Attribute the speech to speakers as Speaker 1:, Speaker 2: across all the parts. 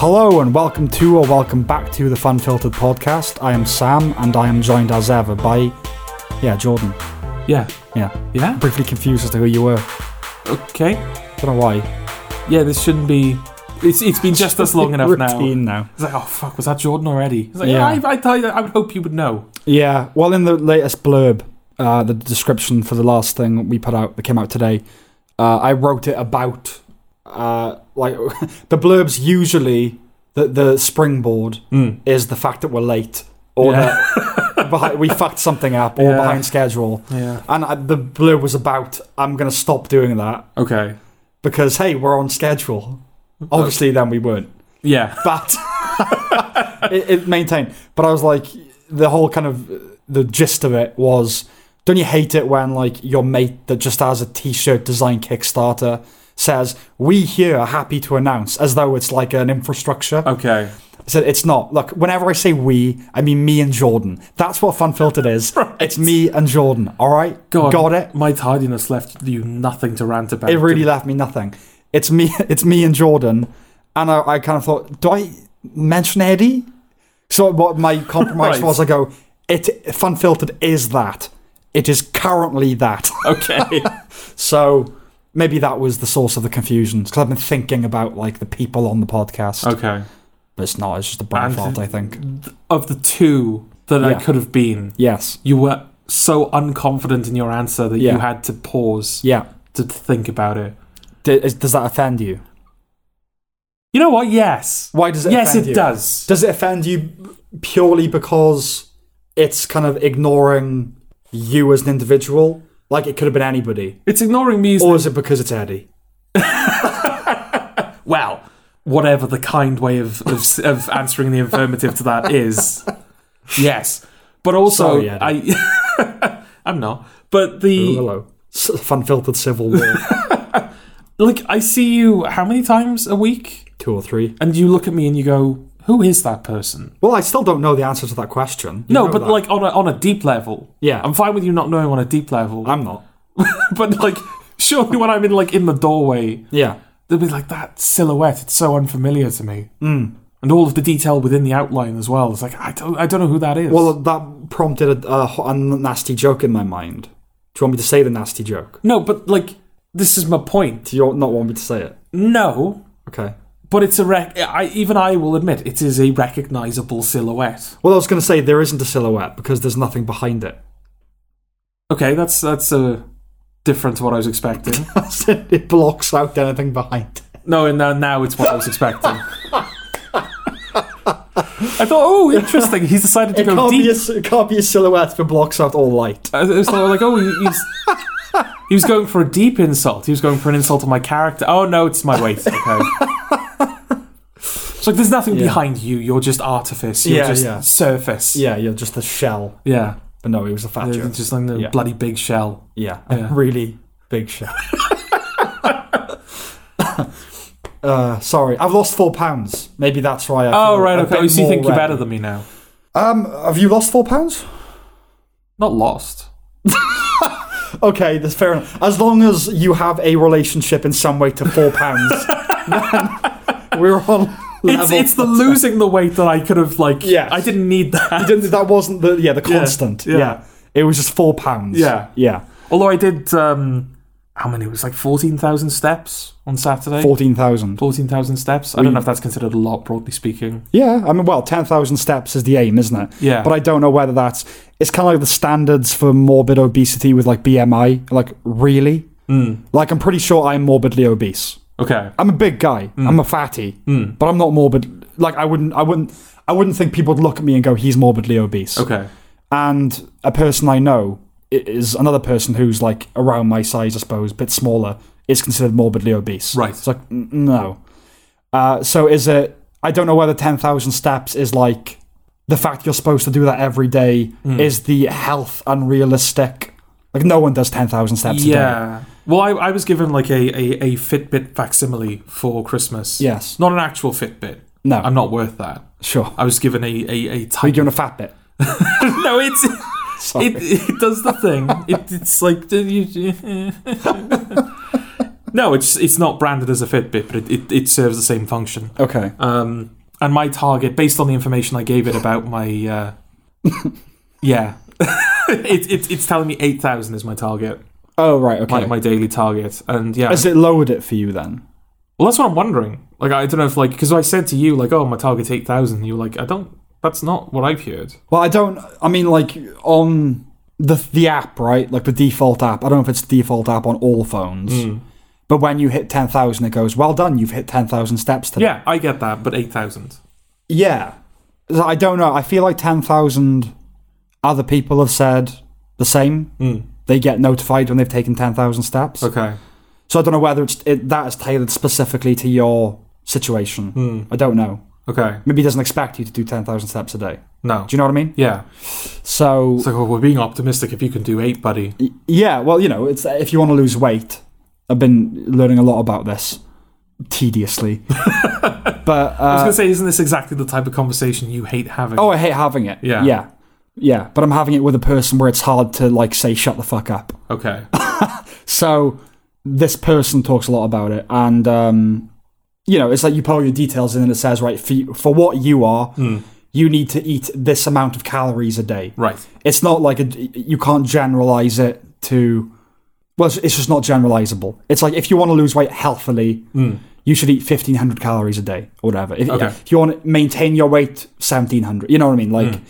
Speaker 1: Hello and welcome to or welcome back to the Fan Filtered podcast. I am Sam and I am joined as ever by, yeah, Jordan.
Speaker 2: Yeah.
Speaker 1: Yeah,
Speaker 2: Yeah.
Speaker 1: briefly confused as to who you were.
Speaker 2: Okay.
Speaker 1: Don't know why.
Speaker 2: Yeah, this shouldn't be. It's it's been just as long enough now.
Speaker 1: Routine now.
Speaker 2: It's like, oh fuck, was that Jordan already? It's like,
Speaker 1: Yeah.
Speaker 2: yeah, I, I tell you, I would hope you would know.
Speaker 1: Yeah, well, in the latest blurb, uh, the description for the last thing we put out that came out today, uh, I wrote it about uh, like the blurbs usually the the springboard is the fact that we're late or
Speaker 2: Yeah.
Speaker 1: that behind, we fucked something up or
Speaker 2: Yeah.
Speaker 1: behind schedule,
Speaker 2: Yeah.
Speaker 1: and I, the blurb was about I'm gonna stop doing that
Speaker 2: Okay.
Speaker 1: because hey, we're on schedule. Obviously, then we weren't
Speaker 2: Yeah.
Speaker 1: but it, it maintained. But I was like, the whole kind of the gist of it was, don't you hate it when like your mate that just has a t-shirt design Kickstarter says, "We here are happy to announce," as though it's like an infrastructure.
Speaker 2: Okay.
Speaker 1: I said, it's not. Look, whenever I say we, I mean me and Jordan. That's what fun filtered is. It's me and Jordan. All right,
Speaker 2: God,
Speaker 1: got it.
Speaker 2: My tardiness left you nothing to rant about.
Speaker 1: It really left me nothing. It's me. It's me and Jordan, and I, I kind of thought, do I mention Eddie? So what my compromise
Speaker 2: Right.
Speaker 1: was, I go, it fun filtered is that. It is currently that.
Speaker 2: Okay.
Speaker 1: So maybe that was the source of the confusion because I've been thinking about like the people on the podcast,
Speaker 2: okay.
Speaker 1: but it's not. It's just a brain
Speaker 2: And-
Speaker 1: fault, I think.
Speaker 2: Of the two that
Speaker 1: Yeah.
Speaker 2: I could have been,
Speaker 1: Yes.
Speaker 2: you were so unconfident in your answer that
Speaker 1: Yeah.
Speaker 2: you had to pause
Speaker 1: Yeah.
Speaker 2: to think about it.
Speaker 1: D- is- does that offend you?
Speaker 2: You know what? Yes.
Speaker 1: Why does it?
Speaker 2: yes,
Speaker 1: offend
Speaker 2: it
Speaker 1: you?
Speaker 2: does.
Speaker 1: Does it offend you purely because it's kind of ignoring you as an individual? Like it could have been anybody,
Speaker 2: It's ignoring me as
Speaker 1: or is it because it's Eddie?
Speaker 2: well, whatever the kind way of of, of answering the affirmative to that is, yes. But also,
Speaker 1: Sorry, Adam.
Speaker 2: I, I'm not. But the
Speaker 1: Hello, S- fun-filtered civil war,
Speaker 2: like, I see you how many times a week,
Speaker 1: two or three.
Speaker 2: and you look at me and you go, "Who is that person?"
Speaker 1: Well, I still don't know the answer to that question. You
Speaker 2: no,
Speaker 1: know
Speaker 2: but
Speaker 1: that.
Speaker 2: like on a on a deep level,
Speaker 1: Yeah.
Speaker 2: I'm fine with you not knowing on a deep level,
Speaker 1: I'm not.
Speaker 2: but like. Surely, when I'm in like in the doorway,
Speaker 1: Yeah,
Speaker 2: they'll be like that silhouette. It's so unfamiliar to me,
Speaker 1: Mm.
Speaker 2: and all of the detail within the outline as well. It's like I don't, I don't know who that is.
Speaker 1: well, that prompted a, a, ho- a nasty joke in my mind. Do you want me to say the nasty joke?
Speaker 2: No, but like this is my point.
Speaker 1: Do you not want me to say it?
Speaker 2: No,
Speaker 1: Okay.
Speaker 2: but it's a rec. I, even I will admit it is a recognizable silhouette.
Speaker 1: Well, I was going to say there isn't a silhouette because there's nothing behind it.
Speaker 2: Okay, that's that's uh, different to what I was expecting.
Speaker 1: it blocks out anything behind. it.
Speaker 2: no, and now, now it's what I was expecting. I thought, oh, interesting. He's decided to
Speaker 1: It
Speaker 2: go
Speaker 1: can't, be
Speaker 2: deep.
Speaker 1: a, it can't be a silhouette that blocks out all light.
Speaker 2: I was thought, like, oh, he- he's. He was going for a deep insult. He was going for an insult to my character. Oh no, it's my weight. Okay. It's like there's nothing behind you. You're just artifice. You're
Speaker 1: Yeah,
Speaker 2: just
Speaker 1: yeah.
Speaker 2: surface.
Speaker 1: Yeah, you're just a shell.
Speaker 2: Yeah.
Speaker 1: But no, he was a fat
Speaker 2: It's
Speaker 1: joke.
Speaker 2: just like the
Speaker 1: Yeah.
Speaker 2: bloody big shell.
Speaker 1: Yeah,
Speaker 2: Yeah.
Speaker 1: a really big shell. uh, sorry, I've lost four pounds. Maybe that's why. I
Speaker 2: Oh,
Speaker 1: feel
Speaker 2: right,
Speaker 1: a
Speaker 2: okay.
Speaker 1: bit
Speaker 2: Oh, so you think
Speaker 1: more
Speaker 2: you're better
Speaker 1: ready.
Speaker 2: than me now.
Speaker 1: Um, have you lost four pounds?
Speaker 2: Not lost.
Speaker 1: Okay, that's fair enough. As long as you have a relationship in some way to four pounds, then we're on level.
Speaker 2: It's, it's the losing the weight that I could have, like,
Speaker 1: Yes.
Speaker 2: I didn't need that.
Speaker 1: You didn't- that wasn't the yeah the
Speaker 2: Yeah,
Speaker 1: constant.
Speaker 2: yeah.
Speaker 1: yeah, it was just four pounds.
Speaker 2: Yeah.
Speaker 1: yeah,
Speaker 2: Although I did, um, how many? It was like 14,000 steps on Saturday.
Speaker 1: fourteen thousand.
Speaker 2: 14,000 steps. I don't know if that's considered a lot, broadly speaking.
Speaker 1: Yeah, I mean, well, 10,000 steps is the aim, isn't it?
Speaker 2: Yeah.
Speaker 1: But I don't know whether that's. It's kind of like the standards for morbid obesity with like BMI. Like, really? Like, I'm pretty sure I'm morbidly obese.
Speaker 2: Okay.
Speaker 1: I'm a big guy. I'm a fatty, but I'm not morbid. Like, I wouldn't, I wouldn't, I wouldn't think people would look at me and go, "He's morbidly obese."
Speaker 2: Okay.
Speaker 1: And a person I know i- is another person who's like around my size, I suppose, a bit smaller, is considered morbidly obese.
Speaker 2: Right.
Speaker 1: It's like n- no. Uh, so is it? I don't know whether ten thousand steps is like the fact you're supposed to do that every day
Speaker 2: Hmm.
Speaker 1: is the health unrealistic. Like no one does ten thousand steps a day.
Speaker 2: Yeah. Well, I, I was given like a, a, a Fitbit facsimile for Christmas.
Speaker 1: Yes.
Speaker 2: Not an actual Fitbit.
Speaker 1: No.
Speaker 2: I'm not worth that.
Speaker 1: Sure.
Speaker 2: I was given a, a, a
Speaker 1: You're
Speaker 2: type.
Speaker 1: doing a fat bit.
Speaker 2: no, it's.
Speaker 1: Sorry.
Speaker 2: it, it does the thing. It, it's like you- no, it's it's not branded as a Fitbit, but it, it, it serves the same function.
Speaker 1: Okay.
Speaker 2: Um, and my target, based on the information I gave it about my, uh, yeah, it, it, it's telling me eight thousand is my target,
Speaker 1: Oh right. Okay.
Speaker 2: my, my daily target, and yeah,
Speaker 1: Has it lowered it for you then?
Speaker 2: well, that's what I'm wondering. Like, I don't know if like because I said to you like, oh, my target's eight thousand. You were like, I don't. That's not what I've heard.
Speaker 1: Well, I don't. I mean, like on the the app, right? Like the default app. I don't know if it's the default app on all phones,
Speaker 2: Hmm.
Speaker 1: but when you hit ten thousand, it goes, "Well done, you've hit ten thousand steps today."
Speaker 2: Yeah, I get that, but eight thousand.
Speaker 1: Yeah. So I don't know. I feel like ten thousand other people have said the same. They get notified when they've taken ten thousand steps.
Speaker 2: Hmm. Okay.
Speaker 1: So I don't know whether it's it, that is tailored specifically to your situation.
Speaker 2: Hmm.
Speaker 1: I don't know.
Speaker 2: Okay.
Speaker 1: Maybe it doesn't expect you to do ten thousand steps a day.
Speaker 2: No.
Speaker 1: Do you know what I mean?
Speaker 2: Yeah.
Speaker 1: So
Speaker 2: It's like, oh, we're being optimistic if you can do eight, buddy.
Speaker 1: Y- Yeah, well, you know, it's if you want to lose weight, I've been learning a lot about this tediously. but
Speaker 2: I was
Speaker 1: uh,
Speaker 2: gonna say, isn't this exactly the type of conversation you hate having?
Speaker 1: oh, I hate having it.
Speaker 2: Yeah.
Speaker 1: yeah, yeah. But I'm having it with a person where it's hard to like say shut the fuck up.
Speaker 2: okay.
Speaker 1: So this person talks a lot about it, and um, you know, it's like you put all your details in, and it says right for you, for what you are.
Speaker 2: Hmm.
Speaker 1: You need to eat this amount of calories a day.
Speaker 2: Right.
Speaker 1: It's not like a, you can't generalize it to. Well, it's it's just not generalizable. It's like if you want to lose weight healthily, you should eat fifteen hundred calories a day or whatever. If,
Speaker 2: Hmm. Okay.
Speaker 1: if you want to maintain your weight, seventeen hundred. You know what I mean? Like,
Speaker 2: Hmm.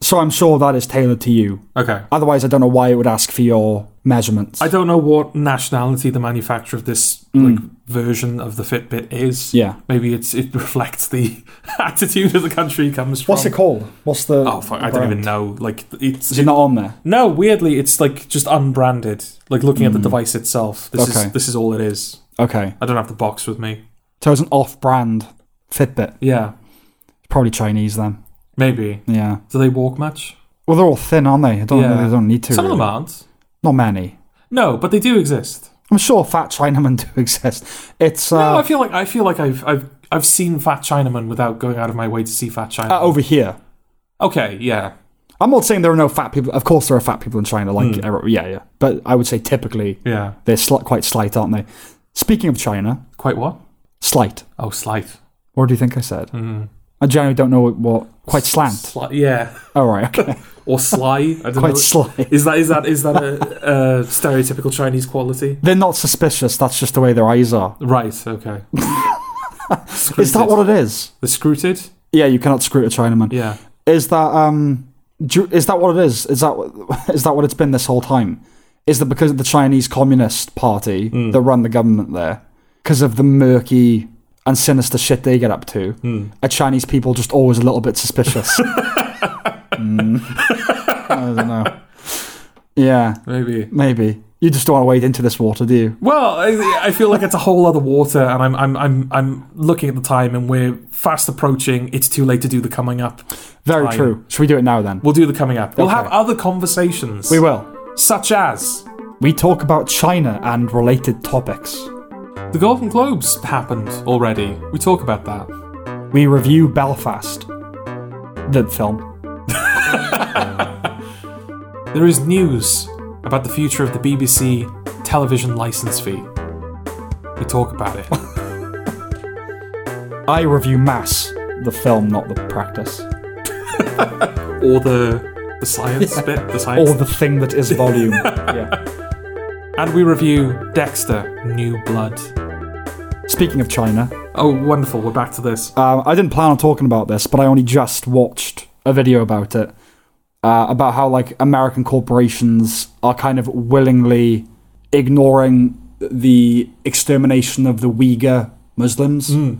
Speaker 1: so I'm sure that is tailored to you.
Speaker 2: Okay.
Speaker 1: Otherwise, I don't know why it would ask for your measurements.
Speaker 2: I don't know what nationality the manufacturer of this like version of the Fitbit is.
Speaker 1: Hmm. yeah.
Speaker 2: Maybe it's it reflects the attitude of the country it comes from.
Speaker 1: What's it called? What's the?
Speaker 2: Oh fuck! I don't even know. Like it's
Speaker 1: Is it not on there?
Speaker 2: no. Weirdly, it's like just unbranded. Like looking at the device itself, this
Speaker 1: Hmm. Okay.
Speaker 2: is this is all it is.
Speaker 1: Okay,
Speaker 2: I don't have the box with me.
Speaker 1: so it's an off-brand Fitbit.
Speaker 2: Yeah,
Speaker 1: Probably Chinese then.
Speaker 2: maybe.
Speaker 1: Yeah.
Speaker 2: Do they walk much?
Speaker 1: Well, they're all thin, aren't they? I don't.
Speaker 2: Yeah.
Speaker 1: They don't need to.
Speaker 2: Some of
Speaker 1: really.
Speaker 2: them aren't.
Speaker 1: Not many.
Speaker 2: No, but they do exist.
Speaker 1: I'm sure fat Chinamen do exist. It's
Speaker 2: No,
Speaker 1: uh,
Speaker 2: I feel like I feel like I've I've I've seen Fat Chinaman without going out of my way to see Fat Chinaman.
Speaker 1: uh, over here.
Speaker 2: okay, yeah,
Speaker 1: I'm not saying there are no fat people. Of course, there are fat people in China. Like, uh, yeah, yeah. But I would say typically
Speaker 2: yeah.
Speaker 1: they're sli- quite slight, aren't they? Speaking of China,
Speaker 2: Quite what?
Speaker 1: slight.
Speaker 2: Oh, slight.
Speaker 1: What do you think I said? I generally don't know what. what quite slant.
Speaker 2: Sli- Mm. yeah,
Speaker 1: All right, okay.
Speaker 2: or sly. I don't know.
Speaker 1: quite slight.
Speaker 2: Is that is that is that a, a stereotypical Chinese quality?
Speaker 1: They're not suspicious. That's just the way their eyes are.
Speaker 2: Right. Okay. scrooted.
Speaker 1: Is that what it is?
Speaker 2: the scrooted?
Speaker 1: Yeah, you cannot screw a Chinaman.
Speaker 2: Yeah.
Speaker 1: Is that um? Do, is that what it is? Is that is that what it's been this whole time? Is that because of the Chinese Communist Party
Speaker 2: Hmm.
Speaker 1: that run the government there? Because of the murky and sinister shit they get up to, are Chinese people just always a little bit suspicious? Mm. I don't know. Yeah,
Speaker 2: Maybe.
Speaker 1: maybe you just don't want to wade into this water, do you?
Speaker 2: Well, I, I feel like it's a whole other water, and I'm I'm I'm I'm looking at the time, and we're fast approaching. It's too late to do the coming up.
Speaker 1: Very
Speaker 2: Fine.
Speaker 1: true. Should we do it now then?
Speaker 2: We'll do the coming up. We'll
Speaker 1: Okay.
Speaker 2: have other conversations,
Speaker 1: We will.
Speaker 2: such as
Speaker 1: We talk about China and related topics.
Speaker 2: the Golden Globes happened already. We talk about that.
Speaker 1: We review Belfast, the film.
Speaker 2: There is news about the future of the BBC television license fee. We talk about it.
Speaker 1: I review Mass, the film, not the practice.
Speaker 2: or the the science bit, the science.
Speaker 1: Or the thing that is volume. yeah.
Speaker 2: and we review Dexter: New Blood.
Speaker 1: Speaking of China,
Speaker 2: Oh, wonderful! We're back to this.
Speaker 1: uh, I didn't plan on talking about this, but I only just watched a video about it. Uh, about how, like, American corporations are kind of willingly ignoring the extermination of the Uyghur Muslims
Speaker 2: Mm.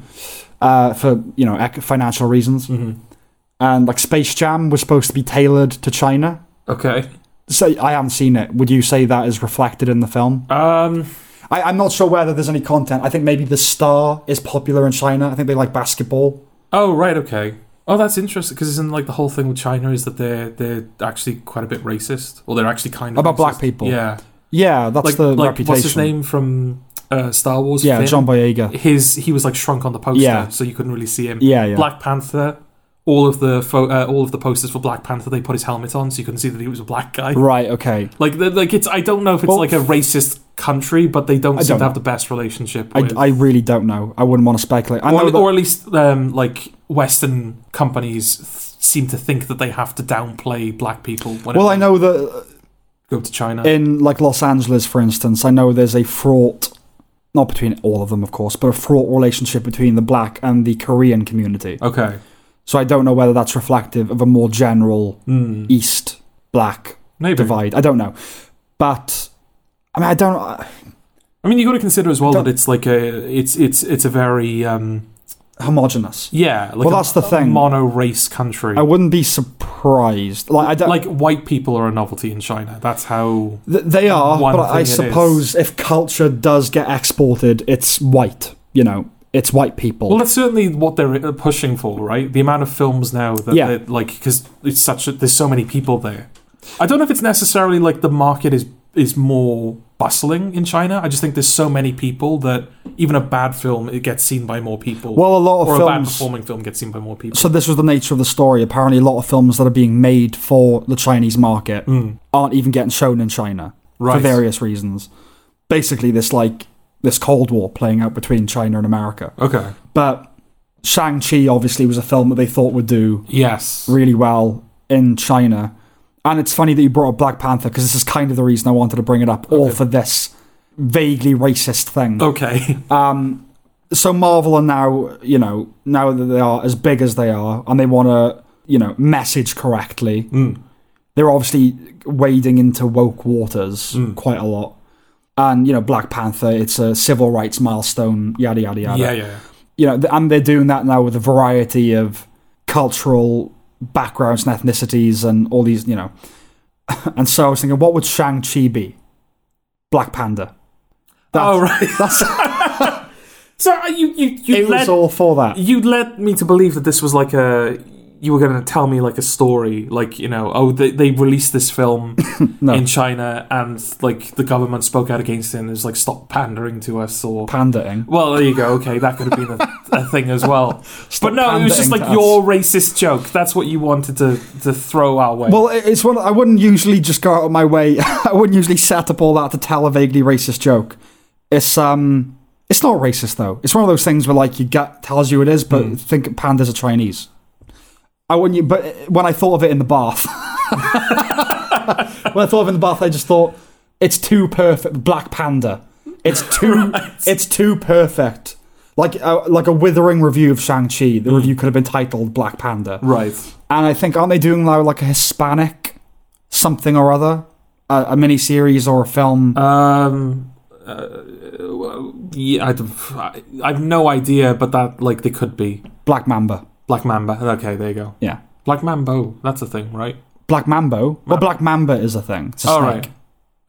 Speaker 1: uh, for, you know, ec- financial reasons. And, like, Space Jam was supposed to be tailored to China.
Speaker 2: Okay.
Speaker 1: So I haven't seen it. Would you say that is reflected in the film?
Speaker 2: Um.
Speaker 1: I, I'm not sure whether there's any content. I think maybe the star is popular in China. I think they like basketball.
Speaker 2: Oh, right. Okay. Oh, that's interesting. Because isn't like the whole thing with China is that they're they're actually quite a bit racist, or they're actually kind of
Speaker 1: About
Speaker 2: racist.
Speaker 1: black people.
Speaker 2: Yeah.
Speaker 1: Yeah, that's
Speaker 2: Like,
Speaker 1: the
Speaker 2: like
Speaker 1: reputation.
Speaker 2: what's his name from uh, Star Wars?
Speaker 1: Yeah,
Speaker 2: Finn?
Speaker 1: John Boyega.
Speaker 2: His he was like shrunk on the poster,
Speaker 1: Yeah.
Speaker 2: so you couldn't really see him.
Speaker 1: Yeah, yeah.
Speaker 2: Black Panther. All of the pho- uh, all of the posters for Black Panther, they put his helmet on, so you couldn't see that he was a black guy.
Speaker 1: Right. Okay.
Speaker 2: Like, th- like it's I don't know if it's
Speaker 1: Well,
Speaker 2: like a racist country, but they don't
Speaker 1: I
Speaker 2: seem
Speaker 1: don't
Speaker 2: to have
Speaker 1: know.
Speaker 2: the best relationship.
Speaker 1: I,
Speaker 2: with-
Speaker 1: I really don't know. I wouldn't want to speculate. I know
Speaker 2: or,
Speaker 1: that-
Speaker 2: or at least um, like Western companies th- seem to think that they have to downplay black people. When
Speaker 1: well, I know that
Speaker 2: go to China.
Speaker 1: in like Los Angeles, for instance, I know there's a fraught, not between all of them, of course, but a fraught relationship between the black and the Korean community.
Speaker 2: okay,
Speaker 1: So I don't know whether that's reflective of a more general
Speaker 2: Hmm.
Speaker 1: East black
Speaker 2: maybe.
Speaker 1: divide. I don't know, but I mean, I don't. uh, I-
Speaker 2: I mean, you got to consider as well
Speaker 1: Don't-
Speaker 2: that it's like a it's it's it's a very um,
Speaker 1: Homogenous.
Speaker 2: yeah. Like
Speaker 1: Well,
Speaker 2: a-
Speaker 1: that's the
Speaker 2: a
Speaker 1: thing.
Speaker 2: Mono race country.
Speaker 1: I wouldn't be surprised. Like I don't.
Speaker 2: like white people are a novelty in China. That's how.
Speaker 1: Th- They are,
Speaker 2: one
Speaker 1: but I
Speaker 2: thing it
Speaker 1: suppose if culture does get exported, it's white. You know, it's white people.
Speaker 2: Well, that's certainly what they're uh, pushing for, right? The amount of films now that
Speaker 1: Yeah.
Speaker 2: they're, like because it's such a, there's so many people there. I don't know if it's necessarily like the market is is more bustling in China. I just think there's so many people that even a bad film it gets seen by more people.
Speaker 1: Well, a lot of
Speaker 2: or a bad
Speaker 1: films.
Speaker 2: performing film gets seen by more people.
Speaker 1: so this was the nature of the story. Apparently, a lot of films that are being made for the Chinese market
Speaker 2: Mm,
Speaker 1: aren't even getting shown in China
Speaker 2: right.
Speaker 1: for various reasons. Basically, this like this Cold War playing out between China and America.
Speaker 2: okay.
Speaker 1: But Shang Chi obviously was a film that they thought would do
Speaker 2: Yes.
Speaker 1: really well in China. And it's funny that you brought up Black Panther because this is kind of the reason I wanted to bring it up, all
Speaker 2: Okay. Oh.
Speaker 1: for this vaguely racist thing.
Speaker 2: Okay.
Speaker 1: Um, so Marvel are now, you know, now that they are as big as they are, and they want to, you know, message correctly.
Speaker 2: Mm,
Speaker 1: They're obviously wading into woke waters
Speaker 2: Mm.
Speaker 1: quite a lot. And you know, Black Panther, it's a civil rights milestone, yada yada
Speaker 2: Yeah.
Speaker 1: yada
Speaker 2: Yeah. yeah.
Speaker 1: you know, th- and they're doing that now with a variety of cultural backgrounds and ethnicities and all these, you know. and so I was thinking, what would Shang Chi be? Black Panda. That's,
Speaker 2: oh right.
Speaker 1: that's
Speaker 2: So uh, you you you
Speaker 1: it was
Speaker 2: led
Speaker 1: all for that.
Speaker 2: you led me to believe that this was like a you were going to tell me like a story like you know oh they, they released this film
Speaker 1: No.
Speaker 2: in china and like the government spoke out against it and it was like stop pandering to us or
Speaker 1: Pandaing.
Speaker 2: well there you go okay that could have been a, a thing as well
Speaker 1: Stop
Speaker 2: but no it was just
Speaker 1: pandering
Speaker 2: like
Speaker 1: to us.
Speaker 2: your racist joke that's what you wanted to to throw our way
Speaker 1: Well, it- it's one I wouldn't usually just go out of my way. I wouldn't usually set up all that to tell a vaguely racist joke. It's um, it's not racist though. It's one of those things where like your gut tells you it is, but think pandas are Chinese. I wouldn't. You, but uh, when I thought of it in the bath, when I thought of it in the bath, I just thought it's too perfect. Black panda. It's too. It's too perfect. Like uh, like a withering review of Shang Chi. The review could have been titled Black Panda.
Speaker 2: right
Speaker 1: And I think aren't they doing now like a Hispanic something or other, a, a mini series or a film?
Speaker 2: um uh, well, yeah, I, don't- I- I've no idea, but that like they could be
Speaker 1: Black Mamba.
Speaker 2: Black Mamba. Okay, there you go.
Speaker 1: Yeah,
Speaker 2: Black Mambo, that's a thing, right?
Speaker 1: Black Mambo. Well, Black Mamba is a thing. It's a
Speaker 2: All
Speaker 1: snake.
Speaker 2: Oh, right.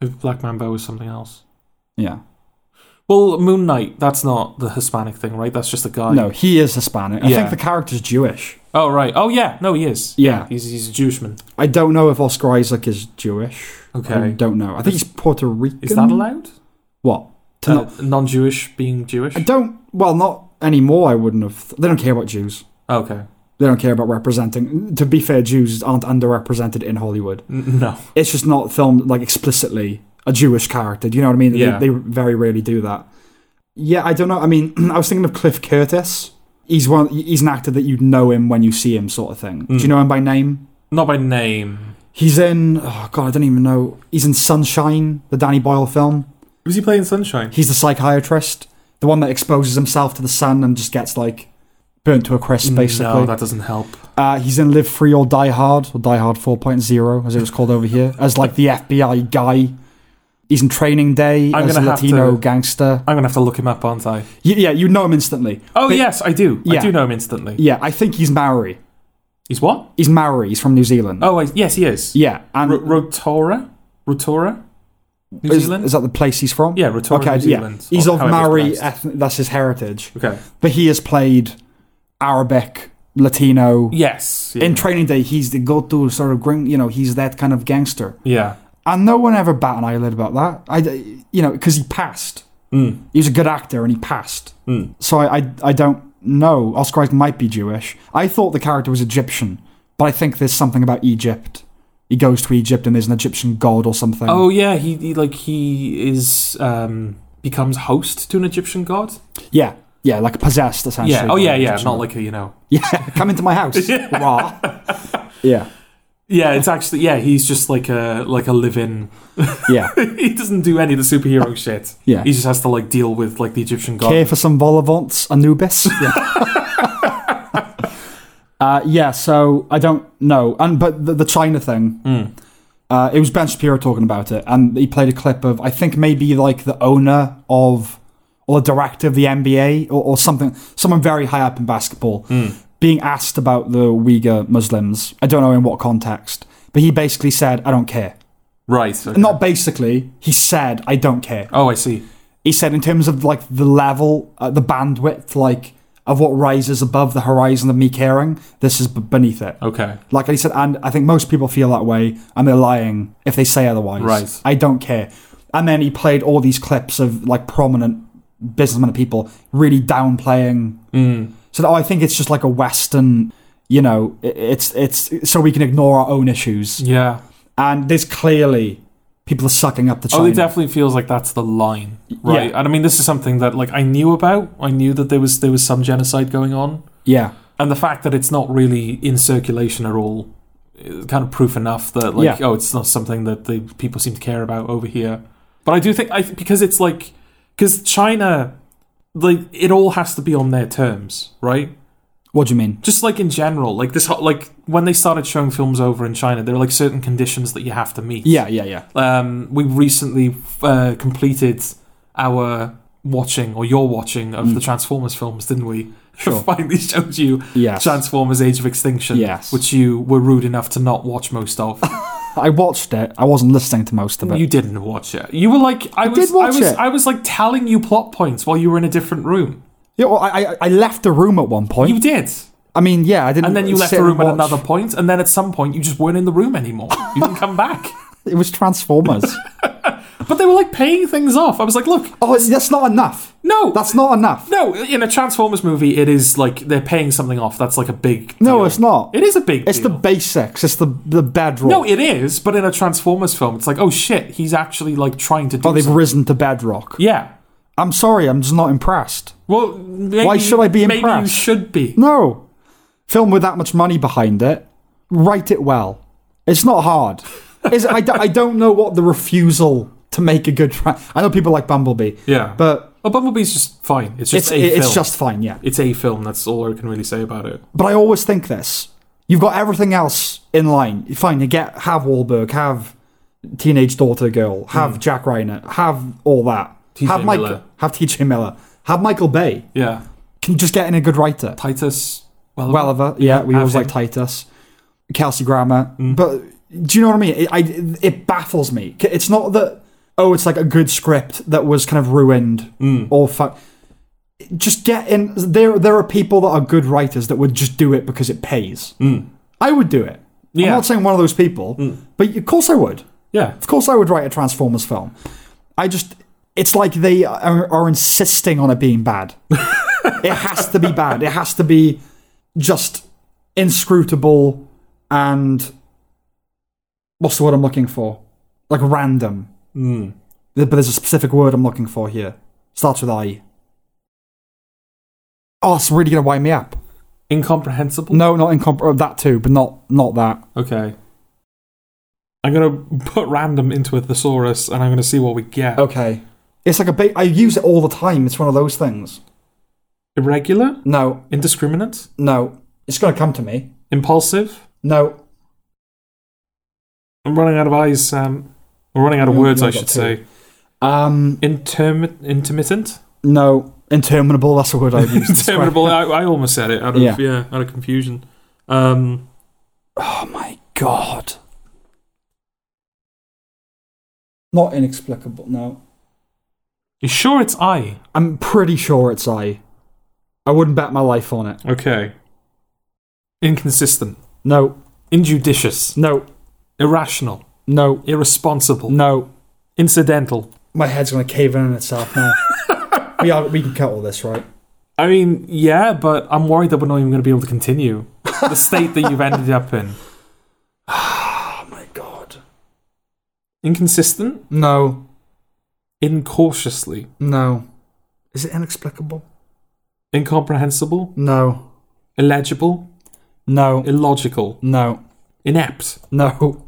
Speaker 2: If Black Mambo is something else.
Speaker 1: Yeah.
Speaker 2: Well, Moon Knight, that's not the Hispanic thing, right? That's just a guy.
Speaker 1: No, he is Hispanic. I
Speaker 2: Yeah.
Speaker 1: think the character's Jewish.
Speaker 2: Oh, right. Oh, yeah. No, he is.
Speaker 1: Yeah.
Speaker 2: He's, he's a Jewish man.
Speaker 1: I don't know if Oscar Isaac is Jewish. I
Speaker 2: Okay.
Speaker 1: don't know. I think he's Puerto Rican.
Speaker 2: Is that allowed?
Speaker 1: What? To
Speaker 2: Uh,
Speaker 1: not-
Speaker 2: non Jewish being Jewish?
Speaker 1: I don't. Well, not anymore. I wouldn't have. Th- they don't care about Jews.
Speaker 2: Okay.
Speaker 1: They don't care about representing. To be fair, Jews aren't underrepresented in Hollywood.
Speaker 2: N- no.
Speaker 1: it's just not filmed like explicitly a Jewish character. Do you know what I mean?
Speaker 2: Yeah.
Speaker 1: They, they very rarely do that. Yeah, I don't know. I mean, I was thinking of Cliff Curtis. He's one. He's an actor that you'd know him when you see him, sort of thing. Do you
Speaker 2: Mm.
Speaker 1: know him by name?
Speaker 2: Not by name.
Speaker 1: He's in. Oh God, I don't even know. He's in Sunshine, the Danny Boyle film.
Speaker 2: Was he playing Sunshine?
Speaker 1: He's the psychiatrist, the one that exposes himself to the sun and just gets like burnt to a crisp, basically.
Speaker 2: Mm, No, that doesn't help.
Speaker 1: Uh, he's in Live Free or Die Hard, or Die Hard 4.0, as it was called over here, as like the FBI guy. He's in Training Day
Speaker 2: I'm
Speaker 1: as a
Speaker 2: gonna have
Speaker 1: Latino
Speaker 2: to-
Speaker 1: gangster.
Speaker 2: I'm going to have to look him up, aren't I?
Speaker 1: Y- yeah, you know him instantly.
Speaker 2: Oh,
Speaker 1: But-
Speaker 2: yes, I do.
Speaker 1: Yeah.
Speaker 2: I do know him instantly.
Speaker 1: Yeah, I think he's Maori.
Speaker 2: He's what?
Speaker 1: He's Maori. He's from New Zealand.
Speaker 2: Oh, I, yes, he is.
Speaker 1: Yeah,
Speaker 2: R-
Speaker 1: and
Speaker 2: Rotora? Rotora? New
Speaker 1: is,
Speaker 2: Zealand?
Speaker 1: is that the place he's from?
Speaker 2: Yeah, Rotorua,
Speaker 1: okay,
Speaker 2: New
Speaker 1: yeah.
Speaker 2: Zealand. Oh,
Speaker 1: He's
Speaker 2: or
Speaker 1: of
Speaker 2: however it's
Speaker 1: Maori.
Speaker 2: pronounced.
Speaker 1: Ethn- that's his heritage.
Speaker 2: Okay.
Speaker 1: But he has played Arabic, Latino.
Speaker 2: Yes. Yeah.
Speaker 1: In Training Day, he's the go-to sort of gring. You know, he's that kind of gangster.
Speaker 2: yeah.
Speaker 1: and no one ever bat an eyelid about that. I, you know, because he passed.
Speaker 2: Mm.
Speaker 1: He was a good actor and he passed.
Speaker 2: Mm.
Speaker 1: So I, I, I don't know. Oscar Isaac might be Jewish. I thought the character was Egyptian, but I think there's something about Egypt, he goes to Egypt and there's an Egyptian god or something.
Speaker 2: Oh yeah, he, he like he is um becomes host to an Egyptian god.
Speaker 1: Yeah, yeah, like possessed essentially.
Speaker 2: Yeah. Oh
Speaker 1: by
Speaker 2: yeah,
Speaker 1: an
Speaker 2: yeah.
Speaker 1: Egyptian
Speaker 2: Not
Speaker 1: god.
Speaker 2: like you know.
Speaker 1: yeah, come into my house. Rah. yeah,
Speaker 2: Yeah, it's actually yeah. He's just like a like a live-in.
Speaker 1: yeah,
Speaker 2: he doesn't do any of the superhero shit.
Speaker 1: yeah.
Speaker 2: He just has to like deal with like the Egyptian god.
Speaker 1: Care for some volivants, Anubis? Yeah. uh, yeah, so I don't know. And but the, the China thing,
Speaker 2: Mm.
Speaker 1: uh, it was Ben Shapiro talking about it, and he played a clip of I think maybe like the owner of or the director of the NBA or, or something, someone very high up in basketball, being asked about the Uyghur Muslims. I don't know in what context, but he basically said, "I don't care."
Speaker 2: Right. okay.
Speaker 1: Not basically, he said, "I don't care."
Speaker 2: Oh, I see.
Speaker 1: he said in terms of like the level, uh, the bandwidth, like of what rises above the horizon of me caring, this is b- beneath it.
Speaker 2: Okay.
Speaker 1: Like he said, and I think most people feel that way, and they're lying if they say otherwise.
Speaker 2: Right.
Speaker 1: I don't care. And then he played all these clips of like prominent businessmen and people really downplaying.
Speaker 2: Mm.
Speaker 1: So oh, I think it's just like a Western, you know, i- it's it's so we can ignore our own issues.
Speaker 2: Yeah.
Speaker 1: And there's clearly people are sucking up the China.
Speaker 2: Oh, it definitely feels like that's the line, right?
Speaker 1: Yeah.
Speaker 2: And I mean, this is something that like I knew about. I knew that there was there was some genocide going on,
Speaker 1: yeah,
Speaker 2: and the fact that it's not really in circulation at all is kind of proof enough that like
Speaker 1: Yeah.
Speaker 2: oh, it's not something that the people seem to care about over here. But I do think I because it's like because China, like it all has to be on their terms, right?
Speaker 1: what do you mean?
Speaker 2: just like in general, like this, ho- like when they started showing films over in China, there were like certain conditions that you have to meet.
Speaker 1: Yeah, yeah, yeah.
Speaker 2: Um, we recently uh, completed our watching or your watching of the Transformers films, didn't we?
Speaker 1: Hmm. Sure.
Speaker 2: Finally showed you
Speaker 1: Yeah.
Speaker 2: Transformers: Age of Extinction,
Speaker 1: Yes.
Speaker 2: which you were rude enough to not watch most of.
Speaker 1: I watched it. I wasn't listening to most of it.
Speaker 2: you didn't watch it. You were like, I, was,
Speaker 1: did watch
Speaker 2: I was,
Speaker 1: it.
Speaker 2: I was like telling you plot points while you were in a different room.
Speaker 1: yeah, well, I, I I left the room at one point.
Speaker 2: You did.
Speaker 1: I mean, yeah, I didn't.
Speaker 2: And then you left
Speaker 1: sit
Speaker 2: the
Speaker 1: and
Speaker 2: room at
Speaker 1: watch.
Speaker 2: another point, and then at some point you just weren't in the room anymore. You didn't come back.
Speaker 1: It was Transformers.
Speaker 2: But they were like paying things off. I was like, look,
Speaker 1: oh, it's- that's not enough.
Speaker 2: no,
Speaker 1: That's not enough.
Speaker 2: no. In a Transformers movie, it is like they're paying something off. That's like a big.
Speaker 1: No,
Speaker 2: deal.
Speaker 1: it's not.
Speaker 2: It is a big.
Speaker 1: It's the
Speaker 2: deal.
Speaker 1: basics. It's the the bedrock.
Speaker 2: No, it is. But in a Transformers film, it's like, oh shit, he's actually like trying to do.
Speaker 1: oh, they've
Speaker 2: something.
Speaker 1: risen to bedrock.
Speaker 2: yeah.
Speaker 1: I'm sorry, I'm just not impressed.
Speaker 2: Well, maybe,
Speaker 1: Why should I be
Speaker 2: Maybe you
Speaker 1: impressed?
Speaker 2: should be.
Speaker 1: No, film with that much money behind it, write it well. It's not hard. Is I, do- I don't know what the refusal to make a good. Tra- I know people like Bumblebee,
Speaker 2: Yeah. But
Speaker 1: but
Speaker 2: oh, Bumblebee's just fine. It's
Speaker 1: it's
Speaker 2: just a
Speaker 1: it's
Speaker 2: film.
Speaker 1: just fine. Yeah.
Speaker 2: it's a film. That's all I can really say about it.
Speaker 1: But I always think this. You've got everything else in line. Fine, you get have Wahlberg, have teenage daughter girl, have Jack Reiner, have all that.
Speaker 2: T.J.
Speaker 1: Have
Speaker 2: Miller.
Speaker 1: have T.J. Miller, have Michael Bay.
Speaker 2: Yeah.
Speaker 1: Can you just get in a good writer?
Speaker 2: Titus. Well,
Speaker 1: Welliver, uh, yeah, we
Speaker 2: have
Speaker 1: always
Speaker 2: him.
Speaker 1: like Titus, Kelsey Grammer. But do you know what I mean? It, I, it baffles me. C- It's not that oh, it's like a good script that was kind of ruined or fuck. Just get in. There, there are people that are good writers that would just do it because it pays. I would do it. I'm
Speaker 2: Yeah.
Speaker 1: not saying one of those people, but of course I would.
Speaker 2: yeah.
Speaker 1: Of course I would write a Transformers film. I just, it's like they are, are insisting on it being bad. it has to be bad. It has to be just inscrutable and what's the word I'm looking for? Like random.
Speaker 2: Mm.
Speaker 1: But there's a specific word I'm looking for here. Starts with I. Oh, it's really gonna wind me up.
Speaker 2: Incomprehensible.
Speaker 1: No, not incompar That too, but not not that.
Speaker 2: Okay. I'm gonna put random into a thesaurus, and I'm gonna see what we get.
Speaker 1: Okay. It's like a ba- I use it all the time. It's one of those things.
Speaker 2: Irregular,
Speaker 1: No,
Speaker 2: indiscriminate,
Speaker 1: No, it's going to come to me.
Speaker 2: impulsive.
Speaker 1: No,
Speaker 2: I'm running out of eyes, Sam. I'm running out of
Speaker 1: You-
Speaker 2: words,
Speaker 1: you
Speaker 2: I
Speaker 1: got
Speaker 2: should
Speaker 1: two.
Speaker 2: say.
Speaker 1: um,
Speaker 2: Intermi- intermittent,
Speaker 1: no, interminable. That's a word I've used. to describe-
Speaker 2: interminable. I, I almost said it out of yeah,
Speaker 1: Yeah.
Speaker 2: out of confusion. Um,
Speaker 1: Oh my god. Not inexplicable. No,
Speaker 2: you sure it's I?
Speaker 1: I'm pretty sure it's I. I wouldn't bet my life on it.
Speaker 2: Okay. Inconsistent,
Speaker 1: No,
Speaker 2: injudicious,
Speaker 1: no,
Speaker 2: irrational,
Speaker 1: no,
Speaker 2: irresponsible,
Speaker 1: no.
Speaker 2: incidental.
Speaker 1: My head's going to cave in on itself now. we are. We can cut all this, right?
Speaker 2: I mean, yeah, but I'm worried that we're not even going to be able to continue the state that you've ended up in.
Speaker 1: Oh my god.
Speaker 2: Inconsistent?
Speaker 1: No,
Speaker 2: Incautiously?
Speaker 1: no. Is it inexplicable?
Speaker 2: Incomprehensible?
Speaker 1: No,
Speaker 2: Illegible?
Speaker 1: no,
Speaker 2: Illogical?
Speaker 1: no,
Speaker 2: Inept?
Speaker 1: no.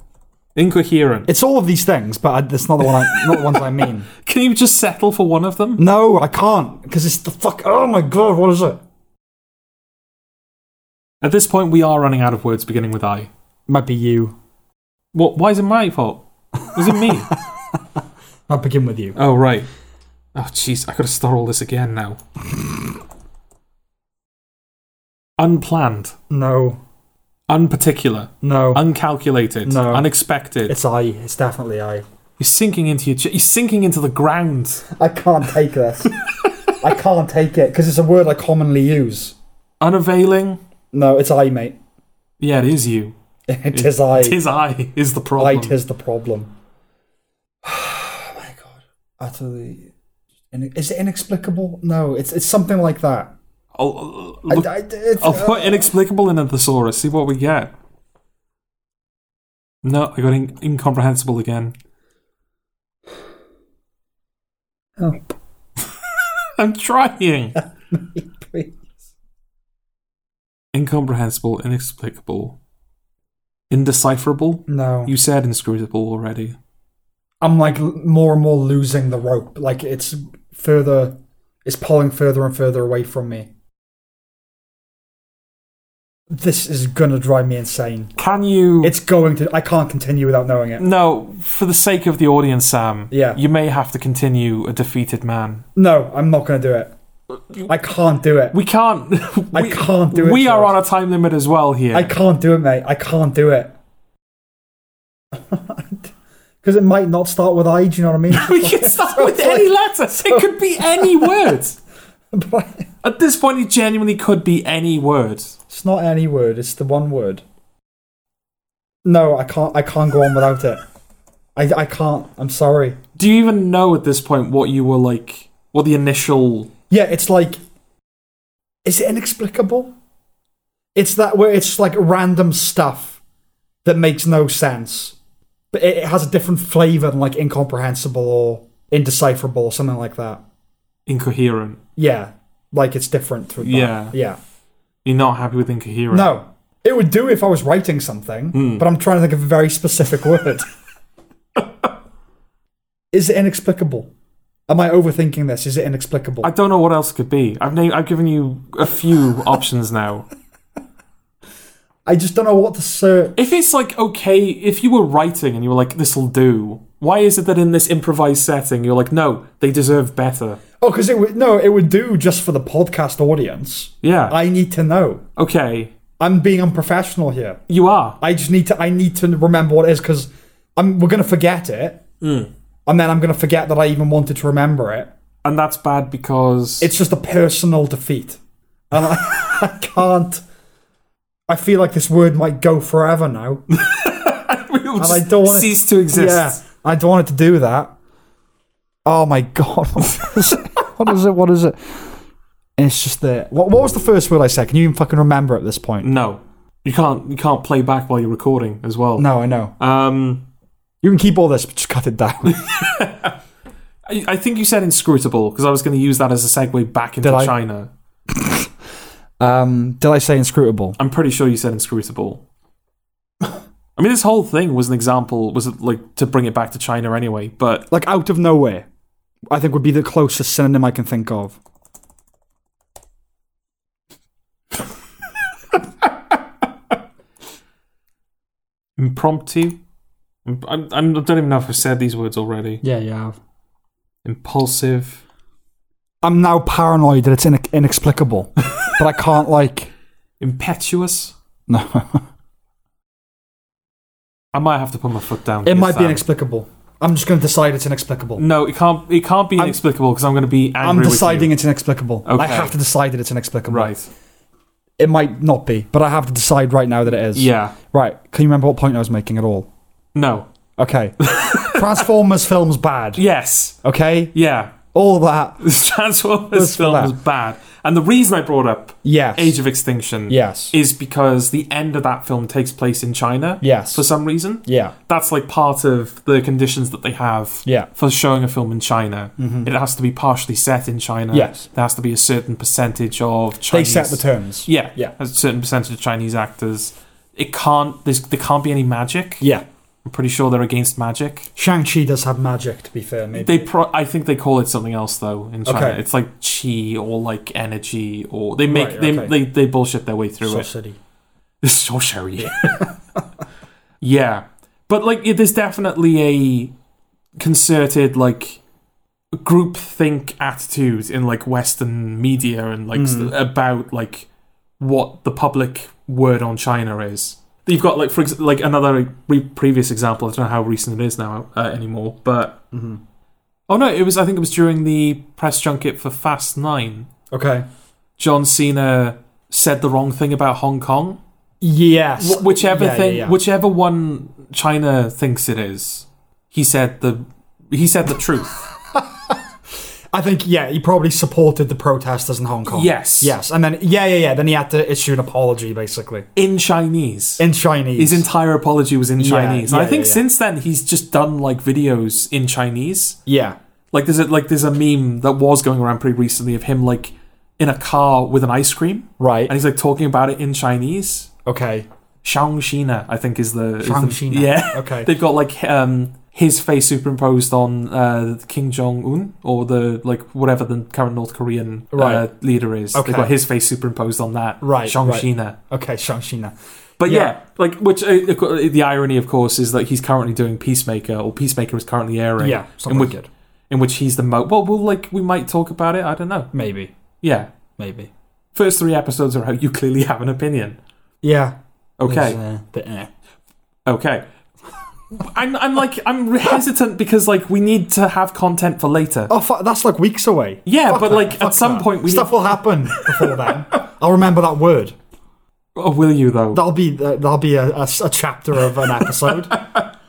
Speaker 2: Incoherent?
Speaker 1: It's all of these things, but I, it's not the one. I, not the ones I mean.
Speaker 2: Can you just settle for one of them?
Speaker 1: No, I can't because it's the fuck. Oh my god, what is it?
Speaker 2: At this point, we are running out of words beginning with I.
Speaker 1: Might be you.
Speaker 2: What? Why is it my fault? Was it me?
Speaker 1: I'll begin with you.
Speaker 2: oh, right. Oh, jeez, I gotta start all this again now. Unplanned.
Speaker 1: No,
Speaker 2: Unparticular.
Speaker 1: no,
Speaker 2: Uncalculated.
Speaker 1: No.
Speaker 2: Unexpected.
Speaker 1: it's I. It's definitely I.
Speaker 2: You're sinking into your. Ch- you're sinking into the ground.
Speaker 1: I can't take this. I can't take it because it's a word I commonly use.
Speaker 2: Unavailing.
Speaker 1: No, it's I, mate.
Speaker 2: Yeah, it is you.
Speaker 1: It is I.
Speaker 2: Tis I is the
Speaker 1: I
Speaker 2: problem.
Speaker 1: tis the problem. oh my god! Utterly. in- Is it inexplicable? No, it's it's something like that.
Speaker 2: I'll, I'll,
Speaker 1: I,
Speaker 2: Oh, look-
Speaker 1: I, it's, uh,
Speaker 2: I'll put inexplicable in a thesaurus. See what we get. No, I got in- incomprehensible again.
Speaker 1: Help.
Speaker 2: I'm trying.
Speaker 1: Please.
Speaker 2: incomprehensible, inexplicable, indecipherable.
Speaker 1: No.
Speaker 2: You said inscrutable already.
Speaker 1: I'm like l- more and more losing the rope. Like it's further, it's pulling further and further away from me. This is gonna drive me insane.
Speaker 2: Can you?
Speaker 1: It's going to. I can't continue without knowing it.
Speaker 2: no, for the sake of the audience, Sam.
Speaker 1: Yeah.
Speaker 2: You may have to continue a defeated man.
Speaker 1: No, I'm not gonna do it. I can't do it.
Speaker 2: We can't.
Speaker 1: I
Speaker 2: we,
Speaker 1: can't do it.
Speaker 2: we are
Speaker 1: George.
Speaker 2: on a time limit as well here.
Speaker 1: I can't do it, mate. I can't do it. Because it might not start with I. Do you know what I mean?
Speaker 2: we can start with any letter. It could be any word.
Speaker 1: But
Speaker 2: At this point, it genuinely could be any word.
Speaker 1: It's not any word. It's the one word. No, I can't. I can't go on without it. I, I can't. I'm sorry.
Speaker 2: Do you even know at this point what you were like? What the initial?
Speaker 1: Yeah, it's like, is it inexplicable? It's that where it's like random stuff that makes no sense, but it, it has a different flavor than like incomprehensible or indecipherable or something like that.
Speaker 2: Incoherent.
Speaker 1: Yeah, like it's different through. That.
Speaker 2: Yeah.
Speaker 1: yeah.
Speaker 2: You're not happy with incoherent.
Speaker 1: No, it would do if I was writing something, but I'm trying to think of a very specific word. Is it inexplicable? Am I overthinking this? Is it inexplicable?
Speaker 2: I don't know what else it could be. I've named, I've given you a few options now.
Speaker 1: I just don't know what to say.
Speaker 2: If it's like okay, if you were writing and you were like this'll do, why is it that in this improvised setting you're like no, they deserve better?
Speaker 1: Oh, because it would no, it would do just for the podcast audience.
Speaker 2: Yeah.
Speaker 1: I need to know.
Speaker 2: okay.
Speaker 1: I'm being unprofessional here.
Speaker 2: You are.
Speaker 1: I just need to. I need to remember what it is because I'm. We're gonna forget it, and then I'm gonna forget that I even wanted to remember it.
Speaker 2: And that's bad because
Speaker 1: it's just a personal defeat. And I, I can't. I feel like this word might go forever now.
Speaker 2: we will
Speaker 1: I
Speaker 2: just
Speaker 1: don't wanna-
Speaker 2: cease to exist.
Speaker 1: Yeah, I don't want it to do that. Oh my god, what is it? What is it? What is it? And it's just there. What, what was the first word I said? Can you even fucking remember at this point?
Speaker 2: No. You can't you can't play back while you're recording as well.
Speaker 1: No, I know.
Speaker 2: Um
Speaker 1: You can keep all this, but just cut it down.
Speaker 2: I, I think you said inscrutable because I was going to use that as a segue back into
Speaker 1: Did I?
Speaker 2: China.
Speaker 1: Um, did I say inscrutable?
Speaker 2: I'm pretty sure you said inscrutable. I mean, this whole thing was an example, was like to bring it back to China anyway, but
Speaker 1: Like out of nowhere, I think would be the closest synonym I can think of.
Speaker 2: impromptu. Imp- I'm, I'm, I don't even know if I've said these words already.
Speaker 1: Yeah, yeah.
Speaker 2: Impulsive.
Speaker 1: I'm now paranoid that it's in- inexplicable, but I can't like.
Speaker 2: Impetuous.
Speaker 1: No,
Speaker 2: I might have to put my foot down.
Speaker 1: it
Speaker 2: here,
Speaker 1: might be
Speaker 2: Sam.
Speaker 1: inexplicable. I'm just going to decide it's inexplicable.
Speaker 2: No, it can't. It can't be inexplicable because I'm going to be angry.
Speaker 1: I'm
Speaker 2: with you.
Speaker 1: deciding it's inexplicable. I
Speaker 2: Okay.
Speaker 1: have to decide that it's inexplicable.
Speaker 2: Right.
Speaker 1: It might not be, but I have to decide right now that it is.
Speaker 2: Yeah.
Speaker 1: Right. Can you remember what point I was making at all?
Speaker 2: No.
Speaker 1: Okay. Transformers film's bad.
Speaker 2: Yes.
Speaker 1: Okay.
Speaker 2: Yeah.
Speaker 1: All that.
Speaker 2: Transformers
Speaker 1: Just for
Speaker 2: film
Speaker 1: that.
Speaker 2: was bad, And the reason I brought up
Speaker 1: Yes.
Speaker 2: Age of Extinction
Speaker 1: Yes.
Speaker 2: is because the end of that film takes place in China
Speaker 1: Yes.
Speaker 2: for some reason.
Speaker 1: yeah.
Speaker 2: That's like part of the conditions that they have
Speaker 1: Yeah.
Speaker 2: for showing a film in China.
Speaker 1: Mhm.
Speaker 2: It has to be partially set in China.
Speaker 1: Yes.
Speaker 2: There has to be a certain percentage of
Speaker 1: They
Speaker 2: Chinese.
Speaker 1: set the terms.
Speaker 2: Yeah.
Speaker 1: Yeah.
Speaker 2: A certain percentage of Chinese actors. It can't. There's, there can't be any magic.
Speaker 1: Yeah.
Speaker 2: I'm pretty sure they're against magic.
Speaker 1: Shang-Chi does have magic, to be fair, maybe.
Speaker 2: They pro- I think they call it something else though in China.
Speaker 1: Okay.
Speaker 2: It's like chi or like energy or they make
Speaker 1: Right,
Speaker 2: they,
Speaker 1: okay.
Speaker 2: they they bullshit their way through
Speaker 1: Saw
Speaker 2: it.
Speaker 1: City.
Speaker 2: Sorcery. Yeah. yeah. But like it- there's definitely a concerted like groupthink attitude in like western media and like s
Speaker 1: Mm.
Speaker 2: about like what the public word on China is. You've got like for ex- like another re- previous example. I don't know how recent it is now uh, anymore, but
Speaker 1: hmm
Speaker 2: Oh no, it was I think it was during the press junket for Fast 9.
Speaker 1: Okay.
Speaker 2: John Cena said the wrong thing about Hong Kong.
Speaker 1: Yes.
Speaker 2: Wh- whichever
Speaker 1: Yeah, yeah,
Speaker 2: thing
Speaker 1: yeah.
Speaker 2: whichever one China thinks it is. He said the he said the truth.
Speaker 1: I think, yeah, he probably supported the protesters in Hong Kong.
Speaker 2: yes.
Speaker 1: Yes. And then, yeah, yeah, yeah. Then he had to issue an apology, basically.
Speaker 2: In Chinese.
Speaker 1: In Chinese.
Speaker 2: his entire apology was in
Speaker 1: Yeah,
Speaker 2: Chinese. And
Speaker 1: yeah,
Speaker 2: I think
Speaker 1: yeah, yeah.
Speaker 2: since then he's just done like videos in Chinese.
Speaker 1: yeah.
Speaker 2: Like there's a like there's a meme that was going around pretty recently of him like in a car with an ice cream
Speaker 1: Right.
Speaker 2: and he's like talking about it in Chinese.
Speaker 1: okay.
Speaker 2: Shangshina, I think is the is the-
Speaker 1: Shangshina.
Speaker 2: Yeah,
Speaker 1: Okay.
Speaker 2: they've got like um his face superimposed on uh, Kim Jong Un or the like whatever the current North Korean uh,
Speaker 1: Right.
Speaker 2: leader is.
Speaker 1: Okay.
Speaker 2: They've got his face superimposed on that.
Speaker 1: Right,
Speaker 2: Shangshina.
Speaker 1: okay, Shang-Chi.
Speaker 2: But yeah.
Speaker 1: Yeah.
Speaker 2: like which uh, of cour- the irony, of course, is that he's currently doing Peacemaker or Peacemaker is currently airing.
Speaker 1: Yeah.
Speaker 2: in
Speaker 1: Something
Speaker 2: which
Speaker 1: wicked.
Speaker 2: in which he's the mo. Well, we'll like we might talk about it. I don't know.
Speaker 1: Maybe.
Speaker 2: Yeah,
Speaker 1: Maybe.
Speaker 2: first three episodes are out. You clearly have an opinion.
Speaker 1: Yeah.
Speaker 2: Okay.
Speaker 1: There's, uh, the, eh.
Speaker 2: Okay. I'm, I'm like I'm hesitant because like we need to have content for later.
Speaker 1: Oh, fu that's like weeks away.
Speaker 2: yeah,
Speaker 1: Fuck
Speaker 2: but
Speaker 1: that,
Speaker 2: like
Speaker 1: fuck
Speaker 2: at some
Speaker 1: that.
Speaker 2: point we
Speaker 1: stuff will happen before then. I'll remember that word.
Speaker 2: need. Oh, will you though?
Speaker 1: That'll be uh, that'll be a, a s- a chapter of an episode.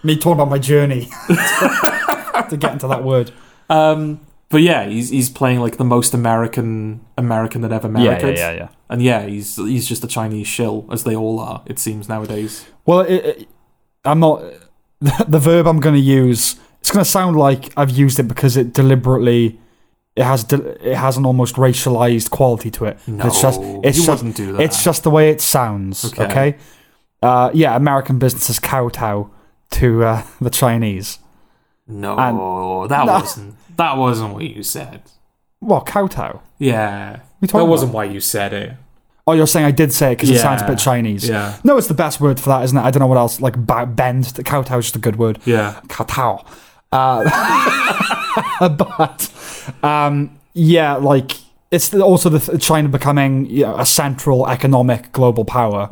Speaker 1: Me talking about my journey to, to get into that word.
Speaker 2: Um, but yeah, he's he's playing like the most American American that ever married.
Speaker 1: yeah.
Speaker 2: And yeah, he's he's just a Chinese shill as they all are. It seems nowadays.
Speaker 1: Well, it, it, I'm not. The verb I'm going to use. It's going to sound like I've used it because it deliberately. It has de- it has an almost racialized quality to it.
Speaker 2: No,
Speaker 1: It's just it's
Speaker 2: you
Speaker 1: just
Speaker 2: wouldn't do that.
Speaker 1: It's just the way it sounds.
Speaker 2: Okay.
Speaker 1: Okay. Uh, yeah, American businesses kowtow to uh, the Chinese.
Speaker 2: no,
Speaker 1: and-
Speaker 2: that
Speaker 1: No.
Speaker 2: wasn't that wasn't what you said.
Speaker 1: What kowtow?
Speaker 2: Yeah,
Speaker 1: We
Speaker 2: that
Speaker 1: talking
Speaker 2: wasn't why you said it.
Speaker 1: Oh, you're saying I did say it because it sounds a
Speaker 2: Yeah.
Speaker 1: bit Chinese.
Speaker 2: Yeah,
Speaker 1: No, it's the best word for that, isn't it? I don't know what else. Like ba- bend. The kowtow is just a good word.
Speaker 2: yeah.
Speaker 1: Kowtow. Uh, but um, yeah, like it's the- also the th- China becoming you know, a central economic global power.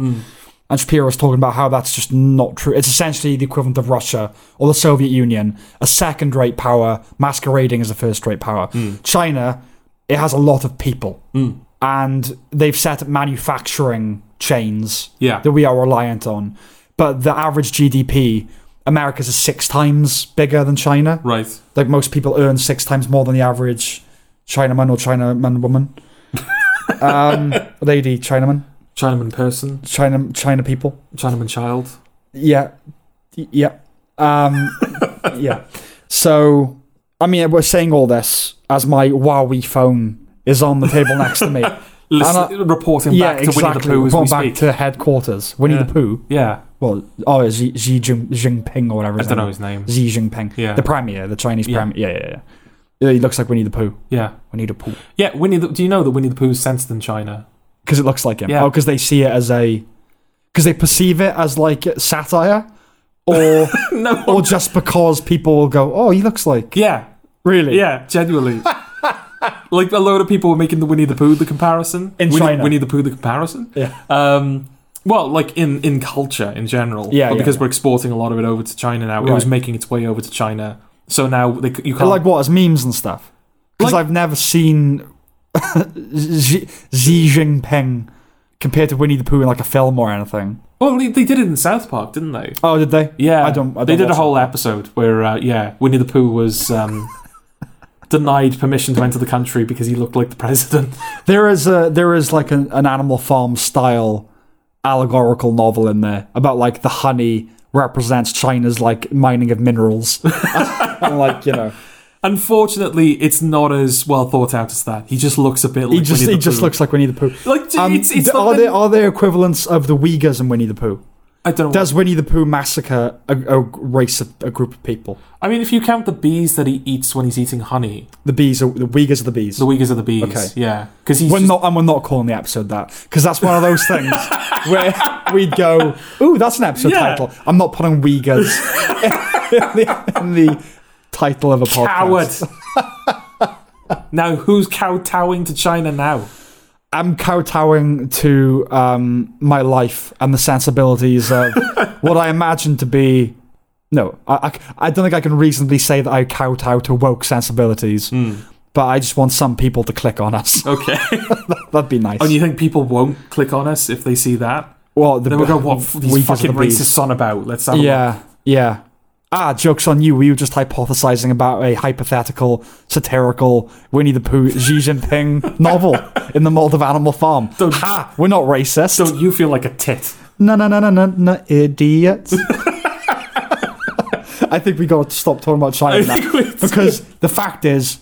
Speaker 1: And Shapiro was talking about how that's just not true. It's essentially the equivalent of Russia or the Soviet Union, a second rate power masquerading as a first rate power. China, it has a lot of people. And they've set up manufacturing chains
Speaker 2: Yeah.
Speaker 1: that we are reliant on. But the average GDP, America's is six times bigger than China.
Speaker 2: Right.
Speaker 1: Like most people earn six times more than the average Chinaman or Chinaman woman. um, lady, Chinaman,
Speaker 2: Chinaman person.
Speaker 1: China, China people.
Speaker 2: Chinaman child.
Speaker 1: Yeah. Y- Yeah. Um, yeah. So, I mean, we're saying all this as my Huawei phone is on the table next to me.
Speaker 2: Listen, reporting
Speaker 1: yeah,
Speaker 2: back to
Speaker 1: exactly.
Speaker 2: Winnie
Speaker 1: We're
Speaker 2: the Pooh
Speaker 1: going
Speaker 2: as we
Speaker 1: back
Speaker 2: speak.
Speaker 1: to headquarters. Winnie
Speaker 2: Yeah.
Speaker 1: the Pooh.
Speaker 2: yeah,
Speaker 1: Well, oh, Xi, Xi Jin, Jinping or whatever.
Speaker 2: I
Speaker 1: his
Speaker 2: don't
Speaker 1: name
Speaker 2: know his name.
Speaker 1: Xi Jinping.
Speaker 2: Yeah.
Speaker 1: The premier, the Chinese
Speaker 2: Yeah.
Speaker 1: premier. Yeah, yeah, yeah. He looks like Winnie the Pooh.
Speaker 2: Yeah,
Speaker 1: Winnie the Pooh.
Speaker 2: yeah. Winnie. The, do you know that Winnie the Pooh is censored in China?
Speaker 1: Because it looks like him.
Speaker 2: Yeah.
Speaker 1: Oh, because they see it as a. Because they perceive it as like satire. Or,
Speaker 2: No.
Speaker 1: or just because people will go, oh, he looks like.
Speaker 2: Yeah,
Speaker 1: Really?
Speaker 2: yeah. Genuinely, like a load of people were making the Winnie the Pooh the comparison
Speaker 1: In
Speaker 2: Winnie,
Speaker 1: China.
Speaker 2: Winnie the Pooh the comparison.
Speaker 1: Yeah.
Speaker 2: Um. Well, like in in culture in general.
Speaker 1: Yeah,
Speaker 2: But
Speaker 1: yeah,
Speaker 2: because
Speaker 1: yeah.
Speaker 2: we're exporting a lot of it over to China now, it
Speaker 1: Right.
Speaker 2: was making its way over to China. So now they, c- you
Speaker 1: But
Speaker 2: can't.
Speaker 1: Like what? As memes and stuff? Because
Speaker 2: Like-
Speaker 1: I've never seen Xi, Xi Jinping compared to Winnie the Pooh in like a film or anything.
Speaker 2: well, they they did it in South Park, didn't they?
Speaker 1: Oh, did they?
Speaker 2: Yeah,
Speaker 1: I don't- I
Speaker 2: they
Speaker 1: don't
Speaker 2: did a
Speaker 1: watch
Speaker 2: whole episode where, uh, yeah, Winnie the Pooh was um, denied permission to enter the country because he looked like the president.
Speaker 1: There is a there is like an, an Animal Farm style allegorical novel in there about like the honey represents China's like mining of minerals. and like you know,
Speaker 2: Unfortunately, it's not as well thought out as that. He just looks a bit like
Speaker 1: he just
Speaker 2: Winnie
Speaker 1: he
Speaker 2: the
Speaker 1: just
Speaker 2: Pooh.
Speaker 1: looks like Winnie the Pooh.
Speaker 2: like d-
Speaker 1: Um,
Speaker 2: it's, it's
Speaker 1: th-
Speaker 2: not
Speaker 1: are
Speaker 2: that-
Speaker 1: there are there equivalents of the Uyghurs and Winnie the Pooh?
Speaker 2: I don't know.
Speaker 1: Does Winnie the Pooh massacre a, a race of a group of people?
Speaker 2: I mean, if you count the bees that he eats when he's eating honey,
Speaker 1: The bees are the Uyghurs are the bees.
Speaker 2: the Uyghurs are the bees.
Speaker 1: Okay.
Speaker 2: Yeah, because he's
Speaker 1: we're
Speaker 2: just-
Speaker 1: not, and we're not calling the episode that because that's one of those things where we'd go, "Ooh, that's an episode
Speaker 2: Yeah.
Speaker 1: title." I'm not putting Uyghurs in, the, in the title of a podcast.
Speaker 2: coward. now, who's kowtowing to China now?
Speaker 1: I'm kowtowing to um, my life and the sensibilities of what I imagine to be. No, I, I, I don't think I can reasonably say that I kowtow to woke sensibilities,
Speaker 2: Hmm.
Speaker 1: but I just want some people to click on us.
Speaker 2: Okay.
Speaker 1: That'd be nice.
Speaker 2: and Oh. you think people won't click on us if they see that?
Speaker 1: well, the,
Speaker 2: They will go, what f-
Speaker 1: Uyghurs are
Speaker 2: these fucking
Speaker 1: the bees."
Speaker 2: racists on about? Let's have a look.
Speaker 1: Yeah, yeah. Ah, joke's on you. We were just hypothesizing about a hypothetical, satirical Winnie the Pooh Xi Jinping novel in the mold of Animal Farm.
Speaker 2: Don't-
Speaker 1: ha! We're not racist.
Speaker 2: Don't you feel like a tit?
Speaker 1: No, no, no, no, no, no, idiots. I think we got to stop talking about
Speaker 2: I
Speaker 1: China now.
Speaker 2: think we-
Speaker 1: Because the fact is,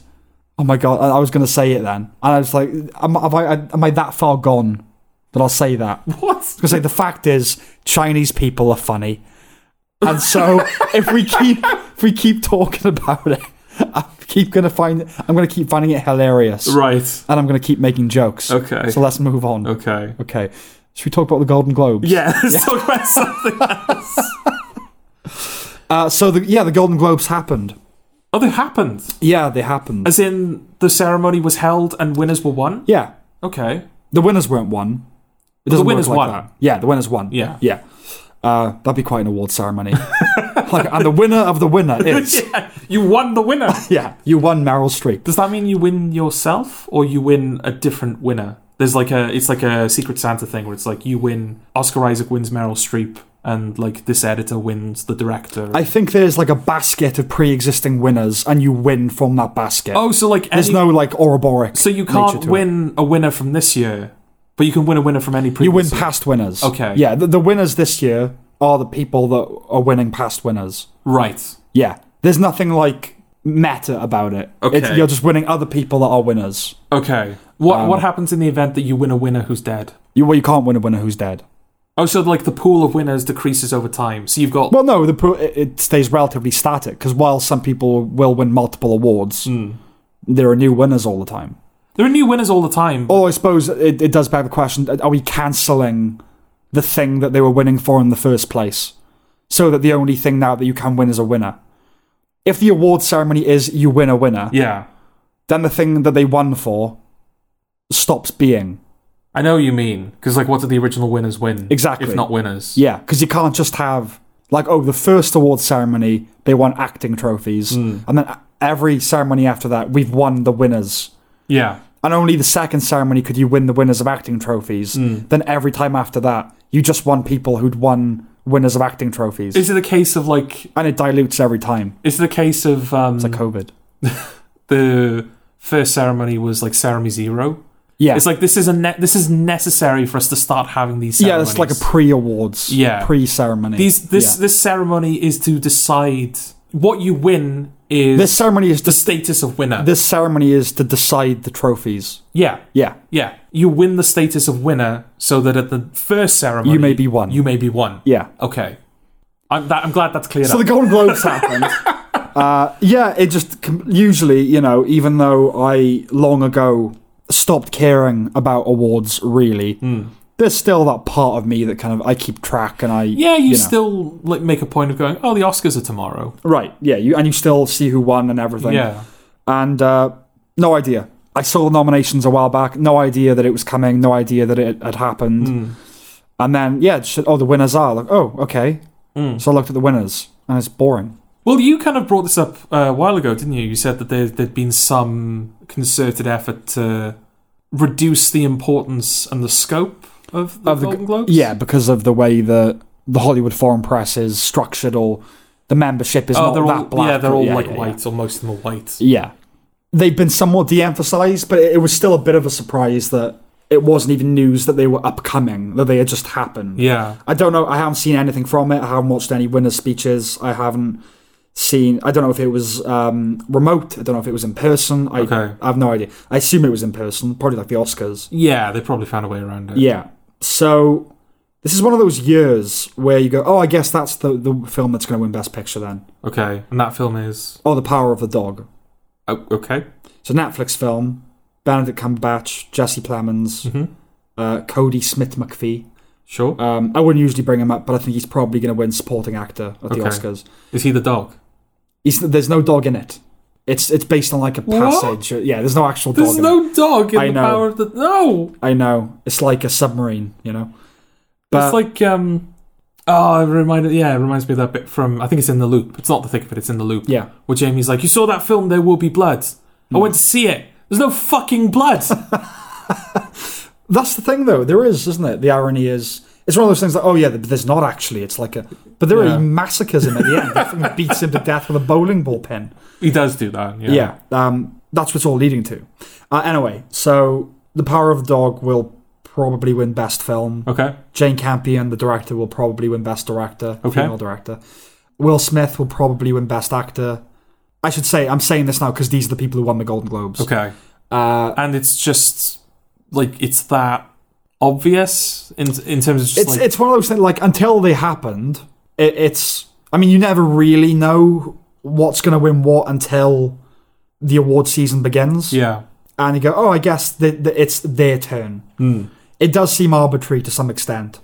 Speaker 1: oh my god, I I was going to say it then. And I was like, am, have I, am I that far gone that I'll say that?
Speaker 2: What?
Speaker 1: Because like the fact is, Chinese people are funny, and so if we keep if we keep talking about it, I keep gonna find I'm gonna keep finding it hilarious,
Speaker 2: Right.
Speaker 1: and I'm gonna keep making jokes.
Speaker 2: Okay.
Speaker 1: So let's move on. Okay.
Speaker 2: Okay.
Speaker 1: Should we talk about the Golden Globes?
Speaker 2: Yeah, let's talk about something.
Speaker 1: Uh, so the yeah, the Golden Globes happened.
Speaker 2: Oh, they happened.
Speaker 1: Yeah, they happened.
Speaker 2: As in, the ceremony was held and winners were won?
Speaker 1: yeah,
Speaker 2: Okay.
Speaker 1: the winners weren't won. It doesn't
Speaker 2: winners
Speaker 1: work like
Speaker 2: won.
Speaker 1: That. Yeah, the winners won.
Speaker 2: Yeah.
Speaker 1: yeah. Uh, that'd be quite an award ceremony. like, and the winner of the winner is
Speaker 2: Yeah, you won the winner.
Speaker 1: yeah, you won Meryl Streep.
Speaker 2: Does that mean you win yourself or you win a different winner? There's like a it's like a Secret Santa thing where it's like you win Oscar Isaac wins Meryl Streep and like this editor wins the director.
Speaker 1: I think there's like a basket of pre-existing winners, and you win from that basket.
Speaker 2: oh, so like
Speaker 1: there's
Speaker 2: any,
Speaker 1: no like Ouroboros.
Speaker 2: so you
Speaker 1: nature
Speaker 2: can't
Speaker 1: to it.
Speaker 2: win a winner from this year, but you can win a winner from any previous.
Speaker 1: You win
Speaker 2: year.
Speaker 1: past winners.
Speaker 2: Okay.
Speaker 1: Yeah, the, the winners this year are the people that are winning past winners.
Speaker 2: right.
Speaker 1: Yeah, there's nothing like meta about it. It's-
Speaker 2: Okay.
Speaker 1: you're just winning other people that are winners.
Speaker 2: Okay. What
Speaker 1: Um,
Speaker 2: what happens in the event that you win a winner who's dead?
Speaker 1: You well, you can't win a winner who's dead.
Speaker 2: Oh, so like the pool of winners decreases over time. So you've got
Speaker 1: Well, no, the pro- it, it stays relatively static because while some people will win multiple awards,
Speaker 2: Hmm.
Speaker 1: there are new winners all the time.
Speaker 2: there are new winners all the time.
Speaker 1: Although I suppose it, it does beg the question: uh, Are we cancelling the thing that they were winning for in the first place, so that the only thing now that you can win is a winner? If the award ceremony is you win a winner,
Speaker 2: yeah,
Speaker 1: then the thing that they won for stops being.
Speaker 2: I know what you mean because like what did the original winners win?
Speaker 1: Exactly.
Speaker 2: If not winners.
Speaker 1: Yeah, because you can't just have like oh the first award ceremony they won acting trophies, and then a- every ceremony after that we've won the winners.
Speaker 2: Yeah.
Speaker 1: and only the second ceremony could you win the winners of acting trophies.
Speaker 2: Hmm.
Speaker 1: Then every time after that, you just won people who'd won winners of acting trophies,
Speaker 2: Is it a case of like?
Speaker 1: and it dilutes every time.
Speaker 2: Is it a case of um,
Speaker 1: It's like COVID.
Speaker 2: the first ceremony was like ceremony zero?
Speaker 1: Yeah,
Speaker 2: It's like this is a ne- this is necessary for us to start having these.
Speaker 1: yeah,
Speaker 2: Ceremonies.
Speaker 1: it's like a pre-awards,
Speaker 2: Yeah.
Speaker 1: pre-ceremony.
Speaker 2: these this
Speaker 1: Yeah.
Speaker 2: this ceremony is to decide what you win is
Speaker 1: this ceremony is
Speaker 2: the
Speaker 1: just
Speaker 2: status of winner.
Speaker 1: this ceremony is to decide the trophies.
Speaker 2: yeah.
Speaker 1: Yeah,
Speaker 2: Yeah, you win the status of winner so that at the first ceremony
Speaker 1: You may be one.
Speaker 2: You may be one.
Speaker 1: yeah.
Speaker 2: Okay, I'm that, I'm glad that's cleared
Speaker 1: So
Speaker 2: up.
Speaker 1: the Golden Globes happened. Uh, yeah, it just com- usually, you know, even though I long ago stopped caring about awards, really, there's still that part of me that kind of I keep track and I
Speaker 2: yeah, you,
Speaker 1: know.
Speaker 2: still like make a point of going. Oh, the Oscars are tomorrow.
Speaker 1: right yeah you and you still see who won and everything
Speaker 2: Yeah,
Speaker 1: and uh, no idea. I saw the nominations a while back, no idea that it was coming, no idea that it had happened. And then, yeah, it just, oh, the winners are. Like, oh, okay. So I looked at the winners, and it's boring.
Speaker 2: Well, you kind of brought this up uh, a while ago, didn't you? You said that there, there'd been some concerted effort to reduce the importance and the scope of the
Speaker 1: Of the-
Speaker 2: Golden Globes.
Speaker 1: Yeah, because of the way the the Hollywood foreign press is structured, or the membership is
Speaker 2: oh,
Speaker 1: not
Speaker 2: they're
Speaker 1: that
Speaker 2: all
Speaker 1: black.
Speaker 2: yeah, they're all like
Speaker 1: yeah,
Speaker 2: white, or most of them are white.
Speaker 1: Yeah. they've been somewhat de-emphasized, but it, it was still a bit of a surprise that it wasn't even news that they were upcoming, that they had just happened.
Speaker 2: Yeah.
Speaker 1: I don't know. I haven't seen anything from it. I haven't watched any winner speeches. I haven't seen. I don't know if it was um, remote. I don't know if it was in person. I,
Speaker 2: Okay.
Speaker 1: I have no idea. I assume it was in person, probably like the Oscars.
Speaker 2: Yeah, they probably found a way around it.
Speaker 1: Yeah. So this is one of those years where you go, oh, I guess that's the, the film that's going to win Best Picture then.
Speaker 2: Okay. And that film is
Speaker 1: Oh, The Power of the Dog.
Speaker 2: oh, okay.
Speaker 1: It's a Netflix film. Benedict Cumberbatch, Jesse Plemons,
Speaker 2: Mm-hmm.
Speaker 1: uh, Cody Smith McPhee.
Speaker 2: Sure.
Speaker 1: Um, I wouldn't usually bring him up, but I think he's probably going to win supporting actor at the
Speaker 2: Okay.
Speaker 1: Oscars.
Speaker 2: Is he the dog?
Speaker 1: He's, there's no dog in it. It's it's based on like a
Speaker 2: What?
Speaker 1: passage. Yeah, there's no actual
Speaker 2: There's
Speaker 1: dog. in it.
Speaker 2: no dog in
Speaker 1: I
Speaker 2: the
Speaker 1: know.
Speaker 2: power of the No.
Speaker 1: I know. It's like a submarine, you know.
Speaker 2: it's
Speaker 1: But-
Speaker 2: like um Oh, it reminded yeah, it reminds me of that bit from I think it's in the loop. It's not the thick of it, it's in the loop.
Speaker 1: Yeah.
Speaker 2: Where Jamie's like, You saw that film There Will Be Blood. I went to see it. There's no fucking blood.
Speaker 1: That's the thing, though. There is, isn't it? The irony is, it's one of those things that oh yeah, but there's not actually. It's like a, but there
Speaker 2: Yeah.
Speaker 1: are massacres in at the end. That thing beats him to death with a bowling ball pin.
Speaker 2: he does do that, yeah.
Speaker 1: Yeah. Um, that's what's all leading to. Uh, anyway, so the Power of the Dog will probably win Best Film.
Speaker 2: Okay.
Speaker 1: Jane Campion, the director, will probably win Best Director,
Speaker 2: Okay.
Speaker 1: female director. Will Smith will probably win Best Actor. I should say, I'm saying this now because these are the people who won the Golden Globes.
Speaker 2: Okay.
Speaker 1: Uh,
Speaker 2: And it's just like it's that obvious in in terms of just
Speaker 1: it's
Speaker 2: like
Speaker 1: it's one of those things like until they happened, it, it's. I mean, you never really know what's going to win what until the award season begins,
Speaker 2: Yeah.
Speaker 1: and you go, oh, I guess that that it's their turn.
Speaker 2: Hmm.
Speaker 1: It does seem arbitrary to some extent.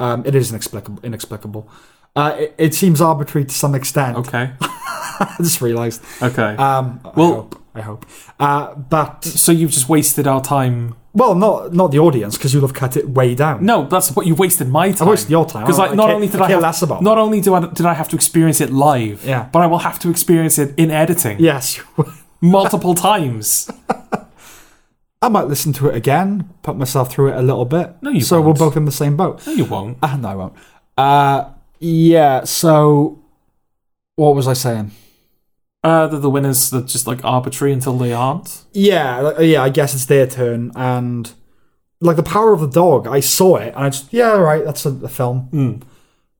Speaker 1: Um, it is inexplicable. Inexplicable. Uh, it, it seems arbitrary to some extent.
Speaker 2: Okay.
Speaker 1: I just realised.
Speaker 2: Okay.
Speaker 1: Um,
Speaker 2: Well-
Speaker 1: I hope. I hope. Uh, but
Speaker 2: so you've just wasted our time.
Speaker 1: well, not not the audience because you'll have cut it way down.
Speaker 2: No, that's what you wasted my time.
Speaker 1: I wasted your time.
Speaker 2: because
Speaker 1: I-
Speaker 2: like
Speaker 1: I
Speaker 2: not
Speaker 1: care-
Speaker 2: only did
Speaker 1: I
Speaker 2: I
Speaker 1: care
Speaker 2: have,
Speaker 1: less about
Speaker 2: not only do I did I have to experience it live,
Speaker 1: Yeah.
Speaker 2: but I will have to experience it in editing
Speaker 1: Yes, you will.
Speaker 2: multiple times.
Speaker 1: I might listen to it again, put myself through it a little bit.
Speaker 2: No, you
Speaker 1: So
Speaker 2: won't.
Speaker 1: we're both in the same boat.
Speaker 2: No, you won't.
Speaker 1: Ah, no, I won't. Uh, yeah. So what was I saying?
Speaker 2: Uh, the, the winners are just like arbitrary until they aren't.
Speaker 1: Yeah, like, yeah. I guess it's their turn, and like the power of the dog. I saw it, and I just yeah, all right. That's a, a film.
Speaker 2: Hmm.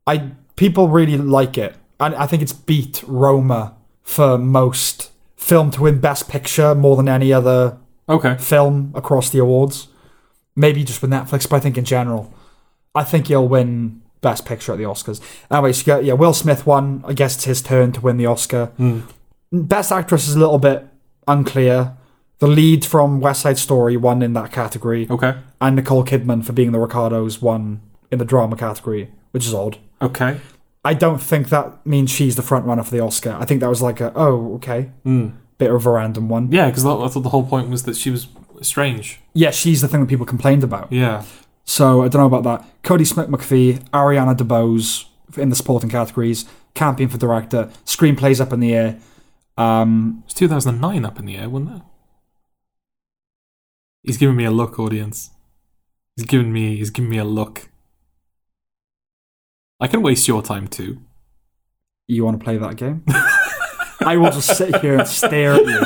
Speaker 1: I people really like it, and I think it's beat Roma for most film to win Best Picture more than any other
Speaker 2: Okay,
Speaker 1: film across the awards. Maybe just with Netflix, but I think in general, I think he'll win Best Picture at the Oscars. Anyway, so you got- yeah, Will Smith won. I guess it's his turn to win the Oscar.
Speaker 2: Hmm,
Speaker 1: Best Actress is a little bit unclear. The lead from West Side Story won in that category,
Speaker 2: okay,
Speaker 1: and Nicole Kidman for being the Ricardos won in the drama category, which is odd.
Speaker 2: okay.
Speaker 1: I don't think that means she's the front runner for the Oscar. I think that was like a oh okay, bit of a random one.
Speaker 2: Hmm. Yeah, because I thought the whole point was that she was strange.
Speaker 1: Yeah, she's the thing that people complained about.
Speaker 2: Yeah,
Speaker 1: So I don't know about that. Cody Smith McPhee, Ariana DeBose in the supporting categories, Campion for director, screenplays up in the air. Um,
Speaker 2: it was 2009 up in the air, wasn't it? He's giving me a look, audience. He's giving me he's giving me a look. I can waste your time too.
Speaker 1: you want to play that game? I will just sit here and stare at you.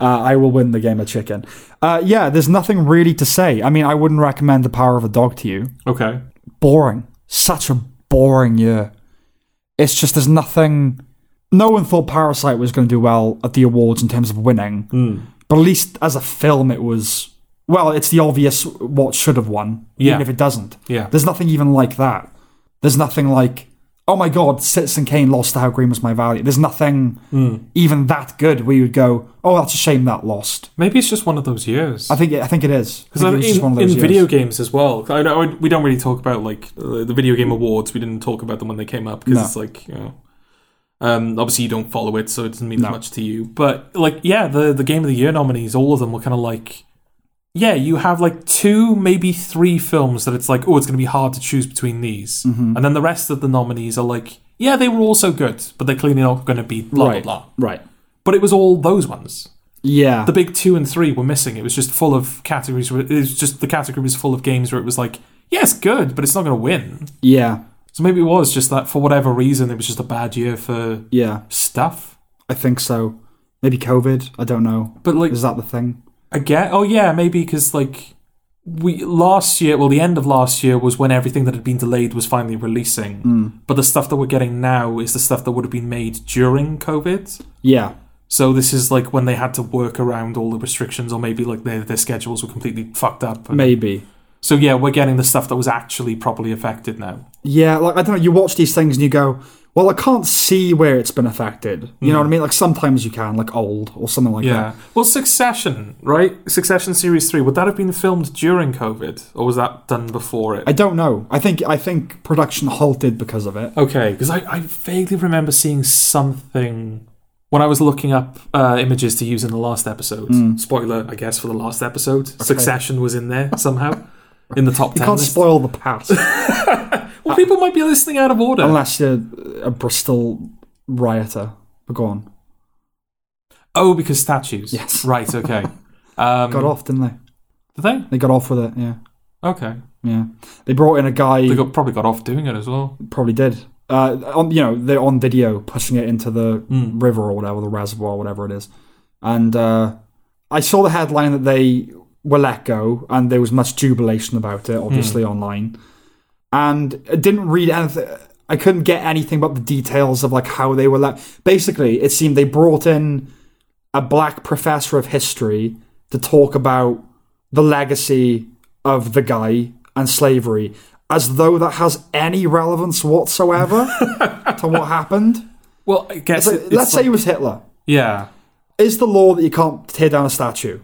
Speaker 1: Uh, I will win the game of chicken. Uh, yeah, there's nothing really to say. I mean, I wouldn't recommend The Power of a Dog to you.
Speaker 2: Okay.
Speaker 1: boring. Such a boring year. It's just there's nothing. No one thought Parasite was going to do well at the awards in terms of winning,
Speaker 2: Hmm.
Speaker 1: but at least as a film, it was. Well, it's the obvious what should have won,
Speaker 2: Yeah.
Speaker 1: even if it doesn't.
Speaker 2: Yeah.
Speaker 1: There's nothing even like that. There's nothing like, oh my god, Citizen Kane lost to How Green Was My Valley. There's nothing
Speaker 2: Hmm.
Speaker 1: even that good where you would go, oh, that's a shame that lost.
Speaker 2: Maybe it's just one of those years.
Speaker 1: I think I think it is. I
Speaker 2: Because
Speaker 1: think it
Speaker 2: in,
Speaker 1: was just one of those
Speaker 2: in
Speaker 1: years.
Speaker 2: video games as well, I know we don't really talk about like uh, the video game awards. We didn't talk about them when they came up because
Speaker 1: No.
Speaker 2: it's like you know, um, obviously you don't follow it, so it doesn't mean that much to you. But like, yeah, the the game of the year nominees, all of them were kind of like, yeah, you have like two, maybe three films that it's like, oh, it's going to be hard to choose between these,
Speaker 1: Mm-hmm.
Speaker 2: and then the rest of the nominees are like, yeah, they were also good, but they're clearly not going to be blah
Speaker 1: Right.
Speaker 2: blah blah.
Speaker 1: Right.
Speaker 2: But it was all those ones
Speaker 1: Yeah.
Speaker 2: the big two and three were missing. It was just full of categories. Where, it was just the category was full of games where it was like, yeah, it's good, but it's not going to win.
Speaker 1: yeah.
Speaker 2: So maybe it was just that for whatever reason, it was just a bad year for
Speaker 1: Yeah.
Speaker 2: stuff.
Speaker 1: I think so. Maybe COVID. I don't know.
Speaker 2: But like
Speaker 1: Is that the thing?
Speaker 2: again, oh yeah, maybe because like we last year, well, the end of last year was when everything that had been delayed was finally releasing. But the stuff that we're getting now is the stuff that would have been made during COVID.
Speaker 1: Yeah.
Speaker 2: So this is like when they had to work around all the restrictions, or maybe like their their schedules were completely fucked up. And-
Speaker 1: Maybe.
Speaker 2: so yeah, we're getting the stuff that was actually properly affected now.
Speaker 1: Yeah, like I don't know. You watch these things and you go, "Well, I can't see where it's been affected." You know what I mean? Like sometimes you can, like old or something like that.
Speaker 2: Yeah. Well, Succession, right? Succession series three. Would that have been filmed during COVID, or was that done before it?
Speaker 1: I don't know. I think I think production halted because of it.
Speaker 2: Okay, because I, I vaguely remember seeing something when I was looking up uh, images to use in the last episode.
Speaker 1: Hmm.
Speaker 2: Spoiler, I guess, for the last episode. Succession was in there somehow in the top
Speaker 1: You
Speaker 2: ten.
Speaker 1: can't
Speaker 2: list.
Speaker 1: spoil the past
Speaker 2: well, people might be listening out of order.
Speaker 1: unless you're a Bristol rioter. But go on.
Speaker 2: oh, because statues.
Speaker 1: Yes.
Speaker 2: Right. Okay. Um,
Speaker 1: Got off, didn't they?
Speaker 2: Did they?
Speaker 1: They got off with it. Yeah,
Speaker 2: Okay.
Speaker 1: yeah. They brought in a guy.
Speaker 2: They got, probably got off doing it as well.
Speaker 1: probably did. Uh, on you know they're on video pushing it into the river or whatever, the reservoir, whatever it is. And uh, I saw the headline that they were let go, and there was much jubilation about it, obviously online. And I didn't read anything. I couldn't get anything about the details of like how they were let. Basically, it seemed they brought in a black professor of history to talk about the legacy of the guy and slavery as though that has any relevance whatsoever to what happened.
Speaker 2: Well, I guess
Speaker 1: So,
Speaker 2: it- it's
Speaker 1: let's say
Speaker 2: like-
Speaker 1: he was Hitler.
Speaker 2: yeah.
Speaker 1: Is the law that you can't tear down a statue?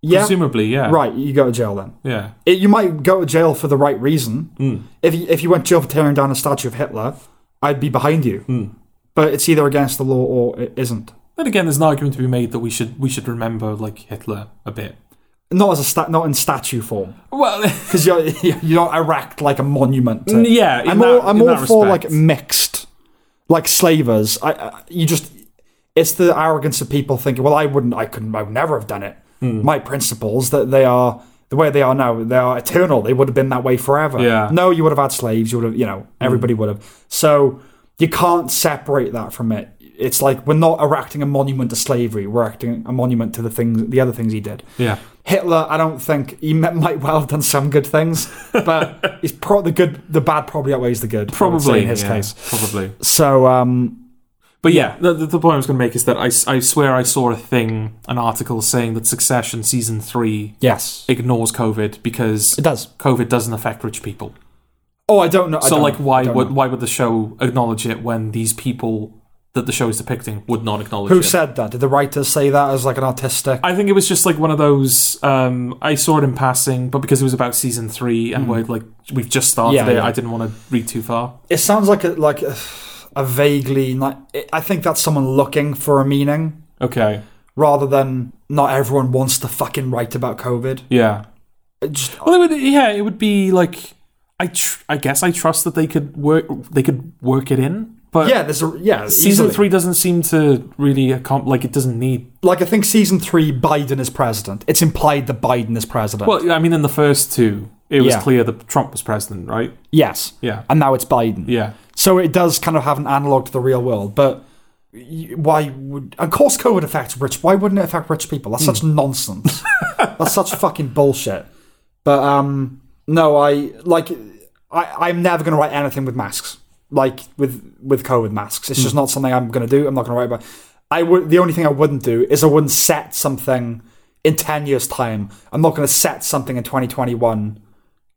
Speaker 1: Yeah.
Speaker 2: Presumably, yeah.
Speaker 1: Right, you go to jail then.
Speaker 2: Yeah.
Speaker 1: It, you might go to jail for the right reason.
Speaker 2: Hmm.
Speaker 1: If, you, if you went to jail for tearing down a statue of Hitler, I'd be behind you.
Speaker 2: Hmm.
Speaker 1: But it's either against the law or it isn't.
Speaker 2: Then again, there's an argument to be made that we should we should remember like Hitler a bit.
Speaker 1: Not as a stat, not in statue form,
Speaker 2: Well,
Speaker 1: because you're you're not erect like a monument. to-
Speaker 2: yeah. in
Speaker 1: I'm
Speaker 2: that-
Speaker 1: all I'm
Speaker 2: in
Speaker 1: all
Speaker 2: that
Speaker 1: for
Speaker 2: respect.
Speaker 1: like mixed, like slavers. I, I you just it's the arrogance of people thinking, well, I wouldn't, I couldn't, I would never have done it.
Speaker 2: Hmm.
Speaker 1: My principles that they are the way they are now, they are eternal. They would have been that way forever.
Speaker 2: Yeah. Hmm.
Speaker 1: No, you would have had slaves. You would have, you know, everybody would have. So you can't separate that from it. It's like we're not erecting a monument to slavery. We're erecting a monument to the things, the other things he did.
Speaker 2: Yeah.
Speaker 1: Hitler, I don't think he m- might well have done some good things, but he's pro- the good, the bad probably outweighs the good. I would say,
Speaker 2: Probably
Speaker 1: in his case.
Speaker 2: Probably.
Speaker 1: So, um,
Speaker 2: But yeah, the, the the point I was going to make is that I, s- I swear I saw a thing, an article saying that Succession season three
Speaker 1: yes,
Speaker 2: ignores COVID because
Speaker 1: it does.
Speaker 2: COVID doesn't affect rich people.
Speaker 1: Oh, I don't know. I
Speaker 2: So
Speaker 1: don't
Speaker 2: like,
Speaker 1: know.
Speaker 2: why
Speaker 1: I don't
Speaker 2: would
Speaker 1: know.
Speaker 2: why would the show acknowledge it when these people that the show is depicting would not acknowledge
Speaker 1: who
Speaker 2: it?
Speaker 1: said that? Did the writers say that as like an artistic?
Speaker 2: I think it was just like one of those. Um, I saw it in passing, but because it was about season three and we're like we've just started
Speaker 1: Mm. Yeah,
Speaker 2: it,
Speaker 1: yeah.
Speaker 2: I didn't want to read too far.
Speaker 1: it sounds like a like a, a vaguely. Like, I think that's someone looking for a meaning
Speaker 2: Okay.
Speaker 1: rather than not everyone wants to fucking write about COVID.
Speaker 2: Yeah.
Speaker 1: It just-
Speaker 2: Well, it would. Yeah, it would be like. I tr- I guess I trust that they could work. They could work it in, but
Speaker 1: yeah, there's a yeah
Speaker 2: season
Speaker 1: easily.
Speaker 2: three doesn't seem to really accom- like it doesn't need.
Speaker 1: Like I think season three, Biden is president. It's implied that Biden is president.
Speaker 2: Well, I mean, in the first two, it was
Speaker 1: Yeah.
Speaker 2: clear that Trump was president, right?
Speaker 1: yes.
Speaker 2: Yeah.
Speaker 1: and now it's Biden.
Speaker 2: Yeah.
Speaker 1: So it does kind of have an analog to the real world, but y- why would of course COVID affects rich why wouldn't it affect rich people? That's
Speaker 2: Hmm.
Speaker 1: such nonsense. That's such fucking bullshit. But um no, I like I, I'm never gonna write anything with masks. Like with with COVID masks. It's
Speaker 2: Hmm.
Speaker 1: just not something I'm gonna do. I'm not gonna write about I would the only thing I wouldn't do is I wouldn't set something in ten years time. I'm not gonna set something in twenty twenty one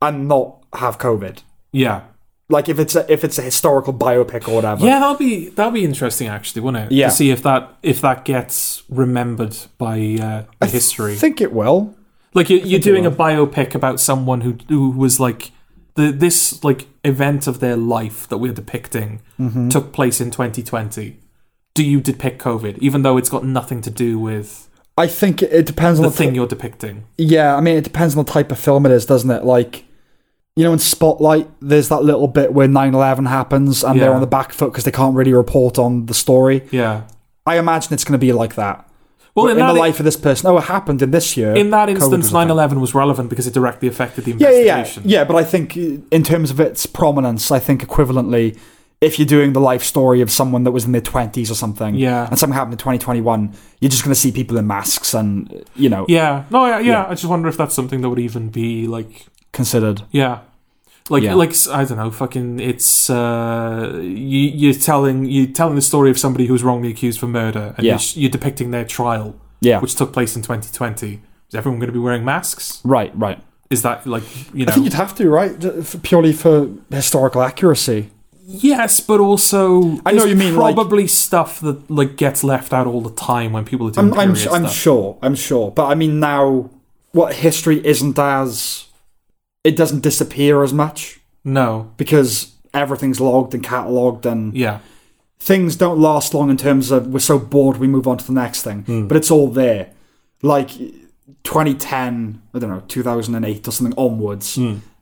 Speaker 1: and not have COVID
Speaker 2: Yeah.
Speaker 1: like if it's a if it's a historical biopic or whatever.
Speaker 2: Yeah, that'll be that'll be interesting actually, wouldn't it?
Speaker 1: Yeah.
Speaker 2: To see if that if that gets remembered by uh, by history.
Speaker 1: I think it will.
Speaker 2: like you're, you're doing a biopic about someone who who was like the this like event of their life that we're depicting
Speaker 1: Mm-hmm.
Speaker 2: took place in 2020. Do you depict COVID, even though it's got nothing to do with
Speaker 1: I think it, it depends on
Speaker 2: the
Speaker 1: the,
Speaker 2: thing you're depicting?
Speaker 1: yeah, I mean, it depends on the type of film it is, doesn't it? Like, you know, in Spotlight, there's that little bit where 9/11 happens and they're
Speaker 2: Yeah.
Speaker 1: on the back foot because they can't really report on the story.
Speaker 2: Yeah.
Speaker 1: I imagine it's going to be like that.
Speaker 2: Well, in,
Speaker 1: in the
Speaker 2: that
Speaker 1: life of this person, oh, it happened in this year.
Speaker 2: in that
Speaker 1: COVID
Speaker 2: instance,
Speaker 1: was a thing.
Speaker 2: 9/11 was relevant because it directly affected the
Speaker 1: Yeah, yeah, yeah,
Speaker 2: investigation.
Speaker 1: yeah. But I think uh, in terms of its prominence, I think equivalently, if you're doing the life story of someone that was in their 20s or something,
Speaker 2: Yeah.
Speaker 1: and something happened in 2021, you're just going to see people in masks and, you know,
Speaker 2: Yeah. No, yeah, yeah,
Speaker 1: Yeah.
Speaker 2: I just wonder if that's something that would even be like
Speaker 1: considered.
Speaker 2: yeah. Like
Speaker 1: Yeah.
Speaker 2: like I don't know, fucking it's uh you you're telling you're telling the story of somebody who's wrongly accused for murder and
Speaker 1: Yeah.
Speaker 2: you're, sh- you're depicting their trial
Speaker 1: Yeah.
Speaker 2: which took place in 2020. Is everyone going to be wearing masks?
Speaker 1: right, right.
Speaker 2: Is that like, you
Speaker 1: I think
Speaker 2: know?
Speaker 1: you'd have to, right? J- f- Purely for historical accuracy.
Speaker 2: Yes, but also
Speaker 1: I know
Speaker 2: there's
Speaker 1: you mean, like-
Speaker 2: probably stuff that like gets left out all the time when people are doing
Speaker 1: I'm, I'm,
Speaker 2: period
Speaker 1: I'm
Speaker 2: stuff.
Speaker 1: sure. I'm sure. But I mean, now, what history isn't as. It doesn't disappear as much
Speaker 2: no.
Speaker 1: because everything's logged and catalogued and.
Speaker 2: Yeah.
Speaker 1: things don't last long in terms of we're so bored we move on to the next thing but it's all there like 2010 i don't know 2008 or something onwards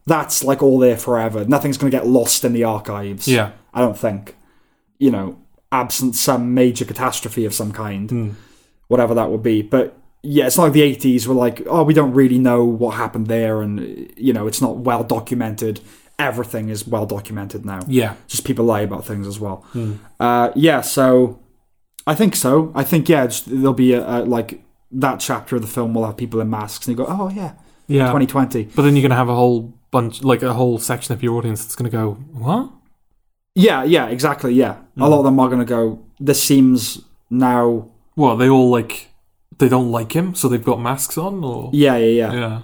Speaker 1: that's like all there forever nothing's going to get lost in the archives
Speaker 2: Yeah.
Speaker 1: i don't think you know absent some major catastrophe of some kind whatever that would be but yeah it's not like the 80s were like oh we don't really know what happened there and you know it's not well documented everything is well documented now
Speaker 2: Yeah.
Speaker 1: just people lie about things as well.
Speaker 2: Hmm.
Speaker 1: Uh, yeah, so I think so. I think yeah, just, there'll be a, a, like that chapter of the film will have people in masks, and you go, oh yeah,
Speaker 2: Yeah.
Speaker 1: 2020.
Speaker 2: But then you're going to have a whole bunch, like a whole section of your audience that's going to go, what?
Speaker 1: Yeah, yeah, exactly. Yeah,
Speaker 2: Hmm.
Speaker 1: a lot of them are gonna go. This seems now.
Speaker 2: Well, they all like, they don't like him, so they've got masks on, or?
Speaker 1: Yeah, yeah, yeah.
Speaker 2: Yeah.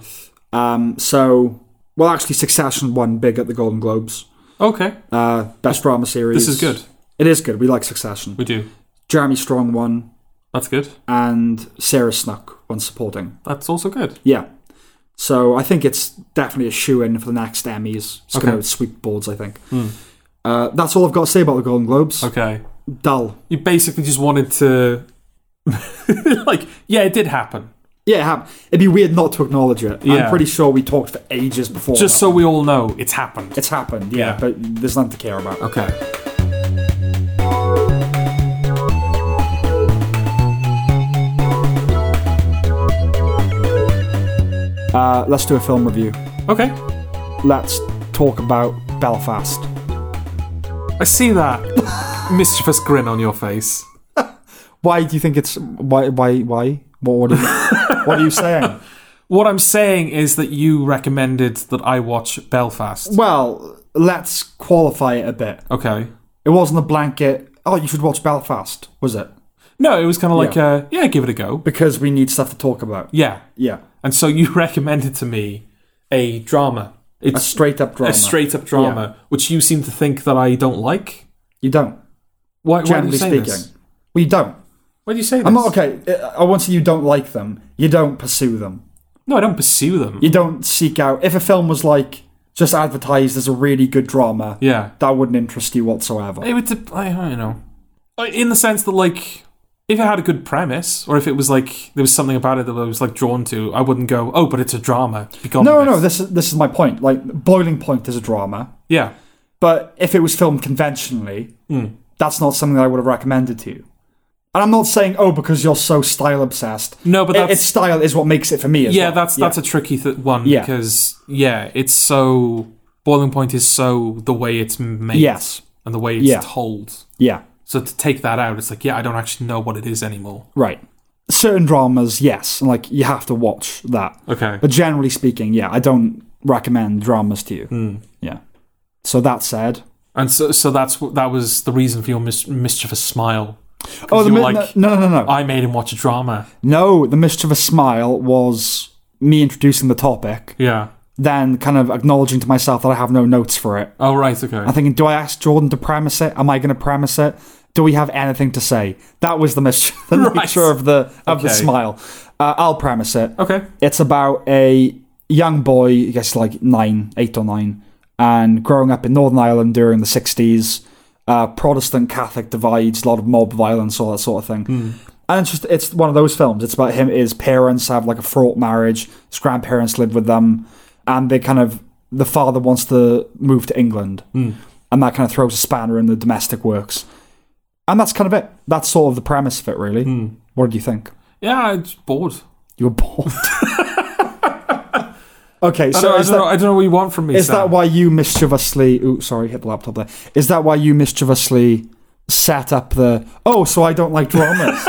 Speaker 1: Um, so well, actually, Succession won big at the Golden Globes.
Speaker 2: Okay.
Speaker 1: Uh, best drama series.
Speaker 2: This is good.
Speaker 1: It is good. We like Succession.
Speaker 2: We do.
Speaker 1: Jeremy Strong won,
Speaker 2: That's good.
Speaker 1: and Sarah Snook won supporting.
Speaker 2: That's also good.
Speaker 1: Yeah. So I think it's definitely a shoe in for the next Emmys. It's going
Speaker 2: Okay. Hmm.
Speaker 1: to sweep boards, I think. Uh, that's all I've got to say about the Golden Globes.
Speaker 2: Okay.
Speaker 1: Dull.
Speaker 2: You basically just wanted to, like, yeah, it did happen.
Speaker 1: Yeah, it happened. It'd be weird not to acknowledge it.
Speaker 2: Yeah.
Speaker 1: I'm pretty sure we talked for ages before.
Speaker 2: Just so we all know, it's happened.
Speaker 1: it's happened, yeah,
Speaker 2: Yeah.
Speaker 1: but there's nothing to care about.
Speaker 2: Okay.
Speaker 1: Uh, let's do a film review.
Speaker 2: Okay.
Speaker 1: Let's talk about Belfast.
Speaker 2: I see that mischievous grin on your face.
Speaker 1: Why do you think it's why why why? What what are you, what are you saying?
Speaker 2: What I'm saying is that you recommended that I watch
Speaker 1: Mm.
Speaker 2: Belfast.
Speaker 1: Well, let's qualify it a bit.
Speaker 2: Okay.
Speaker 1: It wasn't a blanket. Oh, you should watch Belfast, was it?
Speaker 2: No, it was kind of like,
Speaker 1: Yeah.
Speaker 2: uh, yeah, give it a go.
Speaker 1: because we need stuff to talk about.
Speaker 2: Yeah.
Speaker 1: Yeah,
Speaker 2: And so you recommended to me a drama.
Speaker 1: a
Speaker 2: It's
Speaker 1: straight up drama.
Speaker 2: a straight up drama, which you seem to think that I don't like.
Speaker 1: you don't.
Speaker 2: Why, why do you
Speaker 1: Generally
Speaker 2: say
Speaker 1: speaking,
Speaker 2: this?
Speaker 1: we don't.
Speaker 2: Why do you say this?
Speaker 1: I'm not okay. I- I want to say you don't like them. You don't pursue them.
Speaker 2: No, I don't pursue them.
Speaker 1: You don't seek out. If a film was like just advertised as a really good drama,
Speaker 2: Yeah.
Speaker 1: that wouldn't interest you whatsoever.
Speaker 2: It would, dep- I don't know. Uh, In the sense that, like, if it had a good premise, or if it was like there was something about it that I was like drawn to, I wouldn't go, oh, but it's a drama. Be gone
Speaker 1: no,
Speaker 2: with
Speaker 1: no,
Speaker 2: it."
Speaker 1: this is this is my point. Like Boiling Point is a drama,
Speaker 2: Yeah.
Speaker 1: but if it was filmed conventionally,
Speaker 2: Hmm.
Speaker 1: that's not something that I would have recommended to you. And I'm not saying oh because you're so style obsessed.
Speaker 2: No, but
Speaker 1: It-
Speaker 2: that's-
Speaker 1: its style is what makes it for me. As
Speaker 2: Yeah,
Speaker 1: well.
Speaker 2: that's that's a tricky th- one
Speaker 1: Yeah.
Speaker 2: because yeah, it's so boiling point is so the way it's made
Speaker 1: Yes.
Speaker 2: and the way it's
Speaker 1: Yeah.
Speaker 2: told.
Speaker 1: yeah.
Speaker 2: So to take that out, it's like yeah, I don't actually know what it is anymore.
Speaker 1: Right. Certain dramas, yes, and, like you have to watch that.
Speaker 2: Okay,
Speaker 1: But generally speaking, yeah, I don't recommend dramas to you.
Speaker 2: Hmm.
Speaker 1: Yeah. So that said,
Speaker 2: and so so that's wh- that was the reason for your mis- mischievous smile. 'Cause
Speaker 1: oh, the
Speaker 2: you were
Speaker 1: mi-
Speaker 2: like
Speaker 1: no, no, no, no,
Speaker 2: I made him watch a drama.
Speaker 1: no. The mischievous smile was me introducing the topic,
Speaker 2: Yeah.
Speaker 1: then kind of acknowledging to myself that I have no notes for it.
Speaker 2: Oh right. Okay.
Speaker 1: I'm thinking, do I ask Jordan to premise it? Am I going to premise it? Do we have anything to say? That was the, mis- the
Speaker 2: Right.
Speaker 1: nature of the of the
Speaker 2: Okay.
Speaker 1: smile. Uh, I'll premise it.
Speaker 2: okay.
Speaker 1: It's about a young boy, I guess like nine, eight or nine, and growing up in Northern Ireland during the 60s, uh, Protestant Catholic divides, a lot of mob violence, all that sort of thing. And it's just, it's one of those films. It's about him, his parents have like a fraught marriage, his grandparents live with them, and they kind of, the father wants to move to England. And that kind of throws a spanner in the domestic works. And that's kind of it. That's sort of the premise of it, really. What did you think?
Speaker 2: Yeah, it's bored.
Speaker 1: You were bored. Okay,
Speaker 2: I, don't,
Speaker 1: so
Speaker 2: I,
Speaker 1: is
Speaker 2: don't know,
Speaker 1: that,
Speaker 2: I don't know what you want from me.
Speaker 1: is that
Speaker 2: Sam.
Speaker 1: why you mischievously? Ooh, sorry, hit the laptop there. Is that why you mischievously set up the? Oh, so I don't like dramas.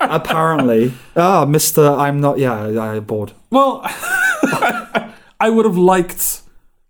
Speaker 1: Apparently, ah, Mister, I'm not. Yeah, I, I bored.
Speaker 2: Well, I would have liked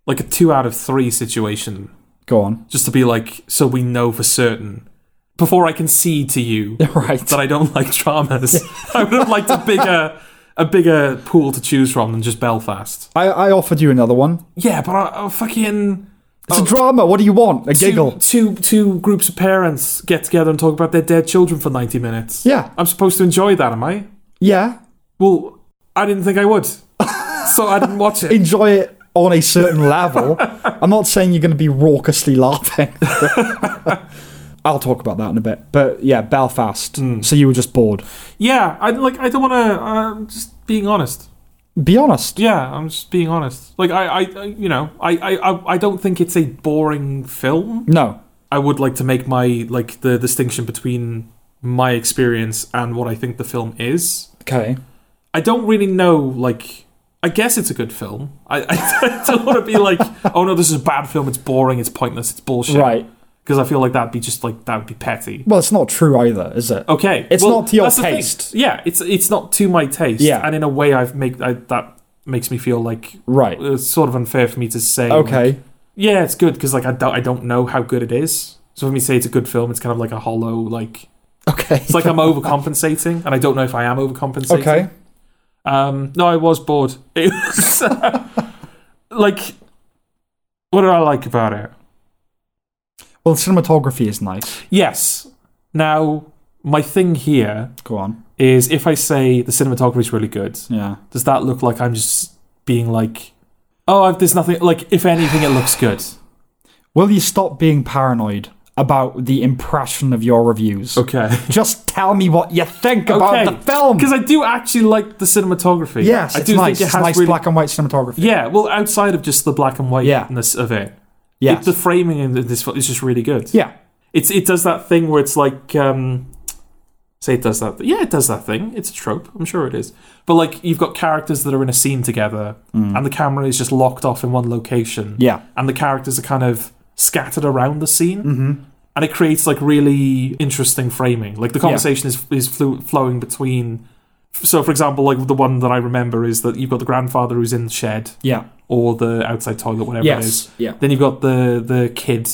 Speaker 2: like a two out of three situation
Speaker 1: Go on.
Speaker 2: just to be like, so we know for certain before I concede to you
Speaker 1: Right.
Speaker 2: that I don't like dramas. I would have liked a bigger, a bigger pool to choose from than just Belfast.
Speaker 1: I, I offered you another one.
Speaker 2: Yeah, but I, I fucking
Speaker 1: It's
Speaker 2: Oh.
Speaker 1: a drama. What do you want? A
Speaker 2: two,
Speaker 1: giggle.
Speaker 2: two two groups of parents get together and talk about their dead children for ninety minutes.
Speaker 1: Yeah.
Speaker 2: I'm supposed to enjoy that, am I?
Speaker 1: Yeah.
Speaker 2: Well, I didn't think I would, so I didn't watch it.
Speaker 1: Enjoy it on a certain level. I'm not saying you're going to be raucously laughing. I'll talk about that in a bit. But yeah, Belfast.
Speaker 2: Hmm.
Speaker 1: So you were just bored.
Speaker 2: Yeah, I like. I don't want to. I'm just being honest.
Speaker 1: Be honest.
Speaker 2: Yeah, I'm just being honest. Like I, I, I you know, I, I, I- I don't think it's a boring film.
Speaker 1: No.
Speaker 2: I would like to make my like the distinction between my experience and what I think the film is.
Speaker 1: Okay.
Speaker 2: I don't really know. Like, I guess it's a good film. I, I don't want to be like, oh no, this is a bad film. It's boring. It's pointless. It's bullshit.
Speaker 1: Right.
Speaker 2: Because I feel like that'd be just like that would be petty.
Speaker 1: Well, it's not true either, is it?
Speaker 2: Okay,
Speaker 1: It's not to your
Speaker 2: that's the thing.
Speaker 1: taste.
Speaker 2: Yeah, it's it's not to my taste.
Speaker 1: Yeah.
Speaker 2: and in a way, I've make I, that makes me feel like
Speaker 1: Right.
Speaker 2: it's sort of unfair for me to say. like,
Speaker 1: Okay.
Speaker 2: yeah, it's good because like I don't I don't know how good it is. So for me to say it's a good film, it's kind of like a hollow like
Speaker 1: Okay.
Speaker 2: it's like I'm overcompensating, and I don't know if I am overcompensating.
Speaker 1: okay.
Speaker 2: Um, no, I was bored. It was uh, like, what did I like about it?
Speaker 1: Well, cinematography is nice.
Speaker 2: Yes. Now my thing here
Speaker 1: Go on.
Speaker 2: is if I say the cinematography is really good.
Speaker 1: Yeah.
Speaker 2: does that look like I'm just being like, oh, I've, there's nothing. Like, if anything, it looks good.
Speaker 1: Will you stop being paranoid about the impression of your reviews?
Speaker 2: Okay.
Speaker 1: Just tell me what you think about
Speaker 2: Okay.
Speaker 1: the film.
Speaker 2: Because I do actually like the cinematography.
Speaker 1: Yes,
Speaker 2: I
Speaker 1: it's
Speaker 2: do
Speaker 1: nice.
Speaker 2: think it
Speaker 1: it's
Speaker 2: has
Speaker 1: nice
Speaker 2: really.
Speaker 1: black and white cinematography.
Speaker 2: yeah, well, outside of just the black and whiteness of it,
Speaker 1: Yes.
Speaker 2: it, the framing in this film is just really good.
Speaker 1: yeah.
Speaker 2: It's it does that thing where it's like, um, say it does that. yeah, it does that thing. It's a trope. I'm sure it is. But like, you've got characters that are in a scene together, and the camera is just locked off in one
Speaker 1: Mm.
Speaker 2: location.
Speaker 1: Yeah.
Speaker 2: and the characters are kind of scattered around the scene. And it creates like really interesting framing. Like the conversation is is flu- flowing between. So, for example, like the one that I remember is that you've got the grandfather who's in the shed
Speaker 1: Yeah.
Speaker 2: or the outside toilet, whatever it is.
Speaker 1: Yes. Yeah.
Speaker 2: Then you've got the the kid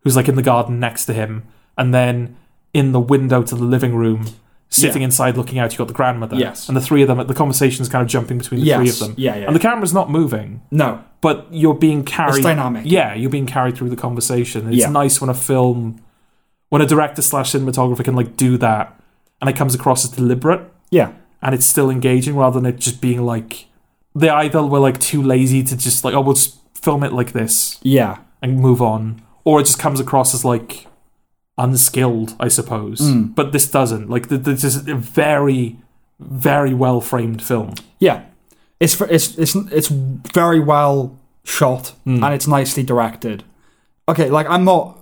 Speaker 2: who's like in the garden next to him, and then in the window to the living room, sitting
Speaker 1: Yeah.
Speaker 2: inside looking out, you've got the grandmother.
Speaker 1: Yes.
Speaker 2: and the three of them. The conversation's kind of jumping between the three of
Speaker 1: Yes.
Speaker 2: them.
Speaker 1: Yeah. Yeah.
Speaker 2: And the camera's not moving
Speaker 1: no.
Speaker 2: but you're being carried.
Speaker 1: It's dynamic.
Speaker 2: Yeah, you're being carried through the conversation. It's
Speaker 1: Yeah.
Speaker 2: nice when a film, when a director slash cinematographer can like do that, and it comes across as deliberate
Speaker 1: Yeah.
Speaker 2: and it's still engaging rather than it just being like they either were like too lazy to just like oh we'll just film it like this
Speaker 1: Yeah.
Speaker 2: and move on, or it just comes across as like unskilled, I suppose.
Speaker 1: Hmm.
Speaker 2: But this doesn't. Like th- this is a very, very well framed film.
Speaker 1: Yeah. It's for, it's it's it's very well shot
Speaker 2: Mm.
Speaker 1: and it's nicely directed. Okay, like I'm not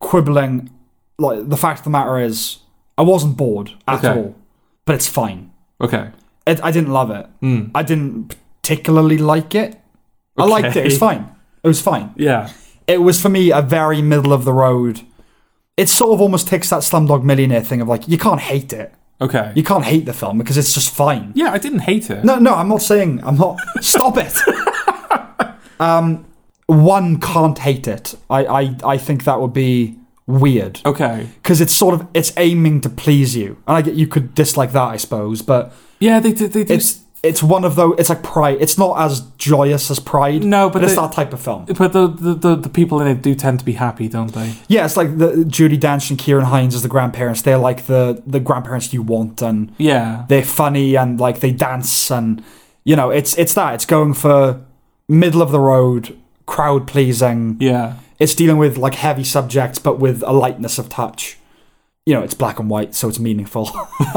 Speaker 1: quibbling. Like the fact of the matter is, I wasn't bored at
Speaker 2: Okay.
Speaker 1: all, but it's fine.
Speaker 2: Okay.
Speaker 1: It, I didn't love it.
Speaker 2: Mm.
Speaker 1: I didn't particularly like it. I liked it. It was
Speaker 2: Okay.
Speaker 1: fine. It was fine.
Speaker 2: Yeah.
Speaker 1: it was for me a very middle of the road. It sort of almost takes that Slumdog Millionaire thing of like you can't hate it.
Speaker 2: Okay.
Speaker 1: You can't hate the film because it's just fine.
Speaker 2: yeah, I didn't hate it.
Speaker 1: No, no, I'm not saying I'm not. stop it. Um, one can't hate it. I, I, I think that would be weird
Speaker 2: Okay.
Speaker 1: because it's sort of it's aiming to please you, and I get you could dislike that, I suppose, but
Speaker 2: Yeah, they did. They do.
Speaker 1: it's it's one of those. It's like Pride. It's not as joyous as Pride.
Speaker 2: No, but
Speaker 1: it's
Speaker 2: they-
Speaker 1: that type of film.
Speaker 2: but the, the, the, the people in it do tend to be happy, don't they?
Speaker 1: Yeah, it's like the Judy Dench and Kieran Hines as the grandparents. They're like the the grandparents you want, and
Speaker 2: Yeah.
Speaker 1: they're funny and like they dance, and you know, it's it's that. It's going for middle of the road, crowd pleasing.
Speaker 2: Yeah.
Speaker 1: It's dealing with like heavy subjects, but with a lightness of touch. You know, it's black and white, so it's meaningful,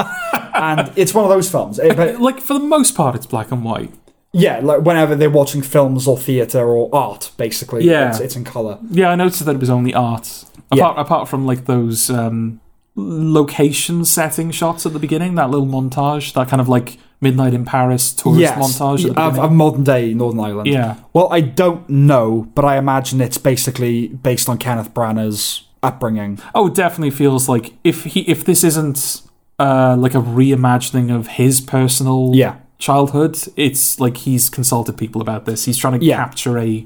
Speaker 1: and it's one of those films. It- but
Speaker 2: Like, for the most part, it's black and white.
Speaker 1: yeah, like whenever they're watching films or theater or art, basically,
Speaker 2: Yeah.
Speaker 1: it's, it's in color.
Speaker 2: Yeah, I noticed that it was only art.
Speaker 1: Yeah.
Speaker 2: Apart, apart from, like, those um, location setting shots at the beginning, that little montage, that kind of like midnight in Paris tourist
Speaker 1: yes,
Speaker 2: montage. At the
Speaker 1: of, of
Speaker 2: beginning.
Speaker 1: modern day Northern Ireland.
Speaker 2: yeah,
Speaker 1: Well, I don't know, but I imagine it's basically based on Kenneth Branagh's upbringing.
Speaker 2: Oh, it definitely feels like if he if this isn't uh, like a reimagining of his personal
Speaker 1: Yeah.
Speaker 2: childhood, it's like he's consulted people about this. He's trying to
Speaker 1: Yeah.
Speaker 2: capture a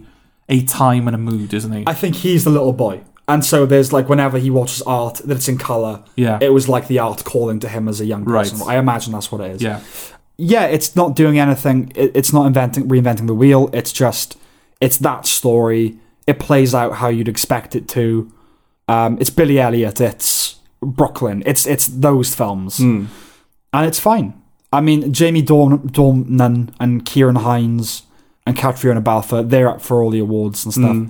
Speaker 2: a time and a mood, isn't he?
Speaker 1: I think he's the little boy. And so there's like whenever he watches art that it's in color,
Speaker 2: yeah,
Speaker 1: it was like the art calling to him as a young person.
Speaker 2: Right.
Speaker 1: I imagine that's what it is.
Speaker 2: yeah,
Speaker 1: yeah, it's not doing anything. It, it's not inventing, reinventing the wheel. It's just, it's that story. It plays out how you'd expect it to. Um, it's Billy Elliot. It's Brooklyn. It's it's those films, and it's fine. I mean, Jamie Dorn, Dornan and Kieran Hines and Catriona Balfour, they're up for all the awards and stuff.
Speaker 2: Hmm.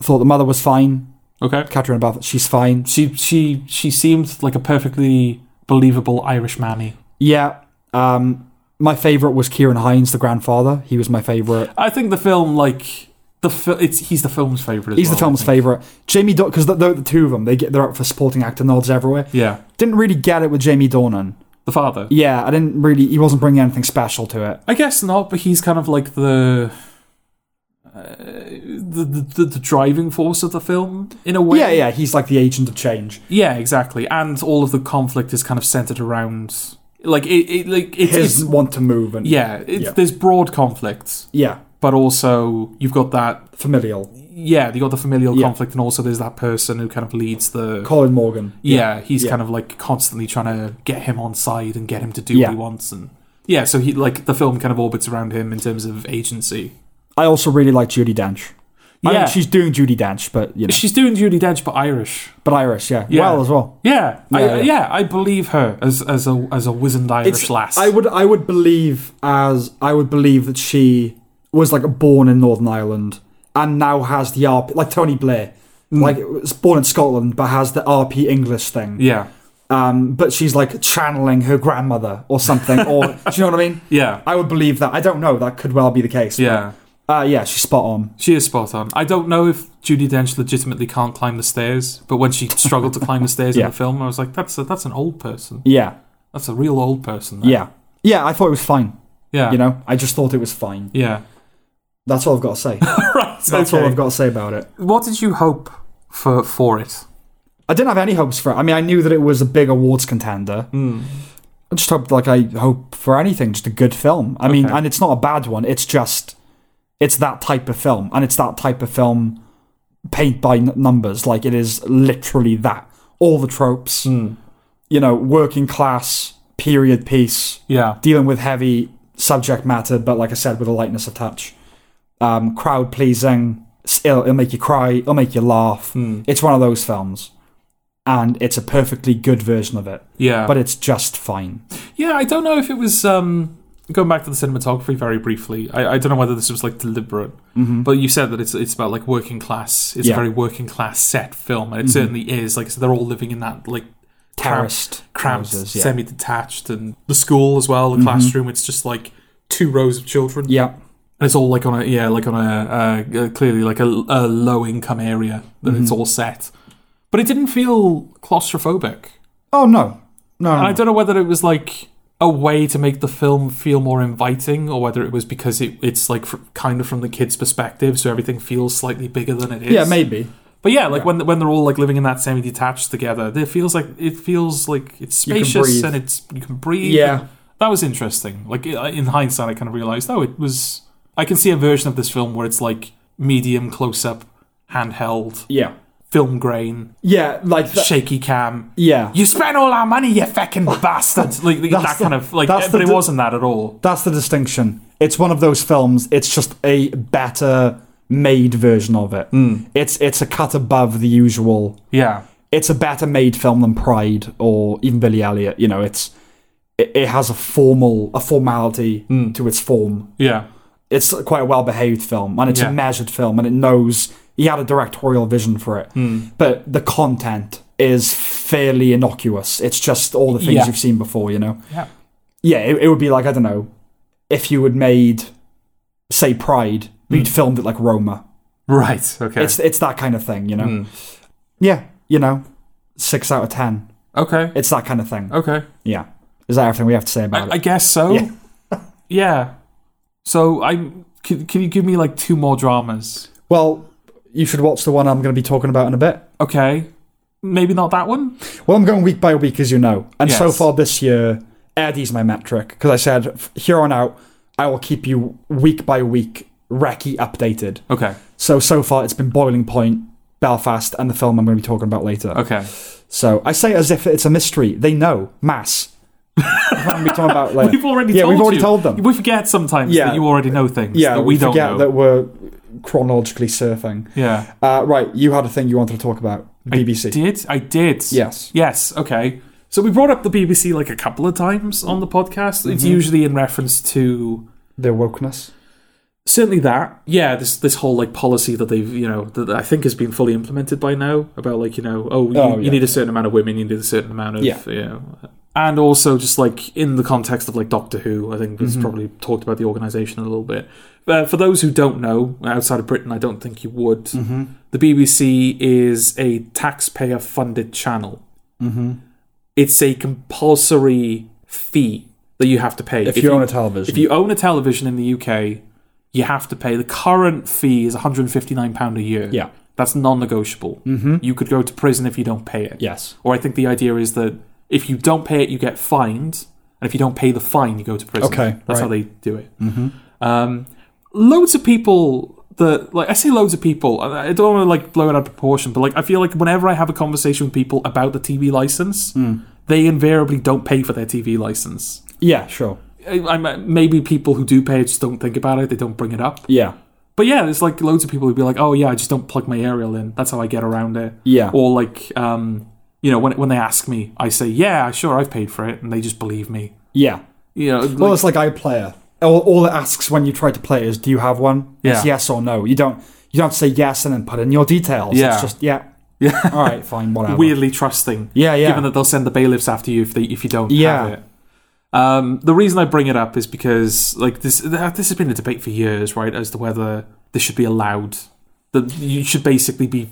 Speaker 1: Thought the mother was fine.
Speaker 2: okay.
Speaker 1: Catriona Balfour, she's fine.
Speaker 2: She she she seemed like a perfectly believable Irish mammy.
Speaker 1: Yeah. Um, my favorite was Kieran Hines, the grandfather. He was my favorite.
Speaker 2: I think the film like the fi- it's he's the film's favorite. As
Speaker 1: He's
Speaker 2: well,
Speaker 1: the film's
Speaker 2: I think.
Speaker 1: favorite. Jamie Dornan, because the, the, the two of them, they get they're up for supporting actor nods everywhere.
Speaker 2: Yeah,
Speaker 1: Didn't really get it with Jamie Dornan.
Speaker 2: the father.
Speaker 1: Yeah, I didn't really. He wasn't bringing anything special to it.
Speaker 2: I guess not, but he's kind of like the uh, the, the the- the driving force of the film in a way.
Speaker 1: Yeah, yeah, he's like the agent of change.
Speaker 2: yeah, exactly. And all of the conflict is kind of centered around like it, it like it's,
Speaker 1: His
Speaker 2: it's
Speaker 1: want to move and
Speaker 2: yeah, it's,
Speaker 1: Yeah.
Speaker 2: There's broad conflict,
Speaker 1: yeah,
Speaker 2: but also you've got that
Speaker 1: familial.
Speaker 2: yeah, you got the familial
Speaker 1: Yeah.
Speaker 2: conflict, and also there's that person who kind of leads the.
Speaker 1: Colin Morgan.
Speaker 2: yeah, he's
Speaker 1: yeah.
Speaker 2: kind of like constantly trying to get him on side and get him to do
Speaker 1: Yeah.
Speaker 2: what he wants, and yeah, so he like the film kind of orbits around him in terms of agency.
Speaker 1: I also really like Judy Dench. I
Speaker 2: Yeah.
Speaker 1: mean, she's doing Judy Dench, but you know,
Speaker 2: She's doing Judy Dench, but Irish.
Speaker 1: but Irish, yeah,
Speaker 2: Yeah.
Speaker 1: well as well.
Speaker 2: Yeah, I,
Speaker 1: Yeah, yeah.
Speaker 2: yeah, I believe her as as a as a wizened Irish lass.
Speaker 1: I would, I would believe as I would believe that she was like born in Northern Ireland and now has the RP, like Tony Blair,
Speaker 2: Mm.
Speaker 1: like was born in Scotland but has the RP English thing.
Speaker 2: yeah,
Speaker 1: Um, but she's like channeling her grandmother or something, or do you know what I mean?
Speaker 2: yeah,
Speaker 1: I would believe that. I don't know. That could well be the case.
Speaker 2: yeah.
Speaker 1: Uh, yeah, she's spot on.
Speaker 2: She is spot on. I don't know if Judy Dench legitimately can't climb the stairs, but when she struggled to climb the stairs
Speaker 1: Yeah.
Speaker 2: in the film, I was like, that's a, that's an old person.
Speaker 1: Yeah,
Speaker 2: That's a real old person. there."
Speaker 1: yeah, yeah. I thought it was fine.
Speaker 2: yeah,
Speaker 1: You know, I just thought it was fine.
Speaker 2: yeah.
Speaker 1: That's all I've got to say.
Speaker 2: right.
Speaker 1: That's all
Speaker 2: okay.
Speaker 1: I've got to say about it.
Speaker 2: What did you hope for for it?
Speaker 1: I didn't have any hopes for it. I mean, I knew that it was a big awards contender. I just hoped, like, I hope for anything, just a good film. I mean,
Speaker 2: Okay.
Speaker 1: and it's not a bad one. It's just, it's that type of film, and it's that type of film paint by n- numbers. Like, it is literally that. All the tropes, you know, working class period piece,
Speaker 2: Yeah,
Speaker 1: dealing with heavy subject matter, but like I said, with a lightness of touch. Um, crowd pleasing. s- It'll, it'll make you cry. It'll make you laugh.
Speaker 2: Hmm.
Speaker 1: It's one of those films, and it's a perfectly good version of it.
Speaker 2: yeah,
Speaker 1: But it's just fine.
Speaker 2: yeah. I don't know if it was um, going back to the cinematography very briefly. I, I don't know whether this was like deliberate, but you said that it's it's about like working class. It's
Speaker 1: Mm-hmm. Yeah. Mm-hmm.
Speaker 2: a very working class set film, and it certainly is. Like so they're all living in that like cramped,
Speaker 1: Terraced
Speaker 2: cramped
Speaker 1: houses, yeah. Mm-hmm.
Speaker 2: semi-detached, and the school as well, the classroom. It's just like two rows of children.
Speaker 1: Yeah,
Speaker 2: And it's all like on a yeah, like on a uh, uh, clearly like a, a low income area that it's
Speaker 1: Mm-hmm.
Speaker 2: all set, but it didn't feel claustrophobic.
Speaker 1: Oh no, no.
Speaker 2: And
Speaker 1: no,
Speaker 2: I
Speaker 1: no.
Speaker 2: don't know whether it was like a way to make the film feel more inviting, or whether it was because it, it's like fr- kind of from the kid's perspective, so everything feels slightly bigger than it is.
Speaker 1: Yeah, maybe.
Speaker 2: But yeah, like when when they're all like living in that semi-detached together, it feels like it feels like it's
Speaker 1: You can
Speaker 2: spacious
Speaker 1: breathe.
Speaker 2: and it's you can breathe.
Speaker 1: Yeah.
Speaker 2: that was interesting. Like i- in hindsight, I kind of realized, oh, it was. I can see a version of this film where it's like medium close up, handheld,
Speaker 1: Yeah,
Speaker 2: film grain,
Speaker 1: yeah. Like that,
Speaker 2: shaky cam.
Speaker 1: yeah.
Speaker 2: You spent all our money, you fucking bastard! Like, that
Speaker 1: the-
Speaker 2: kind of like,
Speaker 1: that's
Speaker 2: but
Speaker 1: the
Speaker 2: it
Speaker 1: d-
Speaker 2: wasn't that at all.
Speaker 1: That's the distinction. It's one of those films. It's just a better made version of it.
Speaker 2: Hmm.
Speaker 1: It's it's a cut above the usual
Speaker 2: Yeah,
Speaker 1: it's a better made film than Pride or even Billy Elliot. You know, it's it, it has a formal a formality
Speaker 2: Hmm.
Speaker 1: to its form.
Speaker 2: yeah,
Speaker 1: It's quite a well behaved film, and it's
Speaker 2: Yeah.
Speaker 1: a measured film, and it knows he had a directorial vision for it.
Speaker 2: Hmm.
Speaker 1: But the content is fairly innocuous. It's just all the things
Speaker 2: Yeah.
Speaker 1: you've seen before. You know,
Speaker 2: yeah,
Speaker 1: yeah, it, it would be like I don't know if you had made say Pride,
Speaker 2: Hmm.
Speaker 1: but you'd filmed it like Roma.
Speaker 2: right, okay, Hmm.
Speaker 1: It's it's that kind of thing. You know, yeah, you know, six out of ten.
Speaker 2: Okay.
Speaker 1: It's that kind of thing.
Speaker 2: Okay.
Speaker 1: Yeah. Is that everything we have to say about
Speaker 2: I, I
Speaker 1: it?
Speaker 2: guess so.
Speaker 1: Yeah.
Speaker 2: Yeah. So I can, can you give me like two more dramas?
Speaker 1: Well, you should watch the one I'm going to be talking about in a bit.
Speaker 2: Okay. Maybe not that one.
Speaker 1: Well, I'm going week by week, as you know. And so
Speaker 2: Yes.
Speaker 1: far this year, Eddie's my metric because I said "F- here on out, I will keep you week by week, Reki updated.
Speaker 2: Okay.
Speaker 1: So so far, it's been Boiling Point, Belfast, and the film I'm going to be talking about later.
Speaker 2: Okay.
Speaker 1: So I say as if it's a mystery. They know mass. I'm going to be talking about later.
Speaker 2: We've already
Speaker 1: yeah,
Speaker 2: told
Speaker 1: we've already
Speaker 2: you.
Speaker 1: told them.
Speaker 2: We forget sometimes
Speaker 1: Yeah.
Speaker 2: that you already know things
Speaker 1: Yeah,
Speaker 2: that we,
Speaker 1: we,
Speaker 2: don't
Speaker 1: forget
Speaker 2: know.
Speaker 1: that we're chronologically surfing.
Speaker 2: yeah.
Speaker 1: Uh, right, you had a thing you wanted to talk about. BBC.
Speaker 2: Did I did?
Speaker 1: Yes.
Speaker 2: Yes, okay. So we brought up the BBC like a couple of times on the podcast.
Speaker 1: Mm-hmm.
Speaker 2: It's usually in reference to
Speaker 1: The wokeness.
Speaker 2: certainly that. Yeah, this this whole like policy that they've, you know, that I think has been fully implemented by now about like, you know, oh, you,
Speaker 1: Oh, yeah.
Speaker 2: you need a certain amount of women, you need a certain amount of,
Speaker 1: Yeah.
Speaker 2: you know. And also just like in the context of like Doctor Who, I think
Speaker 1: Mm-hmm.
Speaker 2: it's probably talked about the organization a little bit. But for those who don't know, outside of Britain, I don't think you would.
Speaker 1: Mm-hmm.
Speaker 2: The BBC is a taxpayer funded channel.
Speaker 1: Mm-hmm.
Speaker 2: it's a compulsory fee that you have to pay.
Speaker 1: If, you own a television.
Speaker 2: if you own a television in the UK, you have to pay. The current fee is £159 a year.
Speaker 1: Yeah.
Speaker 2: That's non negotiable. Mm-hmm. You could go to prison if you don't pay it.
Speaker 1: yes.
Speaker 2: Or I think the idea is that if you don't pay it, you get fined. And if you don't pay the fine, you go to prison.
Speaker 1: Okay,
Speaker 2: That's how
Speaker 1: right. Mm-hmm.
Speaker 2: they do it. Um, loads of people that, like, I say loads of people. I I don't want to, like, blow it out of proportion, but, like, I feel like whenever I have a conversation with people about the TV license,
Speaker 1: Mm.
Speaker 2: they invariably don't pay for their TV license.
Speaker 1: Yeah, sure.
Speaker 2: I, I, maybe people who do pay just don't think about it, they don't bring it up.
Speaker 1: Yeah.
Speaker 2: But yeah, there's like loads of people who'd be like, "Oh yeah, I just don't plug my aerial in. That's how I get around it."
Speaker 1: Yeah.
Speaker 2: Or like, um, you know, when when they ask me, I say, "Yeah, sure, I've paid for it," and they just believe me.
Speaker 1: Yeah.
Speaker 2: You know,
Speaker 1: Well,
Speaker 2: like-
Speaker 1: it's like iPlayer. All, all it asks when you try to play is, "Do you have one?" It's
Speaker 2: Yeah.
Speaker 1: yes or no. You don't. You don't say yes and then put in your details.
Speaker 2: Yeah.
Speaker 1: It's just yeah.
Speaker 2: Yeah.
Speaker 1: All right. Fine. Whatever.
Speaker 2: weirdly trusting.
Speaker 1: Yeah. Yeah.
Speaker 2: Given that they'll send the bailiffs after you if they if you don't
Speaker 1: Yeah.
Speaker 2: have it. Um, the reason I bring it up is because like this this has been a debate for years, right, as to whether this should be allowed. That you should basically be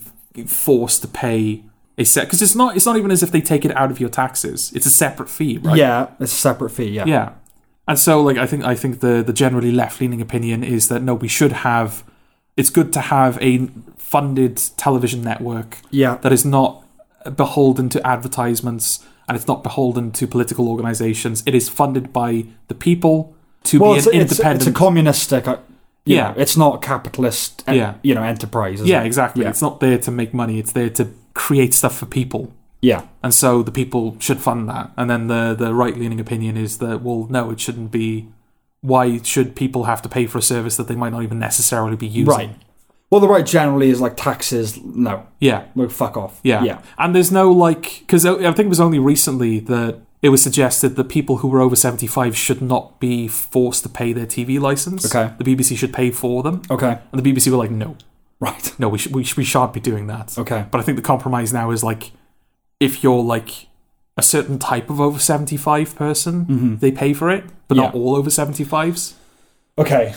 Speaker 2: forced to pay a set because it's not it's not even as if they take it out of your taxes. It's a separate fee, right?
Speaker 1: Yeah. It's a separate fee. Yeah.
Speaker 2: Yeah. And so like I think I think the the generally left leaning opinion is that no, we should have it's good to have a funded television network
Speaker 1: Yeah.
Speaker 2: that is not beholden to advertisements and it's not beholden to political organizations. It is funded by the people to
Speaker 1: Well,
Speaker 2: be
Speaker 1: it's,
Speaker 2: an
Speaker 1: it's,
Speaker 2: independent.
Speaker 1: it's a communistic. Uh, you
Speaker 2: Yeah.
Speaker 1: know, it's not capitalist. en-
Speaker 2: Yeah.
Speaker 1: You know, enterprise. is
Speaker 2: yeah,
Speaker 1: it?
Speaker 2: exactly.
Speaker 1: Yeah.
Speaker 2: It's not there to make money. It's there to create stuff for people.
Speaker 1: Yeah.
Speaker 2: And so the people should fund that. And then the, the right leaning opinion is that, well, no, it shouldn't be. Why should people have to pay for a service that they might not even necessarily be using?
Speaker 1: Right. Well, the right generally is like taxes. No.
Speaker 2: Yeah.
Speaker 1: Well, fuck off.
Speaker 2: Yeah.
Speaker 1: Yeah.
Speaker 2: And there's no like because I I think it was only recently that it was suggested that people who were over 75 should not be forced to pay their TV license.
Speaker 1: Okay.
Speaker 2: The BBC should pay for them.
Speaker 1: Okay.
Speaker 2: And the BBC were like, no,
Speaker 1: Right.
Speaker 2: no, we, sh- we, sh- we shan't be doing that.
Speaker 1: Okay.
Speaker 2: But I think the compromise now is like if you're like a certain type of over 75 person, they pay for it, but not
Speaker 1: Yeah.
Speaker 2: all over 75s.
Speaker 1: Okay.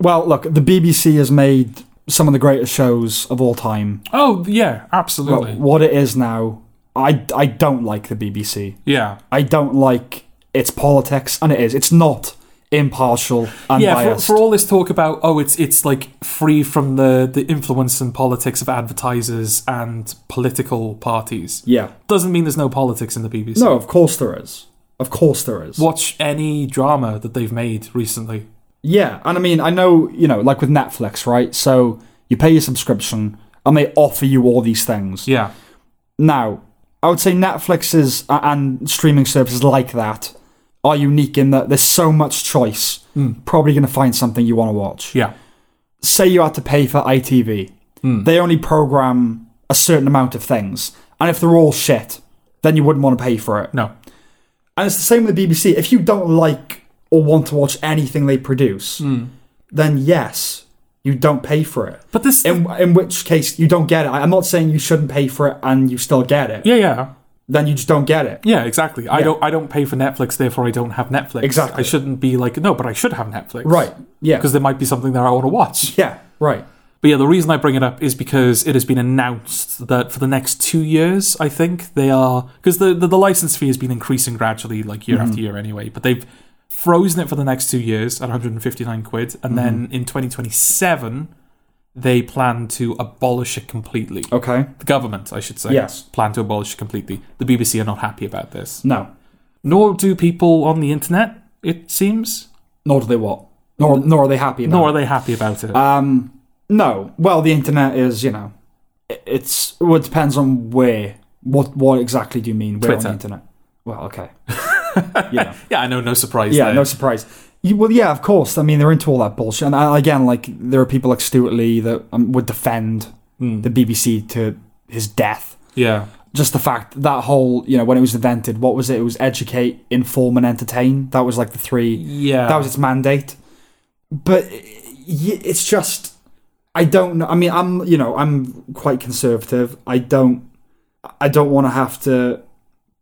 Speaker 1: Well, look, the BBC has made some of the greatest shows of all time.
Speaker 2: Oh, yeah,
Speaker 1: But
Speaker 2: absolutely.
Speaker 1: what it is now, I, I don't like the BBC.
Speaker 2: yeah.
Speaker 1: I don't like its politics, and it is. It's not impartial and
Speaker 2: Yeah, for,
Speaker 1: biased.
Speaker 2: for all this talk about oh, it's it's like free from the the influence and politics of advertisers and political parties
Speaker 1: yeah.
Speaker 2: doesn't mean there's no politics in the BBC.
Speaker 1: No, of course there is. Of course there is.
Speaker 2: Watch any drama that they've made recently.
Speaker 1: Yeah, and I mean, I know, you know, like with Netflix, right? So you pay your subscription, and they offer you all these things.
Speaker 2: Yeah,
Speaker 1: Now, I would say Netflix's a- and streaming services like that are unique in that there's so much choice. Probably going to find something you want to watch.
Speaker 2: yeah,
Speaker 1: say you had to pay for ITV, they only program a certain amount of things. And if they're all shit, then you wouldn't want to pay for it.
Speaker 2: no,
Speaker 1: And it's the same with the BBC. If you don't like or want to watch anything they produce, then yes, you don't pay for it.
Speaker 2: but this.
Speaker 1: In, in which case, you don't get it. I- I'm not saying you shouldn't pay for it and you still get it.
Speaker 2: yeah, yeah,
Speaker 1: Then you just don't get it.
Speaker 2: yeah. Exactly. I don't. I don't pay for Netflix, therefore I don't have Netflix.
Speaker 1: Exactly.
Speaker 2: I shouldn't be like no, but I should have Netflix.
Speaker 1: Right. Yeah.
Speaker 2: Because there might be something that I want to watch.
Speaker 1: Yeah. Right.
Speaker 2: But yeah, the reason I bring it up is because it has been announced that for the next two years, I think they are because the, the the license fee has been increasing gradually, like year
Speaker 1: Mm-hmm.
Speaker 2: after year, anyway. But they've frozen it for the next two years at 159 quid, and then
Speaker 1: Mm-hmm.
Speaker 2: in 2027 they plan to abolish it completely.
Speaker 1: Okay.
Speaker 2: The government, I should say,
Speaker 1: Oh. Yes.
Speaker 2: plan to abolish it completely. The BBC are not happy about this,
Speaker 1: No.
Speaker 2: nor do people on the internet. It seems,
Speaker 1: Nor do they what? Nor nor are they happy. About
Speaker 2: nor are they happy about it.
Speaker 1: it. Um. No. Well, the internet is you know, i- it's well, it depends on where. What what exactly do you mean? Where on
Speaker 2: Twitter.
Speaker 1: the internet? Well, okay. you know.
Speaker 2: yeah, I know, no surprise.
Speaker 1: yeah,
Speaker 2: there.
Speaker 1: no surprise. You, well, yeah, of course. I mean, they're into all that bullshit. And I, again, like there are people like Stuart Lee that um, would defend
Speaker 2: Mm.
Speaker 1: the BBC to his death.
Speaker 2: yeah,
Speaker 1: Just the fact that whole, you know, when it was invented, what was it? It was educate, inform, and entertain. That was like the three.
Speaker 2: yeah.
Speaker 1: That was its mandate. But y- it's just, I don't know. I mean, I'm, you know, I'm quite conservative. I don't, I don't want to have to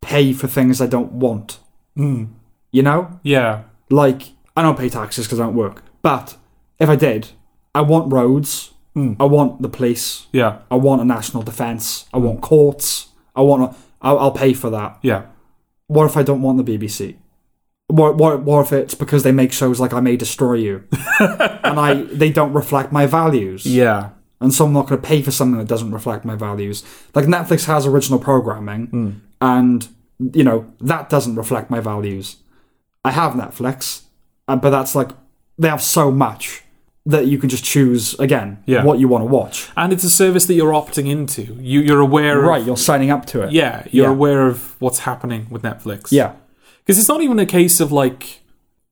Speaker 1: pay for things I don't want.
Speaker 2: Mm.
Speaker 1: You know,
Speaker 2: Yeah.
Speaker 1: like I don't pay taxes because I don't work. But if I did, I want roads.
Speaker 2: Mm.
Speaker 1: I want the police.
Speaker 2: Yeah.
Speaker 1: I want a national defence. I want courts. I want. A, I'll, I'll pay for that.
Speaker 2: Yeah.
Speaker 1: What if I don't want the BBC? What, what, what if it's because they make shows like I May Destroy You, and I they don't reflect my values,
Speaker 2: Yeah.
Speaker 1: and so I'm not going to pay for something that doesn't reflect my values. Like Netflix has original programming,
Speaker 2: Mm.
Speaker 1: and you know that doesn't reflect my values. I have Netflix, uh, but that's like they have so much that you can just choose again
Speaker 2: Yeah.
Speaker 1: what you want to watch.
Speaker 2: And it's a service that you're opting into. You you're aware
Speaker 1: Right,
Speaker 2: of
Speaker 1: you're signing up to it.
Speaker 2: Yeah, you're
Speaker 1: Yeah.
Speaker 2: aware of what's happening with Netflix.
Speaker 1: yeah,
Speaker 2: Because it's not even a case of like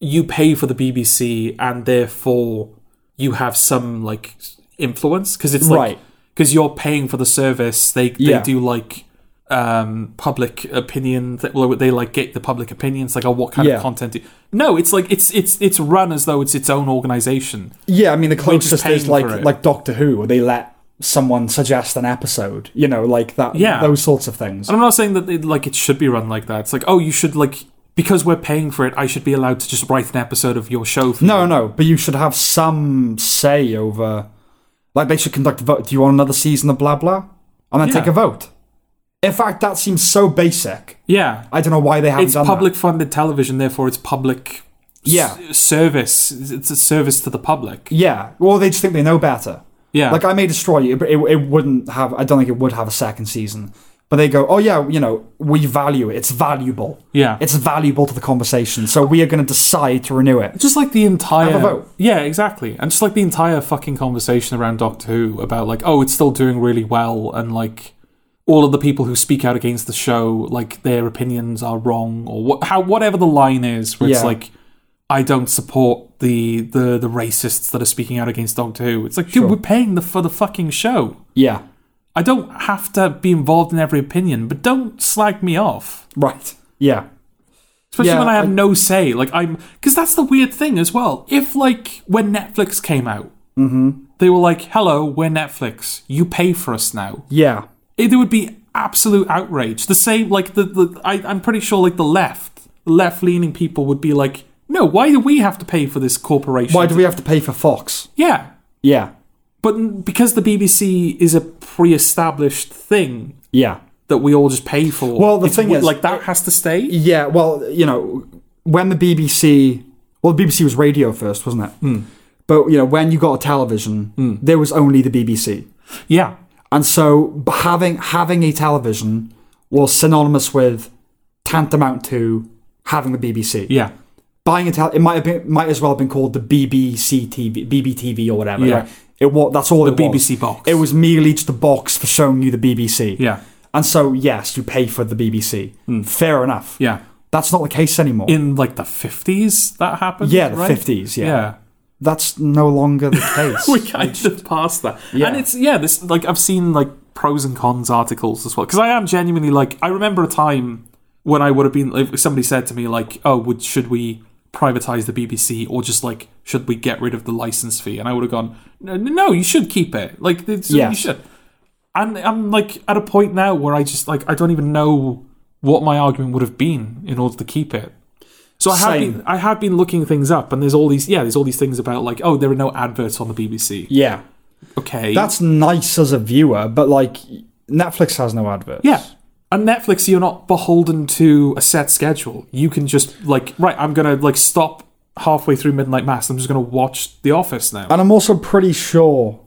Speaker 2: you pay for the BBC and therefore you have some like influence because it's like
Speaker 1: Right.
Speaker 2: because you're paying for the service they they
Speaker 1: Yeah.
Speaker 2: do like um public opinion th- well, they like get the public opinions like oh what kind
Speaker 1: Yeah.
Speaker 2: of content do- no it's like it's it's it's run as though it's its own organization
Speaker 1: yeah. I mean, the
Speaker 2: just
Speaker 1: closest is
Speaker 2: paying for
Speaker 1: like
Speaker 2: it.
Speaker 1: like Doctor Who, where they let someone suggest an episode. You know, like that.
Speaker 2: Yeah.
Speaker 1: those sorts of things.
Speaker 2: And I'm not saying that it, like it should be run like that. It's like, oh, you should like because we're paying for it, I should be allowed to just write an episode of your show. For
Speaker 1: No,
Speaker 2: you.
Speaker 1: no, but you should have some say over. Like, they should conduct a vote. Do you want another season of blah blah? And then
Speaker 2: Yeah.
Speaker 1: take a vote. In fact, that seems so basic.
Speaker 2: yeah,
Speaker 1: I don't know why they haven't
Speaker 2: it's
Speaker 1: done that.
Speaker 2: public funded television, therefore it's public.
Speaker 1: Yeah.
Speaker 2: s- service. It's a service to the public.
Speaker 1: Yeah. Well, they just think they know better.
Speaker 2: Yeah,
Speaker 1: Like I may destroy you, but it, it wouldn't have. I don't think it would have a second season. But they go, oh yeah, you know, we value it. It's valuable.
Speaker 2: yeah.
Speaker 1: It's valuable to the conversation. So we are going to decide to renew it.
Speaker 2: just like the entire
Speaker 1: Have a vote.
Speaker 2: yeah exactly and just like the entire fucking conversation around doctor who about like oh it's still doing really well and like all of the people who speak out against the show like their opinions are wrong or what how whatever the line is where it's
Speaker 1: Yeah.
Speaker 2: like i don't support the the the racists that are speaking out against doctor who it's like dude we're paying the for the fucking show
Speaker 1: Yeah.
Speaker 2: i don't have to be involved in every opinion but don't slag me off
Speaker 1: Right. Yeah.
Speaker 2: especially
Speaker 1: Yeah,
Speaker 2: when I have
Speaker 1: I-
Speaker 2: no say. Like I'm, because that's the weird thing as well. If like when Netflix came out,
Speaker 1: Mm-hmm.
Speaker 2: they were like, "Hello, we're Netflix. You pay for us now."
Speaker 1: Yeah.
Speaker 2: It, there would be absolute outrage. The same, like the, the I, I'm pretty sure like the left, left leaning people would be like, "No, why do we have to pay for this corporation?"
Speaker 1: Why do we have to pay for Fox?
Speaker 2: yeah.
Speaker 1: Yeah.
Speaker 2: But n- because the BBC is a pre-established thing
Speaker 1: Yeah.
Speaker 2: that we all just pay for,
Speaker 1: Well, the
Speaker 2: it's
Speaker 1: thing
Speaker 2: w-
Speaker 1: is-
Speaker 2: like that has to stay.
Speaker 1: Yeah, well, you know, when the BBC, well, the BBC was radio first, wasn't it? But you know, when you got a television, there was only the BBC,
Speaker 2: yeah,
Speaker 1: and so b- having having a television was synonymous with tantamount to having the BBC.
Speaker 2: yeah,
Speaker 1: Buying a tel, it might have been, might as well have been called the BBC TV, BBTV or whatever.
Speaker 2: Yeah.
Speaker 1: right? It was that's all the
Speaker 2: BBC box.
Speaker 1: It was merely just a box for showing you the BBC.
Speaker 2: yeah, Hmm.
Speaker 1: And so yes, you pay for the BBC. Fair enough.
Speaker 2: yeah.
Speaker 1: That's not the case anymore.
Speaker 2: in like the 50s that happened
Speaker 1: Yeah, the
Speaker 2: right?
Speaker 1: 50s, yeah.
Speaker 2: yeah
Speaker 1: That's no longer the case.
Speaker 2: we kind of passed that and it's yeah this like i've seen like pros and cons articles as well because i am genuinely like i remember a time when i would have been if somebody said to me like oh would should we privatize the bbc or just like should we get rid of the license fee and i would have gone no no you should keep it like it's,
Speaker 1: Yeah.
Speaker 2: you should and i'm like at a point now where i just like i don't even know what my argument would have been in order to keep it so I have
Speaker 1: Same.
Speaker 2: been I have been looking things up, and there's all these yeah, there's all these things about like oh, there are no adverts on the BBC.
Speaker 1: yeah.
Speaker 2: okay.
Speaker 1: That's nice as a viewer, but like Netflix has no adverts.
Speaker 2: Yeah. On Netflix, you're not beholden to a set schedule. You can just like, right, I'm gonna like stop halfway through Midnight Mass. I'm just gonna watch The Office now.
Speaker 1: And I'm also pretty sure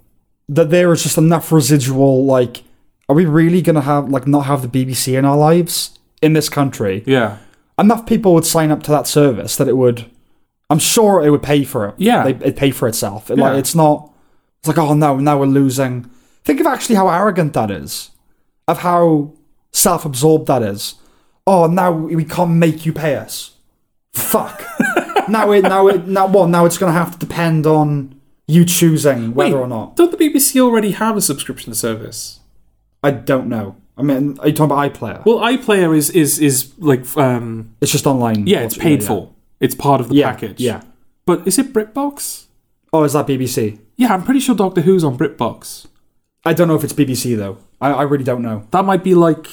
Speaker 1: that there is just enough residual like are we really gonna have like not have the BBC in our lives in this country?
Speaker 2: yeah,
Speaker 1: Enough people would sign up to that service that it would I'm sure it would pay for it.
Speaker 2: Yeah.
Speaker 1: They, it'd pay for itself. It,
Speaker 2: Yeah.
Speaker 1: Like it's not it's like, oh no, now we're losing. Think of actually how arrogant that is. Of how self absorbed that is. Oh now we can't make you pay us. Fuck. now it now it now well now it's gonna have to depend on you choosing whether
Speaker 2: Wait,
Speaker 1: or not.
Speaker 2: Don't the BBC already have a subscription service?
Speaker 1: I don't know. I mean, are you talking about iPlayer?
Speaker 2: Well, iPlayer is is is like, um,
Speaker 1: It's just online.
Speaker 2: yeah, it's paid for. It's part of the
Speaker 1: Yeah,
Speaker 2: package.
Speaker 1: yeah.
Speaker 2: but is it BritBox?
Speaker 1: Oh, is that BBC?
Speaker 2: Yeah, I'm pretty sure Doctor Who's on BritBox.
Speaker 1: I don't know if it's BBC though. I, I really don't know.
Speaker 2: That might be like.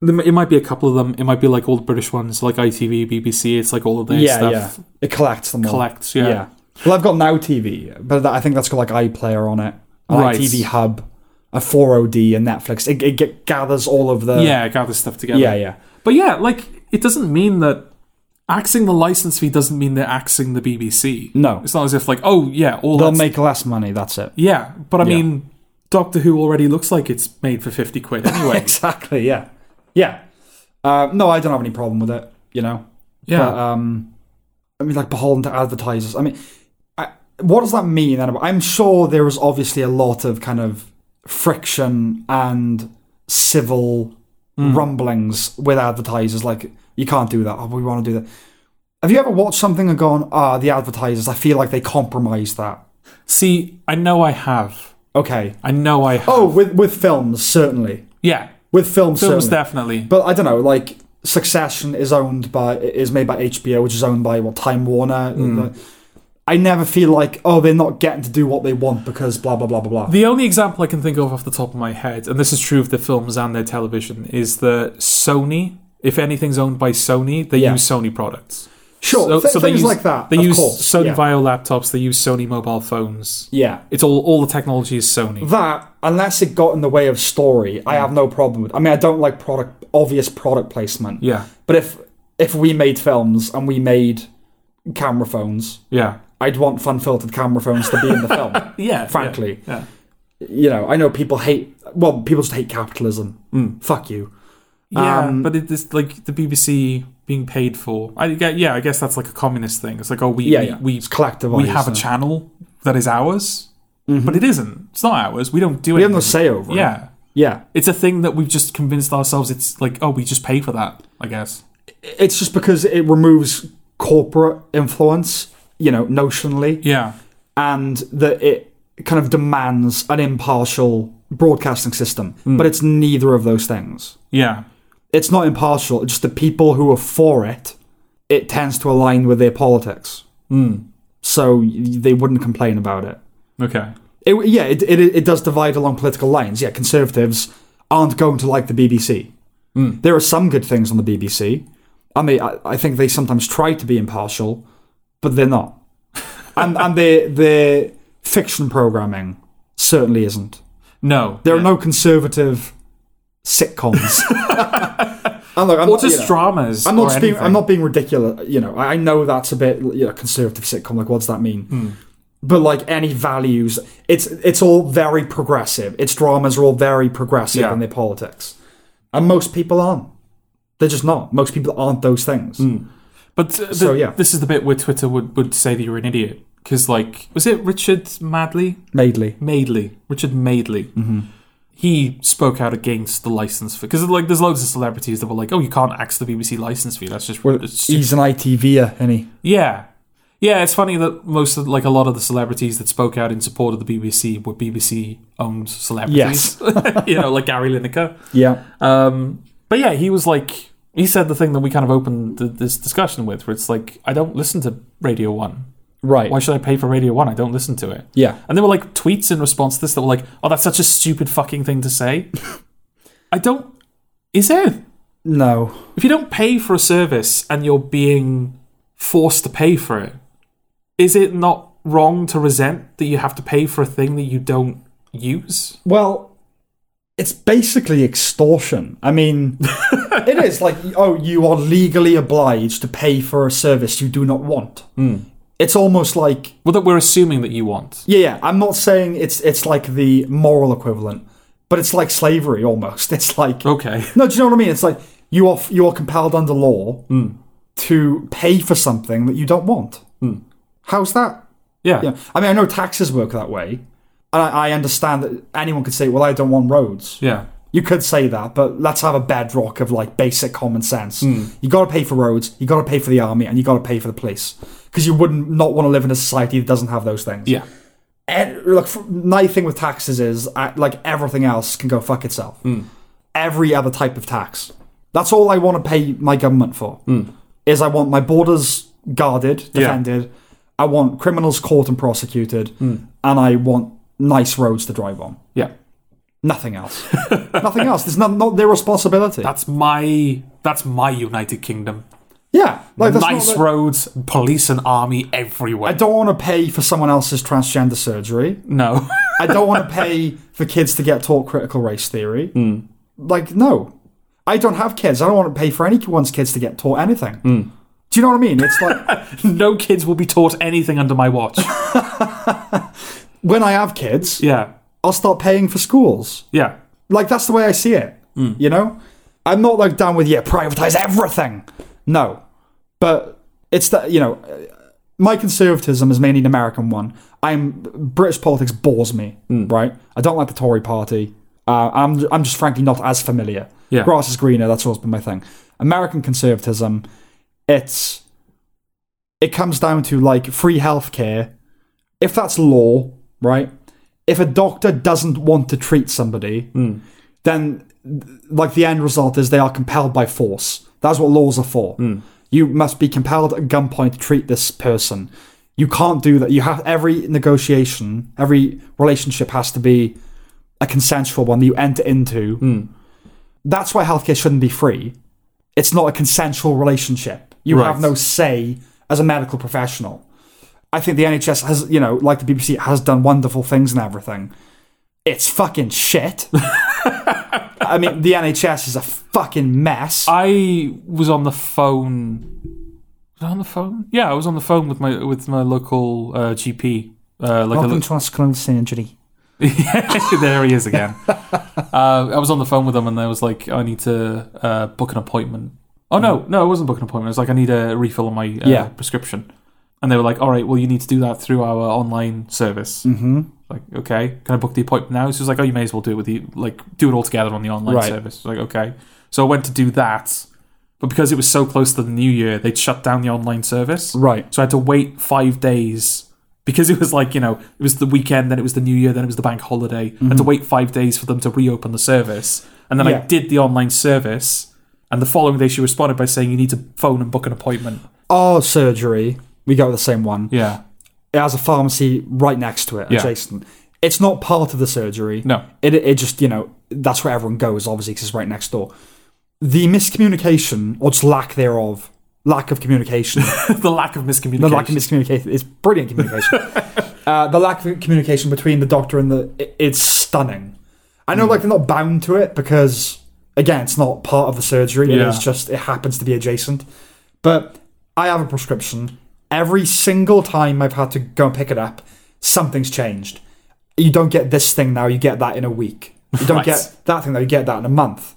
Speaker 2: It might be a couple of them. It might be like all the British ones, like ITV, BBC. It's like all of their
Speaker 1: yeah,
Speaker 2: stuff
Speaker 1: yeah. It collects them all.
Speaker 2: collects. Yeah.
Speaker 1: Well, I've got Now TV, but that, I think that's got like iPlayer on it, a
Speaker 2: Right.
Speaker 1: TV Hub, a 4OD, and Netflix. It, it g- gathers all of the.
Speaker 2: yeah, gather stuff together.
Speaker 1: Yeah, yeah.
Speaker 2: But yeah, like it doesn't mean that axing the license fee doesn't mean they're axing the BBC.
Speaker 1: No.
Speaker 2: It's not as if like, oh yeah, all
Speaker 1: They'll
Speaker 2: that's
Speaker 1: make less money, that's it.
Speaker 2: Yeah. But I mean Doctor Who already looks like it's made for fifty quid anyway.
Speaker 1: Exactly, yeah. Yeah. Uh, no, I don't have any problem with it, you know?
Speaker 2: yeah.
Speaker 1: But, um, I mean, like beholden to advertisers. I mean, I, what does that mean? And I'm sure there was obviously a lot of kind of friction and civil
Speaker 2: Mm.
Speaker 1: rumblings with advertisers. Like, you can't do that. Oh, we want to do that. Have you ever watched something and gone, ah, the advertisers? I feel like they compromised that.
Speaker 2: See, I know I have.
Speaker 1: Okay.
Speaker 2: I know I have.
Speaker 1: Oh, with with films certainly.
Speaker 2: yeah.
Speaker 1: With films,
Speaker 2: Films
Speaker 1: certainly.
Speaker 2: definitely.
Speaker 1: But I don't know, like Succession is owned by is made by HBO, which is owned by what Time Warner.
Speaker 2: Hmm.
Speaker 1: I never feel like oh they're not getting to do what they want because blah blah blah blah blah.
Speaker 2: The only example I can think of off the top of my head, and this is true of their films and their television, is that Sony, if anything's owned by Sony, they
Speaker 1: Yeah.
Speaker 2: use Sony products.
Speaker 1: sure,
Speaker 2: So,
Speaker 1: th-
Speaker 2: so they
Speaker 1: things
Speaker 2: use,
Speaker 1: like that.
Speaker 2: They
Speaker 1: of
Speaker 2: use
Speaker 1: course,
Speaker 2: Sony
Speaker 1: yeah.
Speaker 2: Vaio laptops. They use Sony mobile phones.
Speaker 1: yeah.
Speaker 2: It's all all the technology is Sony.
Speaker 1: That unless it got in the way of story, I have no problem with. I mean, I don't like product obvious product placement.
Speaker 2: Yeah,
Speaker 1: But if if we made films and we made camera phones,
Speaker 2: yeah,
Speaker 1: I'd want fun filtered camera phones to be in the film.
Speaker 2: yeah.
Speaker 1: Frankly,
Speaker 2: yeah.
Speaker 1: you know, I know people hate. Well, people just hate capitalism.
Speaker 2: Hmm.
Speaker 1: Fuck you.
Speaker 2: yeah.
Speaker 1: Um,
Speaker 2: but it's like the BBC being paid for. I get. Yeah, I guess that's like a communist thing. It's like, oh, we
Speaker 1: Yeah,
Speaker 2: we
Speaker 1: yeah.
Speaker 2: we,
Speaker 1: it's collectivized.
Speaker 2: we have a
Speaker 1: now.
Speaker 2: channel that is ours, but it isn't. It's not ours. We don't do
Speaker 1: Mm-hmm. We
Speaker 2: it.
Speaker 1: have no say over. it.
Speaker 2: Yeah,
Speaker 1: yeah.
Speaker 2: it's a thing that we've just convinced ourselves. It's like, oh, we just pay for that. I guess.
Speaker 1: It's just because it removes corporate influence, you know, notionally,
Speaker 2: Yeah.
Speaker 1: and that it kind of demands an impartial broadcasting system. But it's neither of those things.
Speaker 2: Yeah.
Speaker 1: It's not impartial. It's just the people who are for it, it tends to align with their politics. So y- they wouldn't complain about it.
Speaker 2: Okay.
Speaker 1: It, yeah, it, it it does divide along political lines. Yeah, conservatives aren't going to like the BBC.
Speaker 2: Hmm.
Speaker 1: There are some good things on the BBC. I mean, I, I think they sometimes try to be impartial, but they're not. and and their their fiction programming certainly isn't.
Speaker 2: No.
Speaker 1: There are no conservative sitcoms. and look, I'm
Speaker 2: Or
Speaker 1: not, you
Speaker 2: just
Speaker 1: know,
Speaker 2: dramas.
Speaker 1: I'm
Speaker 2: or
Speaker 1: not being,
Speaker 2: anything.
Speaker 1: I'm not being ridiculous. You know, I I know that's a bit you know conservative sitcom. Like, what does that mean?
Speaker 2: Hmm.
Speaker 1: But like any values, it's it's all very progressive. Its dramas are all very progressive
Speaker 2: Yeah.
Speaker 1: in their politics, and most people aren't. They're just not. Most people aren't those things.
Speaker 2: Hmm. But th- th-
Speaker 1: So, yeah.
Speaker 2: this is the bit where Twitter would, would say that you're an idiot. Because, like, was it Richard Madley?
Speaker 1: Madeley.
Speaker 2: Madeley. Richard Madeley. Mm-hmm. He spoke out against the license fee. Because, like, there's loads of celebrities that were like, oh, you can't axe the BBC license fee. That's just.
Speaker 1: Well,
Speaker 2: it's stu-
Speaker 1: he's an ITVer, and he.
Speaker 2: yeah. Yeah, it's funny that most of, like, a lot of the celebrities that spoke out in support of the BBC were BBC owned celebrities. you know, like Gary Lineker.
Speaker 1: Yeah.
Speaker 2: Um, but yeah, he was like, he said the thing that we kind of opened th this discussion with, where it's like, I don't listen to Radio One.
Speaker 1: Right.
Speaker 2: Why should I pay for Radio One? I don't listen to it.
Speaker 1: Yeah.
Speaker 2: And there were like tweets in response to this that were like, oh, that's such a stupid fucking thing to say. I don't. Is it?
Speaker 1: No.
Speaker 2: If you don't pay for a service and you're being forced to pay for it, is it not wrong to resent that you have to pay for a thing that you don't use?
Speaker 1: Well, it's basically extortion. I mean, it is like, oh, you are legally obliged to pay for a service you do not want. It's almost like,
Speaker 2: Well, that we're assuming that you want.
Speaker 1: yeah, yeah, I'm not saying it's it's like the moral equivalent, but it's like slavery almost. It's like,
Speaker 2: Okay.
Speaker 1: no, do you know what I mean? It's like you are you are compelled under law to pay for something that you don't want. How's that
Speaker 2: Yeah.
Speaker 1: yeah. I mean, I know taxes work that way. And I, I understand that anyone could say, well, I don't want roads.
Speaker 2: Yeah.
Speaker 1: You could say that, but let's have a bedrock of like basic common sense. You got to pay for roads, you got to pay for the army, and you got to pay for the police. Because you wouldn't not want to live in a society that doesn't have those things.
Speaker 2: Yeah.
Speaker 1: And, look, f- my thing with taxes is I, like everything else can go fuck itself. Every other type of tax. That's all I want to pay my government for. Is I want my borders guarded, defended. I want criminals caught and prosecuted, and I want nice roads to drive on.
Speaker 2: Yeah.
Speaker 1: Nothing else. Nothing else. It's not, not their responsibility.
Speaker 2: That's my that's my United Kingdom.
Speaker 1: yeah, like that's
Speaker 2: nice
Speaker 1: Not,
Speaker 2: roads, police and army everywhere.
Speaker 1: I don't want to pay for someone else's transgender surgery.
Speaker 2: no.
Speaker 1: I don't want to pay for kids to get taught critical race theory. Like, no. I don't have kids. I don't want to pay for anyone's kids to get taught anything. Do you know what I mean? It's like
Speaker 2: no kids will be taught anything under my watch.
Speaker 1: when I have kids,
Speaker 2: Yeah.
Speaker 1: I'll start paying for schools.
Speaker 2: Yeah.
Speaker 1: Like, that's the way I see it. You know? I'm not like down with, yeah, privatize everything. No. But it's that, you know, uh, my conservatism is mainly an American one. I'm British politics bores me, right? I don't like the Tory party. Uh, I'm I'm just frankly not as familiar.
Speaker 2: Yeah.
Speaker 1: Grass is greener. That's always been my thing. American conservatism, it's it comes down to like free healthcare. If that's law, right? If a doctor doesn't want to treat somebody, then like the end result is they are compelled by force. That's what laws are for. You must be compelled at gunpoint to treat this person. You can't do that. You have every negotiation, every relationship has to be a consensual one that you enter into. That's why healthcare shouldn't be free. It's not a consensual relationship. You
Speaker 2: Right.
Speaker 1: have no say as a medical professional. I think the NHS has, you know, like the BBC has done wonderful things and everything. It's fucking shit. I mean, the NHS is a fucking mess.
Speaker 2: I was on the phone. Was I on the phone? Yeah, I was on the phone with my with my local uh, GP. Uh, like a,
Speaker 1: Welcome to vascular surgery.
Speaker 2: there he is again. uh, I was on the phone with them, and I was like, "I need to uh, book an appointment." Oh no, no, I wasn't booking an appointment. I was like, "I need a refill on my uh,
Speaker 1: Yeah.
Speaker 2: prescription," and they were like, "All right, well, you need to do that through our online service." Mm-hmm. Like, okay, can I book the appointment now? She was like, "Oh, you may as well do it with the like do it all together on the online
Speaker 1: Right.
Speaker 2: service." I was like, okay, so I went to do that, but because it was so close to the new year, they'd shut down the online service.
Speaker 1: Right.
Speaker 2: So I had to wait five days because it was like, you know, it was the weekend, then it was the new year, then it was the bank holiday. I had to wait five days for them to reopen the service. And then
Speaker 1: Mm-hmm. Yeah.
Speaker 2: I did the online service. And the following day, she responded by saying, you need to phone and book an appointment.
Speaker 1: Our surgery, we go with the same one.
Speaker 2: Yeah.
Speaker 1: It has a pharmacy right next to it,
Speaker 2: Yeah.
Speaker 1: adjacent. It's not part of the surgery.
Speaker 2: No.
Speaker 1: It, it just, you know, that's where everyone goes, obviously, because it's right next door. The miscommunication, or just lack thereof, lack of communication,
Speaker 2: the lack of miscommunication.
Speaker 1: the lack of miscommunication, it's brilliant communication. uh, the lack of communication between the doctor and the, it- it's stunning. I know, like, they're not bound to it because, again, it's not part of the surgery.
Speaker 2: Yeah.
Speaker 1: It's just, it happens to be adjacent. But I have a prescription. Every single time I've had to go and pick it up, something's changed. You don't get this thing now, you get that in a week. You don't
Speaker 2: Right.
Speaker 1: get that thing now, you get that in a month.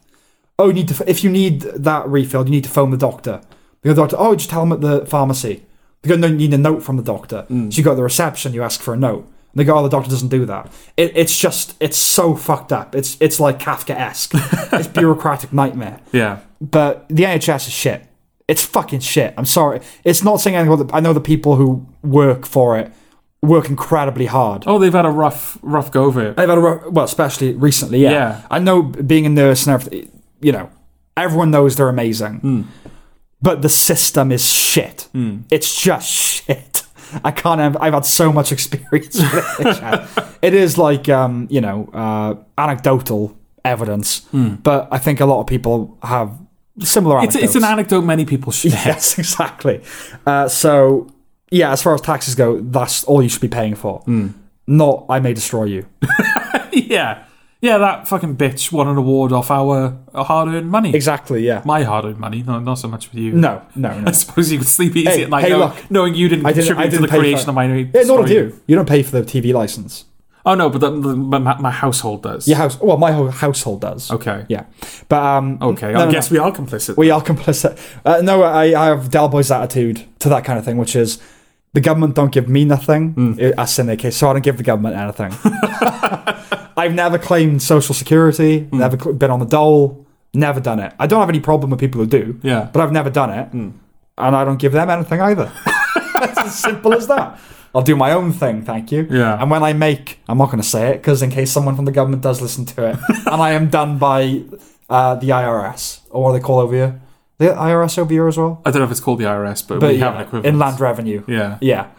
Speaker 1: Oh, you need to, if you need that refilled, you need to phone the doctor. They go, doctor, oh, just tell them at the pharmacy. They go, no, you need a note from the doctor. So you go to the reception, you ask for a note. And they go, oh, the doctor doesn't do that. It, it's just, it's so fucked up. It's, it's like Kafka-esque. it's bureaucratic nightmare
Speaker 2: yeah.
Speaker 1: but the NHS is shit. It's fucking shit. I'm sorry. It's not saying anything. about the- I know the people who work for it work incredibly hard.
Speaker 2: Oh, they've had a rough, rough go of it.
Speaker 1: They've had a ro- well, especially recently. Yeah.
Speaker 2: Yeah.
Speaker 1: I know being a nurse and everything. You know, everyone knows they're amazing,
Speaker 2: Hmm.
Speaker 1: but the system is shit. It's just shit. I can't. Have, I've had so much experience. With it. it is like um, you know uh, anecdotal evidence, but I think a lot of people have similar.
Speaker 2: Hmm. It's, it's an
Speaker 1: anecdotes.
Speaker 2: anecdote many people share.
Speaker 1: Yes, exactly. Uh, so yeah, as far as taxes go, that's all you should be paying for.
Speaker 2: Hmm.
Speaker 1: Not I may destroy you.
Speaker 2: yeah, yeah. That fucking bitch won an award off our hard-earned money.
Speaker 1: Exactly. Yeah.
Speaker 2: My hard-earned money, no, not so much with you.
Speaker 1: No. No.
Speaker 2: I
Speaker 1: No.
Speaker 2: suppose you could sleep easy
Speaker 1: Hey,
Speaker 2: at night
Speaker 1: hey,
Speaker 2: know-
Speaker 1: look.
Speaker 2: knowing you didn't
Speaker 1: I didn't-
Speaker 2: contribute
Speaker 1: I
Speaker 2: to
Speaker 1: didn't
Speaker 2: the
Speaker 1: pay for
Speaker 2: creation
Speaker 1: it.
Speaker 2: of my new
Speaker 1: Yeah, nor do
Speaker 2: story.
Speaker 1: you. You don't pay for the TV license.
Speaker 2: Oh no, but the, the, my, my household does.
Speaker 1: Your house. Well, my whole household does.
Speaker 2: Okay.
Speaker 1: Yeah. But um.
Speaker 2: Okay.
Speaker 1: no,
Speaker 2: I
Speaker 1: no,
Speaker 2: guess
Speaker 1: no.
Speaker 2: we are complicit.
Speaker 1: we are complicit. Uh, no, I, I have Dalboy's attitude to that kind of thing, which is the government don't give me nothing. I- As in their case, so I don't give the government anything. I've never claimed social security. Never cl- been on the dole. Never done it. I don't have any problem with people who do.
Speaker 2: Yeah.
Speaker 1: but I've never done it, and I don't give them anything either. it's as simple as that. I'll do my own thing, thank you.
Speaker 2: Yeah.
Speaker 1: And when I make, I'm not going to say it because in case someone from the government does listen to it, and I am done by uh, the IRS or what do they call over here, the IRS over here as well.
Speaker 2: I don't know if it's called the IRS, but,
Speaker 1: But
Speaker 2: we
Speaker 1: yeah,
Speaker 2: have an equivalent.
Speaker 1: inland revenue.
Speaker 2: Yeah.
Speaker 1: Yeah.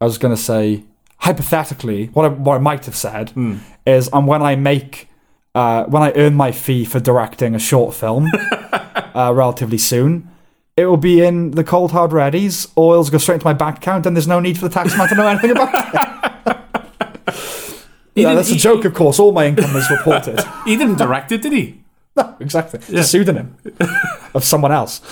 Speaker 1: I was going to say, hypothetically, what I, what I might have said
Speaker 2: Hmm.
Speaker 1: is, and when I make, uh, when I earn my fee for directing a short film uh, relatively soon, it will be in the cold hard readies, or it'll go straight into my bank account, and there's no need for the tax man to know anything about it.
Speaker 2: He
Speaker 1: Yeah,
Speaker 2: didn't- e-
Speaker 1: that's a
Speaker 2: he-
Speaker 1: joke, of course. All my income is reported.
Speaker 2: He didn't direct it, did he?
Speaker 1: no, exactly. It's
Speaker 2: Yeah.
Speaker 1: a pseudonym of someone else.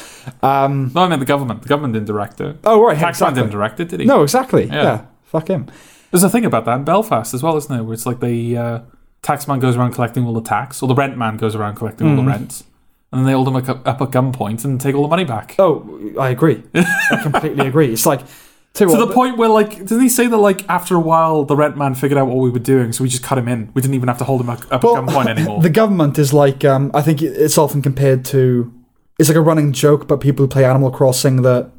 Speaker 1: Um,
Speaker 2: No, I meant the government. The government didn't direct it.
Speaker 1: oh, right.
Speaker 2: Taxman
Speaker 1: exactly.
Speaker 2: didn't direct it, did he?
Speaker 1: No, exactly.
Speaker 2: Yeah.
Speaker 1: yeah. Fuck him.
Speaker 2: There's a thing about that in Belfast as well, isn't there? Where it's like the uh, tax man goes around collecting all the tax, or the rent man goes around collecting
Speaker 1: Mm-hmm.
Speaker 2: all the rents, and then they hold him up up at gunpoint and take all the money back.
Speaker 1: Oh, I agree. I completely agree. It's like to,
Speaker 2: to the point where, like, didn't he say that, like, after a while, the rent man figured out what we were doing, so we just cut him in. We didn't even have to hold him up, up
Speaker 1: Well,
Speaker 2: at gunpoint anymore.
Speaker 1: the government is like um, I think it's often compared to it's like a running joke, but people who play Animal Crossing that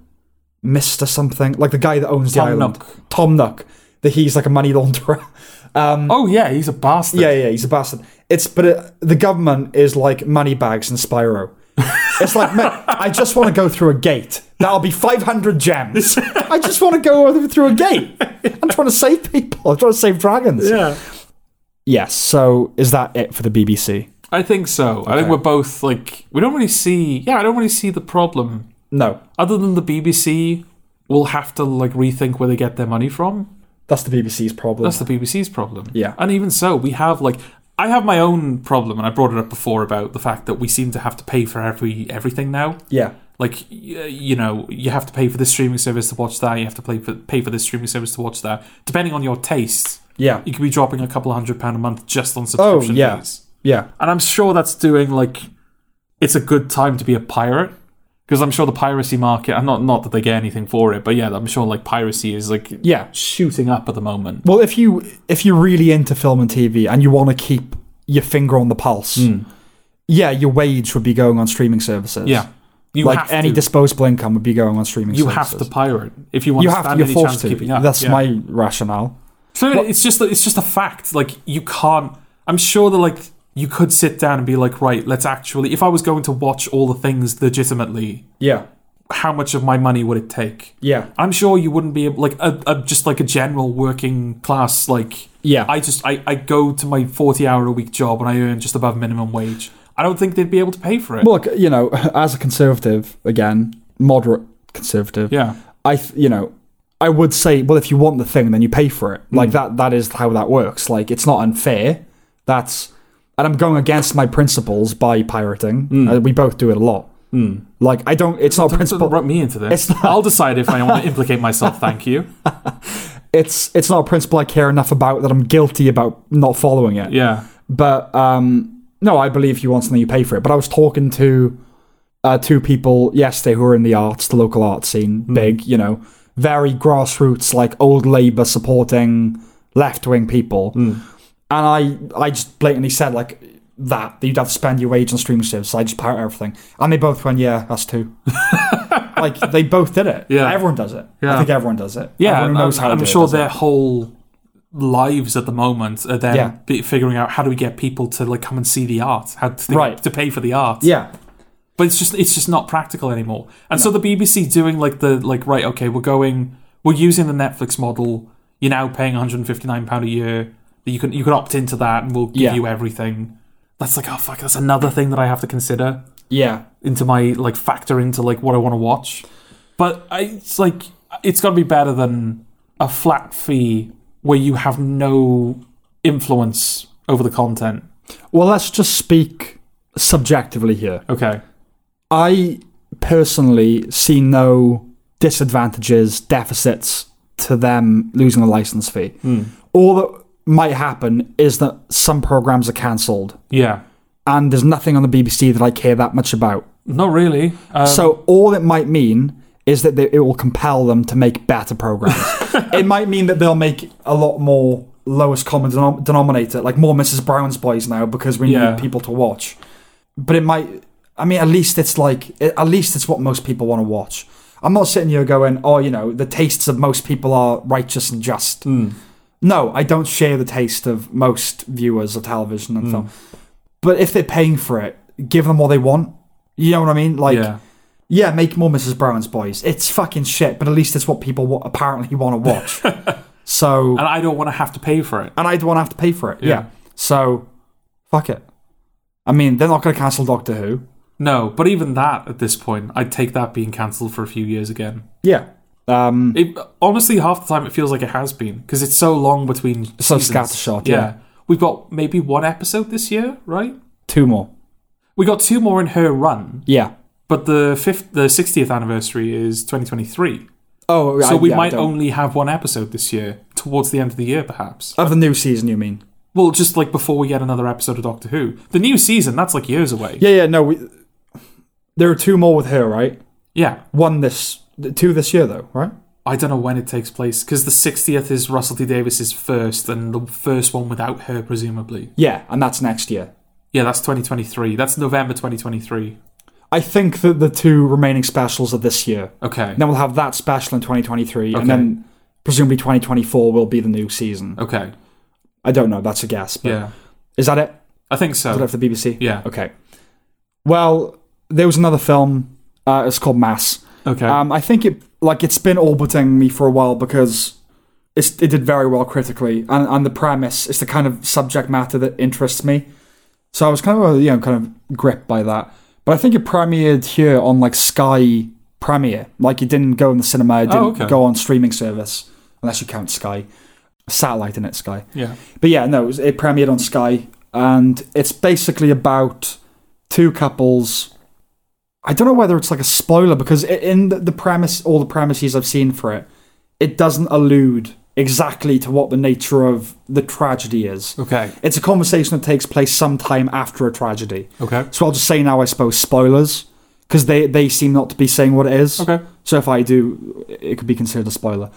Speaker 1: Mister something like the guy that owns the
Speaker 2: Tom
Speaker 1: island,
Speaker 2: Nook.
Speaker 1: Tom Nook, that he's like a money launderer. Um,
Speaker 2: oh yeah, he's a bastard.
Speaker 1: yeah, yeah, he's a bastard. It's but it, the government is like money bags and Spyro. It's like, man, I just want to go through a gate. That'll be 500 gems. I just want to go over through a gate. I'm trying to save people. I'm trying to save dragons.
Speaker 2: yeah.
Speaker 1: Yes. So is that it for the BBC?
Speaker 2: I think so. I think we're both like we don't really see. Yeah, I don't really see the problem
Speaker 1: No,
Speaker 2: other than the BBC will have to like rethink where they get their money from.
Speaker 1: that's the BBC's problem.
Speaker 2: That's the BBC's problem.
Speaker 1: Yeah.
Speaker 2: And even so, we have like I have my own problem, and I brought it up before about the fact that we seem to have to pay for every everything now.
Speaker 1: yeah,
Speaker 2: Like y- you know, you have to pay for this streaming service to watch that. You have to pay for pay for this streaming service to watch that. Depending on your taste,
Speaker 1: yeah,
Speaker 2: you could be dropping a couple of hundred pound a month just on
Speaker 1: Oh,
Speaker 2: subscription
Speaker 1: yeah.
Speaker 2: fees.
Speaker 1: yeah.
Speaker 2: And I'm sure that's doing like it's a good time to be a pirate because I'm sure the piracy market. I'm not not that they get anything for it, but yeah, I'm sure like piracy is like
Speaker 1: Yeah.
Speaker 2: shooting up at the moment.
Speaker 1: Well, if you if you're really into film and TV and you want to keep your finger on the pulse, yeah, your wage would be going on streaming services.
Speaker 2: Hmm. Yeah, you
Speaker 1: like
Speaker 2: have
Speaker 1: any
Speaker 2: to,
Speaker 1: disposable income would be going on streaming
Speaker 2: you
Speaker 1: services.
Speaker 2: have to pirate if you want
Speaker 1: You
Speaker 2: to
Speaker 1: have to.
Speaker 2: stand
Speaker 1: You're
Speaker 2: any chance
Speaker 1: forced
Speaker 2: of
Speaker 1: to.
Speaker 2: keeping up.
Speaker 1: That's
Speaker 2: yeah.
Speaker 1: my rationale.
Speaker 2: Clearly, it's just it's just a fact. Like you can't. I'm sure that like you could sit down and be like, right, let's actually. If I was going to watch all the things legitimately,
Speaker 1: Yeah.
Speaker 2: how much of my money would it take?
Speaker 1: Yeah.
Speaker 2: I'm sure you wouldn't be able, like a, a just like a general working class like
Speaker 1: Yeah.
Speaker 2: I just I, I go to my 40 hour a week job and I earn just above minimum wage. I don't think they'd be able to pay for it.
Speaker 1: Well, look, you know, as a conservative, again, moderate conservative,
Speaker 2: yeah.
Speaker 1: I, th- you know, I would say, well, if you want the thing, then you pay for it.
Speaker 2: Mm.
Speaker 1: Like that, that is how that works. Like it's not unfair. That's, and I'm going against my principles by pirating. Uh, we both do it a lot. Like I don't. It's not
Speaker 2: Mm. Don't
Speaker 1: principle.
Speaker 2: rub me into
Speaker 1: It's
Speaker 2: this.
Speaker 1: not-
Speaker 2: I'll decide if I want to implicate myself. Thank you.
Speaker 1: It's it's not a principle I care enough about that I'm guilty about not following it.
Speaker 2: Yeah.
Speaker 1: But um, no, I believe if you want something, you pay for it. But I was talking to uh, two people yesterday who are in the arts, the local art scene,
Speaker 2: Hmm.
Speaker 1: big, you know, very grassroots, like old Labour supporting left wing people.
Speaker 2: Hmm.
Speaker 1: And I, I just blatantly said like that that you'd have to spend your wage on streaming services. I just pirate everything, and they both went, "Yeah, us too." like they both did it.
Speaker 2: Yeah.
Speaker 1: everyone does it.
Speaker 2: Yeah.
Speaker 1: I think everyone does it.
Speaker 2: Yeah.
Speaker 1: everyone
Speaker 2: and
Speaker 1: who knows
Speaker 2: I'm,
Speaker 1: how. to
Speaker 2: I'm
Speaker 1: do it
Speaker 2: sure
Speaker 1: does it.
Speaker 2: their whole lives at the moment are them
Speaker 1: Yeah.
Speaker 2: be, figuring out how do we get people to like come and see the art, how to think,
Speaker 1: Right.
Speaker 2: to pay for the art.
Speaker 1: Yeah,
Speaker 2: but it's just it's just not practical anymore. And so the BBC doing like the like right, okay, we're going, we're using the Netflix model. You're now paying 159 pound a year. That you can you can opt into that, and we'll give
Speaker 1: Yeah.
Speaker 2: you everything. That's like oh fuck, that's another thing that I have to consider
Speaker 1: yeah.
Speaker 2: into my like factor into like what I want to watch. But I, it's like I- it's got to be better than a flat fee where you have no influence over the content.
Speaker 1: Well, let's just speak subjectively here.
Speaker 2: Okay.
Speaker 1: I personally see no disadvantages, deficits to them losing the license fee. All that might happen is that some programs are cancelled,
Speaker 2: Yeah.
Speaker 1: and there's nothing on the BBC that I care that much about.
Speaker 2: Not really. Um,
Speaker 1: so all it might mean is that they, it will compel them to make better programs. it might mean that they'll make a lot more lowest common denom- denominator, like more Mrs. Brown's Boys now because we
Speaker 2: Yeah.
Speaker 1: need people to watch. But it might. I mean, at least it's like it- at least it's what most people want to watch. I'm not sitting here going, oh, you know, the tastes of most people are righteous and just.
Speaker 2: Mm.
Speaker 1: No, I don't share the taste of most viewers of television
Speaker 2: Mm.
Speaker 1: and film. But if they're paying for it, give them what they want. You know what I mean? Like,
Speaker 2: yeah.
Speaker 1: yeah, make more Mrs. Brown's Boys. It's fucking shit, but at least it's what people wa- apparently want to watch. so,
Speaker 2: And I don't want to have to pay for it.
Speaker 1: and I don't want to have to pay for it. Yeah.
Speaker 2: Yeah.
Speaker 1: So, fuck it. I mean, they're not going to cancel Doctor Who.
Speaker 2: No, but even that at this point, I'd take that being cancelled for a few years again.
Speaker 1: Yeah. Um,
Speaker 2: It, honestly, half the time it feels like it has been because it's so long between.
Speaker 1: so
Speaker 2: seasons.
Speaker 1: scattershot. Yeah.
Speaker 2: Yeah. We've got maybe one episode this year, right?
Speaker 1: Two more.
Speaker 2: We got two more in her run,
Speaker 1: Yeah.
Speaker 2: but the fifth, the 60th anniversary is 2023.
Speaker 1: Oh,
Speaker 2: So
Speaker 1: I-
Speaker 2: we
Speaker 1: yeah, I
Speaker 2: might
Speaker 1: don't-
Speaker 2: only have one episode this year, towards the end of the year, perhaps.
Speaker 1: of the new season. You mean?
Speaker 2: Well, just like before we get another episode of Doctor Who. The new season, that's like years away.
Speaker 1: Yeah. Yeah. No. We. There are two more with her, right?
Speaker 2: Yeah.
Speaker 1: One this, two this year though, right?
Speaker 2: I don't know when it takes place because the 60th is Russell T Davis's first and the first one without her, presumably.
Speaker 1: Yeah, and that's next year.
Speaker 2: Yeah, that's 2023. That's November 2023.
Speaker 1: I think that the two remaining specials are this year.
Speaker 2: Okay.
Speaker 1: Then we'll have that special in 2023,
Speaker 2: Okay.
Speaker 1: and then presumably 2024 will be the new season.
Speaker 2: Okay.
Speaker 1: I don't know. That's a guess. But
Speaker 2: Yeah.
Speaker 1: Is that it?
Speaker 2: I think
Speaker 1: Is
Speaker 2: so.
Speaker 1: that it for the BBC?
Speaker 2: Yeah.
Speaker 1: Okay. Well, there was another film. Uh, it's called Mass.
Speaker 2: Okay.
Speaker 1: Um, I think it like it's been orbiting me for a while because it's, it did very well critically, and, and the premise is the kind of subject matter that interests me. So I was kind of uh, you know kind of gripped by that. But I think it premiered here on like Sky Premiere. Like it didn't go in the cinema. It didn't
Speaker 2: Oh, okay.
Speaker 1: go on streaming service unless you count Sky satellite in it Sky.
Speaker 2: yeah.
Speaker 1: But yeah, no, it, was, it premiered on Sky, and it's basically about two couples. I don't know whether it's like a spoiler because i in the, the premise, all the premises I've seen for it, it doesn't allude exactly to what the nature of the tragedy is.
Speaker 2: Okay.
Speaker 1: It's a conversation that takes place sometime after a tragedy.
Speaker 2: Okay.
Speaker 1: So I'll just say now, I suppose, spoilers, because they, they seem not to be saying what it is.
Speaker 2: Okay.
Speaker 1: So if I do, it could be considered a spoiler.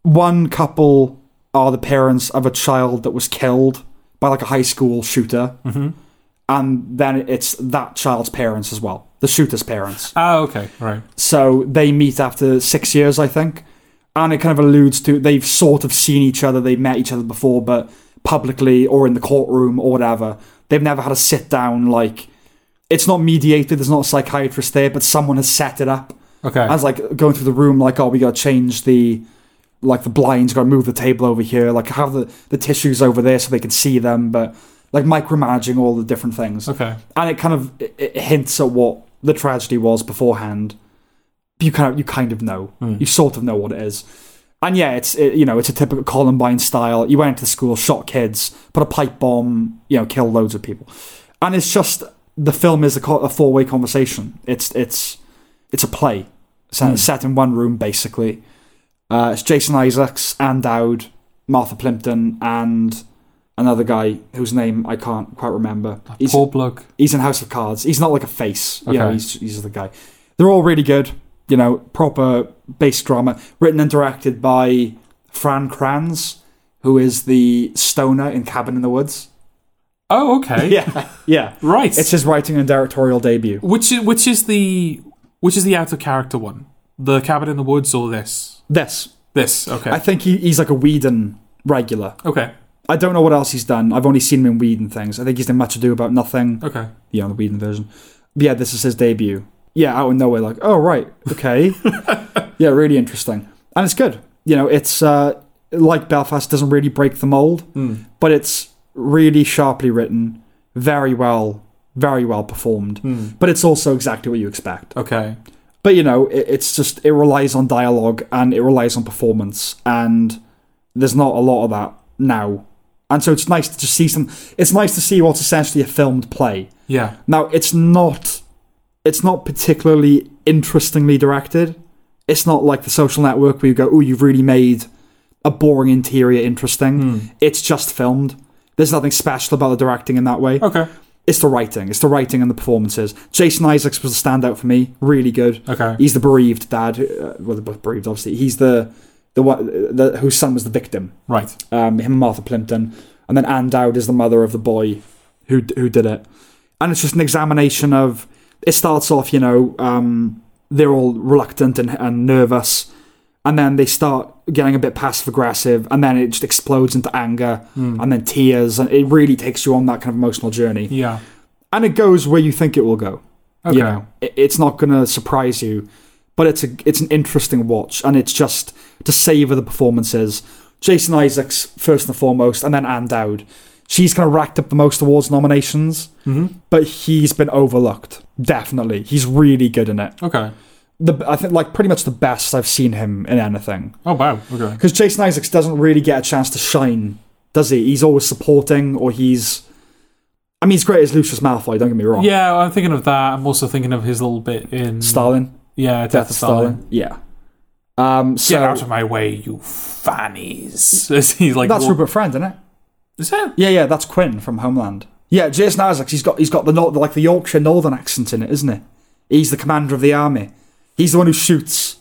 Speaker 1: One couple are the parents of a child that was killed by like a high school shooter,
Speaker 2: Mm-hmm.
Speaker 1: and then it's that child's parents as well, the shooter's parents.
Speaker 2: Ah, okay. Right.
Speaker 1: So they meet after six years, I think, and it kind of alludes to they've sort of seen each other, they've met each other before, but publicly or in the courtroom or whatever, they've never had a sit down like. It's not mediated. There's not a psychiatrist there, but someone has set it up.
Speaker 2: Okay.
Speaker 1: I was like going through the room, like, oh, we gotta change the like the blinds, gotta move the table over here, like have the, the tissues over there so they can see them, but like micromanaging all the different things.
Speaker 2: okay.
Speaker 1: And it kind of it, it hints at what the tragedy was beforehand. You kind of you kind of know,
Speaker 2: Mm.
Speaker 1: you sort of know what it is. And yeah, it's it, you know it's a typical Columbine style. You went to school, shot kids, put a pipe bomb, you know, killed loads of people. And it's just the film is a, co- a four way conversation. It's it's it's a play set,
Speaker 2: Hmm.
Speaker 1: set in one room basically. Uh, it's Jason Isaacs, Anne Dowd, Martha Plimpton, and another guy whose name I can't quite remember. He's,
Speaker 2: Poor bloke.
Speaker 1: he's in House of Cards. He's not like a face. You know,
Speaker 2: Okay.
Speaker 1: he's he's the guy. They're all really good. You know, proper bass drama, written and directed by Fran Kranz, who is the stoner in Cabin in the Woods.
Speaker 2: Oh, okay.
Speaker 1: Yeah, yeah.
Speaker 2: Right.
Speaker 1: It's his writing and directorial debut.
Speaker 2: which is, which is the which is the out of character one? The cabin in the woods or this?
Speaker 1: This,
Speaker 2: This. Okay.
Speaker 1: I think he, he's like a Whedon regular.
Speaker 2: okay.
Speaker 1: I don't know what else he's done. I've only seen him in Whedon things. I think he's done Much Ado About Nothing.
Speaker 2: Okay.
Speaker 1: Yeah, on the Whedon version. But yeah, this is his debut. Yeah, out of nowhere, like, oh right, okay. yeah, really interesting. And it's good. You know, it's uh like Belfast doesn't really break the mold,
Speaker 2: Mm.
Speaker 1: but it's really sharply written, very well, very well performed.
Speaker 2: Mm.
Speaker 1: Hmm. But it's also exactly what you expect.
Speaker 2: Okay.
Speaker 1: But you know, it, it's just it relies on dialogue and it relies on performance, and there's not a lot of that now. And so it's nice to just see some. It's nice to see what's essentially a filmed play.
Speaker 2: Yeah.
Speaker 1: Now it's not, it's not particularly interestingly directed. It's not like the Social Network where you go, "Oh, you've really made a boring interior interesting." It's just filmed. There's nothing special about the directing in that way
Speaker 2: Okay.
Speaker 1: it's the writing. It's the writing and the performances. Jason Isaacs was a standout for me. Really good.
Speaker 2: Okay.
Speaker 1: He's the bereaved dad. Uh, well, the bereaved, obviously. He's the the one the, whose son was the victim.
Speaker 2: Right.
Speaker 1: Um, him and Martha Plimpton, and then Anne Dowd is the mother of the boy who who did it. And it's just an examination of. It starts off, you know, um, they're all reluctant and, and nervous, and then they start getting a bit passive aggressive, and then it just explodes into anger
Speaker 2: Hmm.
Speaker 1: and then tears, and it really takes you on that kind of emotional journey
Speaker 2: Yeah.
Speaker 1: and it goes where you think it will go.
Speaker 2: Okay.
Speaker 1: You know, It- it's not going to surprise you, but it's a it's an interesting watch, and it's just to savor the performances. Jason Isaacs first and foremost, and then Anne Dowd. She's kind of racked up the most awards nominations,
Speaker 2: hmm
Speaker 1: but he's been overlooked. Definitely, he's really good in it.
Speaker 2: Okay.
Speaker 1: The I think like pretty much the best I've seen him in anything
Speaker 2: Oh wow. Okay.
Speaker 1: because Jason Isaacs doesn't really get a chance to shine, does he? He's always supporting, or he's. I mean, he's great as Lucius Malfoy. Don't get me wrong.
Speaker 2: Yeah, I'm thinking of that. I'm also thinking of his little bit in
Speaker 1: Stalin.
Speaker 2: Yeah, Death,
Speaker 1: Death
Speaker 2: of Stalin.
Speaker 1: Yeah. Um, so
Speaker 2: Get out of my way, you fannies. As he's like,
Speaker 1: that's
Speaker 2: walk-
Speaker 1: Rupert Friend, isn't it?
Speaker 2: is it?
Speaker 1: Yeah, yeah, that's Quinn from Homeland. Yeah, Jason Isaacs. He's got he's got the nor- like the Yorkshire Northern accent in it, isn't it? He's the commander of the army. He's the one who shoots.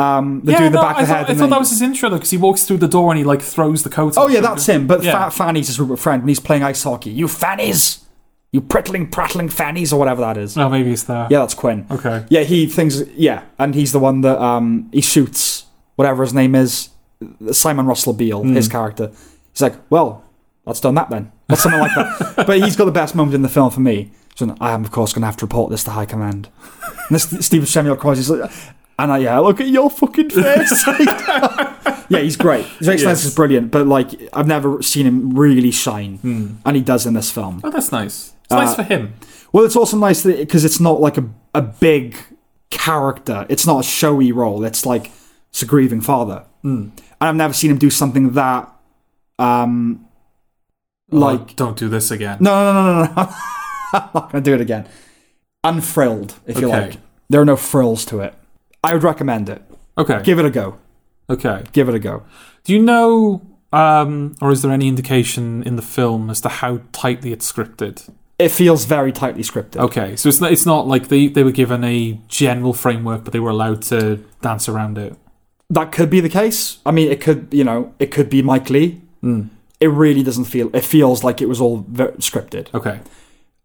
Speaker 1: Um, the dude in the
Speaker 2: no,
Speaker 1: back
Speaker 2: I
Speaker 1: of the
Speaker 2: thought,
Speaker 1: head.
Speaker 2: I
Speaker 1: and
Speaker 2: thought
Speaker 1: then-
Speaker 2: that was his intro though, because he walks through the door and he like throws the coat.
Speaker 1: oh yeah, that's him. But
Speaker 2: Yeah.
Speaker 1: Fat Fanny's is Rupert Friend, and he's playing ice hockey. You fannies, you prittling prattling fannies, or whatever that is.
Speaker 2: Oh, maybe it's that.
Speaker 1: Yeah, that's Quinn.
Speaker 2: Okay.
Speaker 1: Yeah, he thinks. Yeah, and he's the one that um he shoots whatever his name is, Simon Russell Beale, his character. He's like, well, that's done that then, or something like that. But he's got the best moment in the film for me. So I am of course going to have to report this to High Command. And this Stephen Samuel Cross is like, and I yeah, look at your fucking face. yeah, he's great. Jason
Speaker 2: Yes.
Speaker 1: yes. is brilliant, but like I've never seen him really shine, and he does in this film.
Speaker 2: Oh, that's nice. It's
Speaker 1: Uh,
Speaker 2: nice for him.
Speaker 1: Well, it's also nice because it's not like a, a big character. It's not a showy role. It's like it's a grieving father, Mm. and I've never seen him do something that, um, like
Speaker 2: Oh, don't do this again.
Speaker 1: no, no, no, no, no. I'm not gonna do it again. Unfrilled, if you
Speaker 2: Okay.
Speaker 1: like. There are no frills to it. I would recommend it.
Speaker 2: Okay.
Speaker 1: Give it a go.
Speaker 2: okay.
Speaker 1: Give it a go.
Speaker 2: Do you know, um, or is there any indication in the film as to how tightly it's scripted?
Speaker 1: It feels very tightly scripted.
Speaker 2: Okay, so it's not, it's not like they, they were given a general framework, but they were allowed to dance around it.
Speaker 1: That could be the case. I mean, it could, you know, it could be Mike Lee.
Speaker 2: Mm.
Speaker 1: It really doesn't feel. It feels like it was all ver scripted.
Speaker 2: Okay,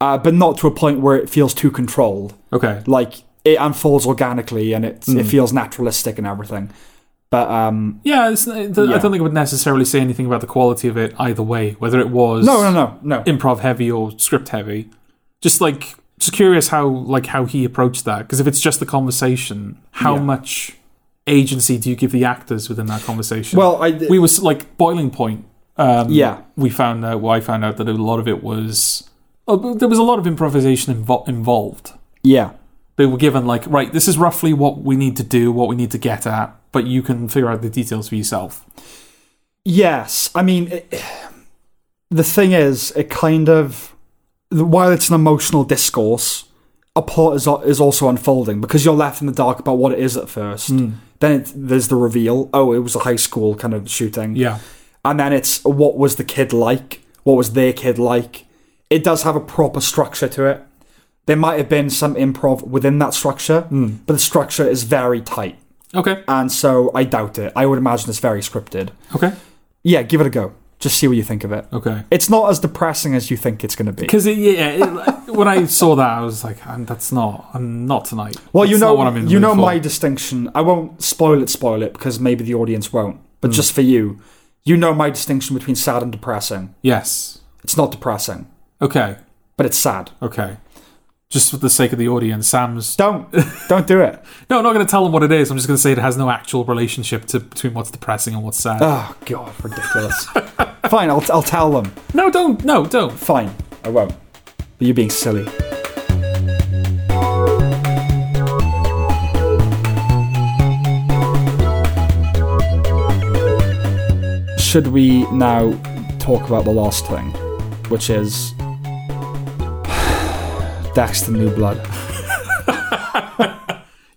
Speaker 1: uh, but not to a point where it feels too controlled.
Speaker 2: okay,
Speaker 1: Like it unfolds organically and it it feels naturalistic and everything. But um,
Speaker 2: yeah. It's, the, I
Speaker 1: Yeah.
Speaker 2: don't think it would necessarily say anything about the quality of it either way, whether it was
Speaker 1: no, no, no, no.
Speaker 2: improv heavy or script heavy. Just like just curious how like how he approached that because if it's just the conversation, how
Speaker 1: Yeah.
Speaker 2: much agency do you give the actors within that conversation?
Speaker 1: well, I
Speaker 2: we was like boiling point. Um,
Speaker 1: Yeah.
Speaker 2: we found out. Well, I found out that a lot of it was oh, there was a lot of improvisation invo- involved.
Speaker 1: yeah,
Speaker 2: They were given like right, this is roughly what we need to do, what we need to get at, but you can figure out the details for yourself.
Speaker 1: yes. I mean, it, the thing is, it kind of while it's an emotional discourse, a plot is al- is also unfolding because you're left in the dark about what it is at first. Then it, there's the reveal. Oh, it was a high school kind of shooting.
Speaker 2: Yeah,
Speaker 1: and then it's what was the kid like? What was their kid like? It does have a proper structure to it. There might have been some improv within that structure,
Speaker 2: Hmm.
Speaker 1: but the structure is very tight,
Speaker 2: okay,
Speaker 1: and so I doubt it. I would imagine it's very scripted.
Speaker 2: okay,
Speaker 1: Yeah, give it a go. Just see what you think of it.
Speaker 2: okay.
Speaker 1: It's not as depressing as you think it's going to be.
Speaker 2: Because yeah, it, when I saw that, I was like, "I'm- "That's not, I'm not tonight."
Speaker 1: Well, you
Speaker 2: That's
Speaker 1: know,
Speaker 2: not what I'm in the
Speaker 1: you
Speaker 2: mood
Speaker 1: know
Speaker 2: for.
Speaker 1: my distinction. I won't spoil it, spoil it, because maybe the audience won't. But
Speaker 2: Hmm.
Speaker 1: just for you, you know my distinction between sad and depressing.
Speaker 2: yes.
Speaker 1: It's not depressing,
Speaker 2: Okay,
Speaker 1: but it's sad.
Speaker 2: okay. Just for the sake of the audience, Sam's
Speaker 1: Don't, don't do it.
Speaker 2: No, I'm not going to tell them what it is. I'm just going to say it has no actual relationship to between what's depressing and what's sad.
Speaker 1: Oh god, ridiculous. Fine, I'll, I'll tell them.
Speaker 2: no, don't. No, don't.
Speaker 1: Fine, I won't. But you're being silly. should we now talk about the last thing, which is Daxter New Blood?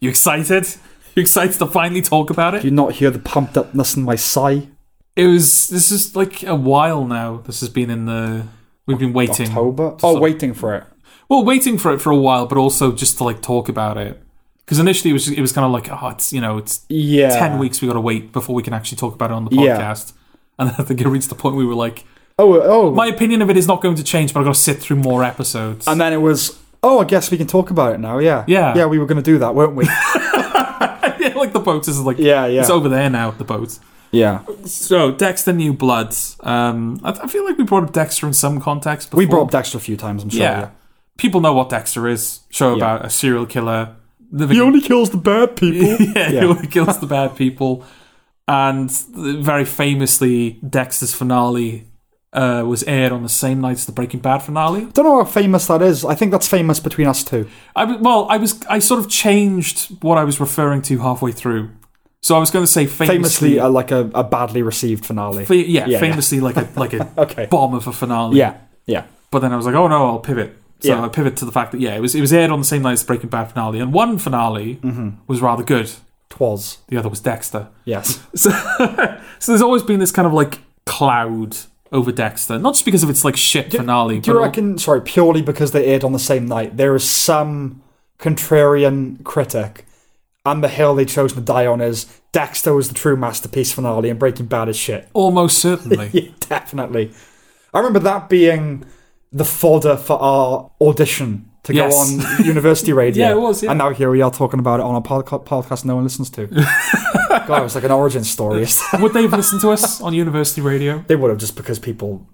Speaker 2: You excited? You excited to finally talk about
Speaker 1: Do
Speaker 2: it?
Speaker 1: you not hear the pumped upness in my sigh?
Speaker 2: It was. This is like a while now. This has been in the. We've been waiting.
Speaker 1: October? Oh, waiting for it.
Speaker 2: Well, waiting for it for a while, but also just to like talk about it. Because initially it was it was kind of like oh it's you know it's
Speaker 1: Yeah.
Speaker 2: ten weeks we got to wait before we can actually talk about it on the
Speaker 1: Uh, Yeah.
Speaker 2: podcast. And I think it reached the point we were like,
Speaker 1: Oh, oh.
Speaker 2: my opinion of it is not going to change, but I've got to sit through more episodes.
Speaker 1: and then it was, oh, I guess we can talk about it now. Yeah.
Speaker 2: Yeah.
Speaker 1: Yeah, we were going to do that, weren't we?
Speaker 2: yeah, like the boat is like
Speaker 1: yeah, yeah.
Speaker 2: it's over there now. The boat.
Speaker 1: yeah.
Speaker 2: So Dexter New Blood. Um, I, I feel like we brought up Dexter in some context. Before.
Speaker 1: We brought up Dexter a few times, I'm sure.
Speaker 2: yeah.
Speaker 1: Yeah.
Speaker 2: People know what Dexter is. Show about a serial killer living.
Speaker 1: He only kills the bad people. Yeah.
Speaker 2: yeah, he only kills the bad people. And th- very famously, Dexter's finale uh, was aired on the same night as the Breaking Bad finale.
Speaker 1: Don't know how famous that is. I think that's famous between us two.
Speaker 2: I w- well, I was I sort of changed what I was referring to halfway through. So I was going to say famously,
Speaker 1: Famously, uh, like a, a badly received finale.
Speaker 2: fa- yeah,
Speaker 1: yeah.
Speaker 2: famously like a like a
Speaker 1: okay.
Speaker 2: bomb of a finale.
Speaker 1: Yeah. Yeah.
Speaker 2: But then I was like, oh no, I'll pivot. So
Speaker 1: Yeah.
Speaker 2: I pivot to the fact that yeah, it was it was aired on the same night as the Breaking Bad finale, and one finale was rather good.
Speaker 1: Twas.
Speaker 2: The other was Dexter.
Speaker 1: Yes.
Speaker 2: So, so there's always been this kind of like cloud over Dexter, not just because of its like shit finale.
Speaker 1: Do you
Speaker 2: but
Speaker 1: reckon, sorry, purely because they aired on the same night, there is some contrarian critic, and the hill they chose to die on is Dexter was the true masterpiece finale and Breaking Bad is shit.
Speaker 2: al- almost certainly.
Speaker 1: Yeah, definitely. I remember that being the fodder for our audition to
Speaker 2: Yes.
Speaker 1: go on university radio.
Speaker 2: Yeah, it was, yeah.
Speaker 1: And now here we are talking about it on a podca- podcast no one listens to. God, it was like an origin story.
Speaker 2: Would they have listened to us on university radio?
Speaker 1: they would have just because people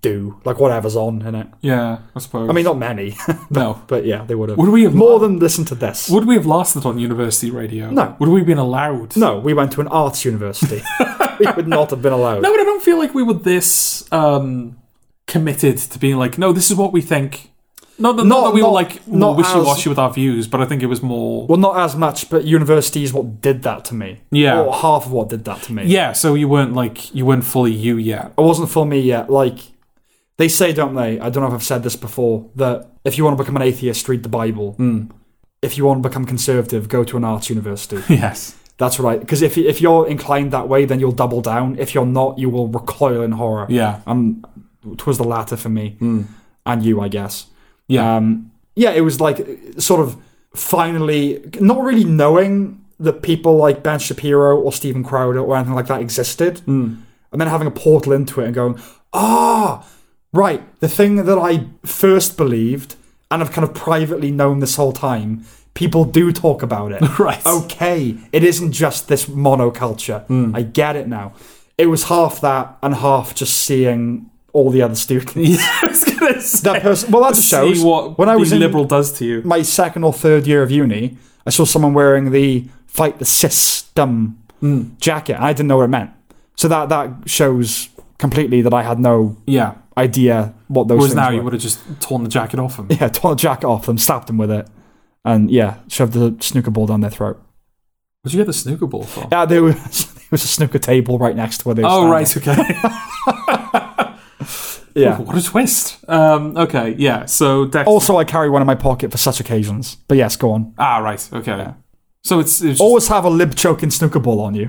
Speaker 1: do, like whatever's on, innit?
Speaker 2: Yeah, I suppose.
Speaker 1: I mean, not many.
Speaker 2: no.
Speaker 1: But yeah, they would have.
Speaker 2: Would we have
Speaker 1: more than listen to this?
Speaker 2: Would we have lasted on university radio?
Speaker 1: No.
Speaker 2: Would we have been allowed?
Speaker 1: no, we went to an arts university. we would not have been allowed.
Speaker 2: No, but I don't feel like we were this um, committed to being like, no, this is what we think. Not that, not,
Speaker 1: Not-
Speaker 2: that we
Speaker 1: not-
Speaker 2: were like
Speaker 1: not
Speaker 2: wishy washy with our views, but I think it was more.
Speaker 1: Well, not as much, but university is what did that to me.
Speaker 2: Yeah.
Speaker 1: Or half of what did that to me.
Speaker 2: Yeah, so you weren't like you weren't fully you yet.
Speaker 1: It wasn't for me yet. Like, they say, don't they? I don't know if I've said this before, that if you want to become an atheist, read the Bible. If you want to become conservative, go to an arts university.
Speaker 2: Yes.
Speaker 1: That's right. Because if, if you're inclined that way, then you'll double down. If you're not, you will recoil in horror.
Speaker 2: Yeah.
Speaker 1: Um, 'twas the latter for me. And you, I guess.
Speaker 2: Yeah.
Speaker 1: um, yeah, it was like sort of finally not really knowing that people like Ben Shapiro or Steven Crowder or anything like that existed,
Speaker 2: Hmm.
Speaker 1: and then having a portal into it and going, ah, right, the thing that I first believed and have kind of privately known this whole time, people do talk about it.
Speaker 2: Right.
Speaker 1: Okay, it isn't just this monoculture.
Speaker 2: Hmm.
Speaker 1: I get it now. It was half that and half just seeing all the other students.
Speaker 2: Yeah, I was gonna say,
Speaker 1: That person. Well, that shows
Speaker 2: see what
Speaker 1: when I was
Speaker 2: being
Speaker 1: in
Speaker 2: liberal does to you.
Speaker 1: my second or third year of uni, I saw someone wearing the "fight the system" jacket, and I didn't know what it meant. So that that shows completely that I had no
Speaker 2: Yeah,
Speaker 1: idea what those
Speaker 2: whereas
Speaker 1: things
Speaker 2: now
Speaker 1: were.
Speaker 2: you would have just torn the jacket off him.
Speaker 1: yeah, tore the jacket off them, slapped them with it, and yeah, shoved the snooker ball down their throat.
Speaker 2: Where'd you get the snooker ball from?
Speaker 1: Yeah, there was there was a snooker table right next to where they. Were
Speaker 2: Oh
Speaker 1: standing.
Speaker 2: right, okay.
Speaker 1: Yeah.
Speaker 2: what a twist. Um, okay, yeah. So Dex-
Speaker 1: Also, I carry one in my pocket for such occasions. But yes, go on.
Speaker 2: ah right, okay. So it's, it's just-
Speaker 1: Always have a lib choking snooker ball on you.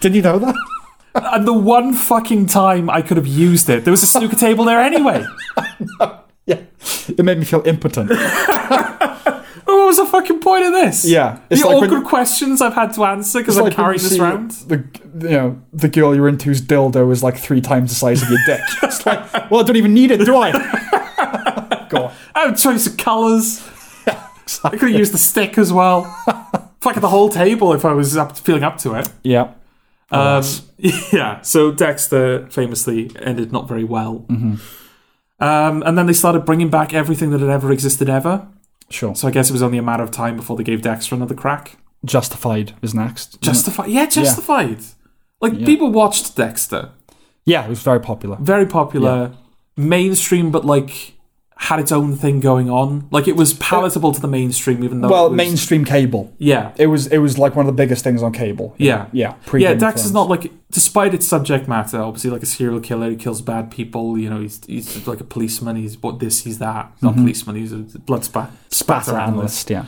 Speaker 1: Did you know that?
Speaker 2: and the one fucking time I could have used it, there was a snooker table there anyway.
Speaker 1: Yeah. It made me feel impotent.
Speaker 2: What was the fucking point of this?
Speaker 1: Yeah, it's
Speaker 2: the
Speaker 1: like when-
Speaker 2: awkward questions I've had to answer because I'm
Speaker 1: It's when
Speaker 2: carrying
Speaker 1: you
Speaker 2: this
Speaker 1: see
Speaker 2: round.
Speaker 1: The you know the girl you're into's dildo is like three times the size of your dick. It's like, well, I don't even need it, do I? God,
Speaker 2: I have a choice of colours. I could have used the stick as well. Fucking the whole table if I was up feeling up to it.
Speaker 1: yeah,
Speaker 2: Um,
Speaker 1: that's-
Speaker 2: yeah, so Dexter famously ended not very well.
Speaker 1: Mm-hmm.
Speaker 2: Um, and then they started bringing back everything that had ever existed ever.
Speaker 1: sure.
Speaker 2: So I guess it was only a matter of time before they gave Dexter another crack.
Speaker 1: Justified is next.
Speaker 2: Justified. Yeah, justified. Like, people watched Dexter.
Speaker 1: yeah, it was very popular.
Speaker 2: Very popular. Mainstream, but like had its own thing going on. Like it was palatable to the mainstream, even though
Speaker 1: well,
Speaker 2: it was,
Speaker 1: mainstream cable.
Speaker 2: yeah,
Speaker 1: It was it was like one of the biggest things on cable.
Speaker 2: Yeah.
Speaker 1: yeah.
Speaker 2: yeah.
Speaker 1: pre-Game of
Speaker 2: Dax is
Speaker 1: Thrones.
Speaker 2: not like, despite its subject matter, obviously like a serial killer, he kills bad people. You know, he's he's like a policeman. He's what this, he's that. Not
Speaker 1: Mm-hmm.
Speaker 2: policeman. He's a blood spat
Speaker 1: spatter
Speaker 2: spatter
Speaker 1: analyst. Yeah,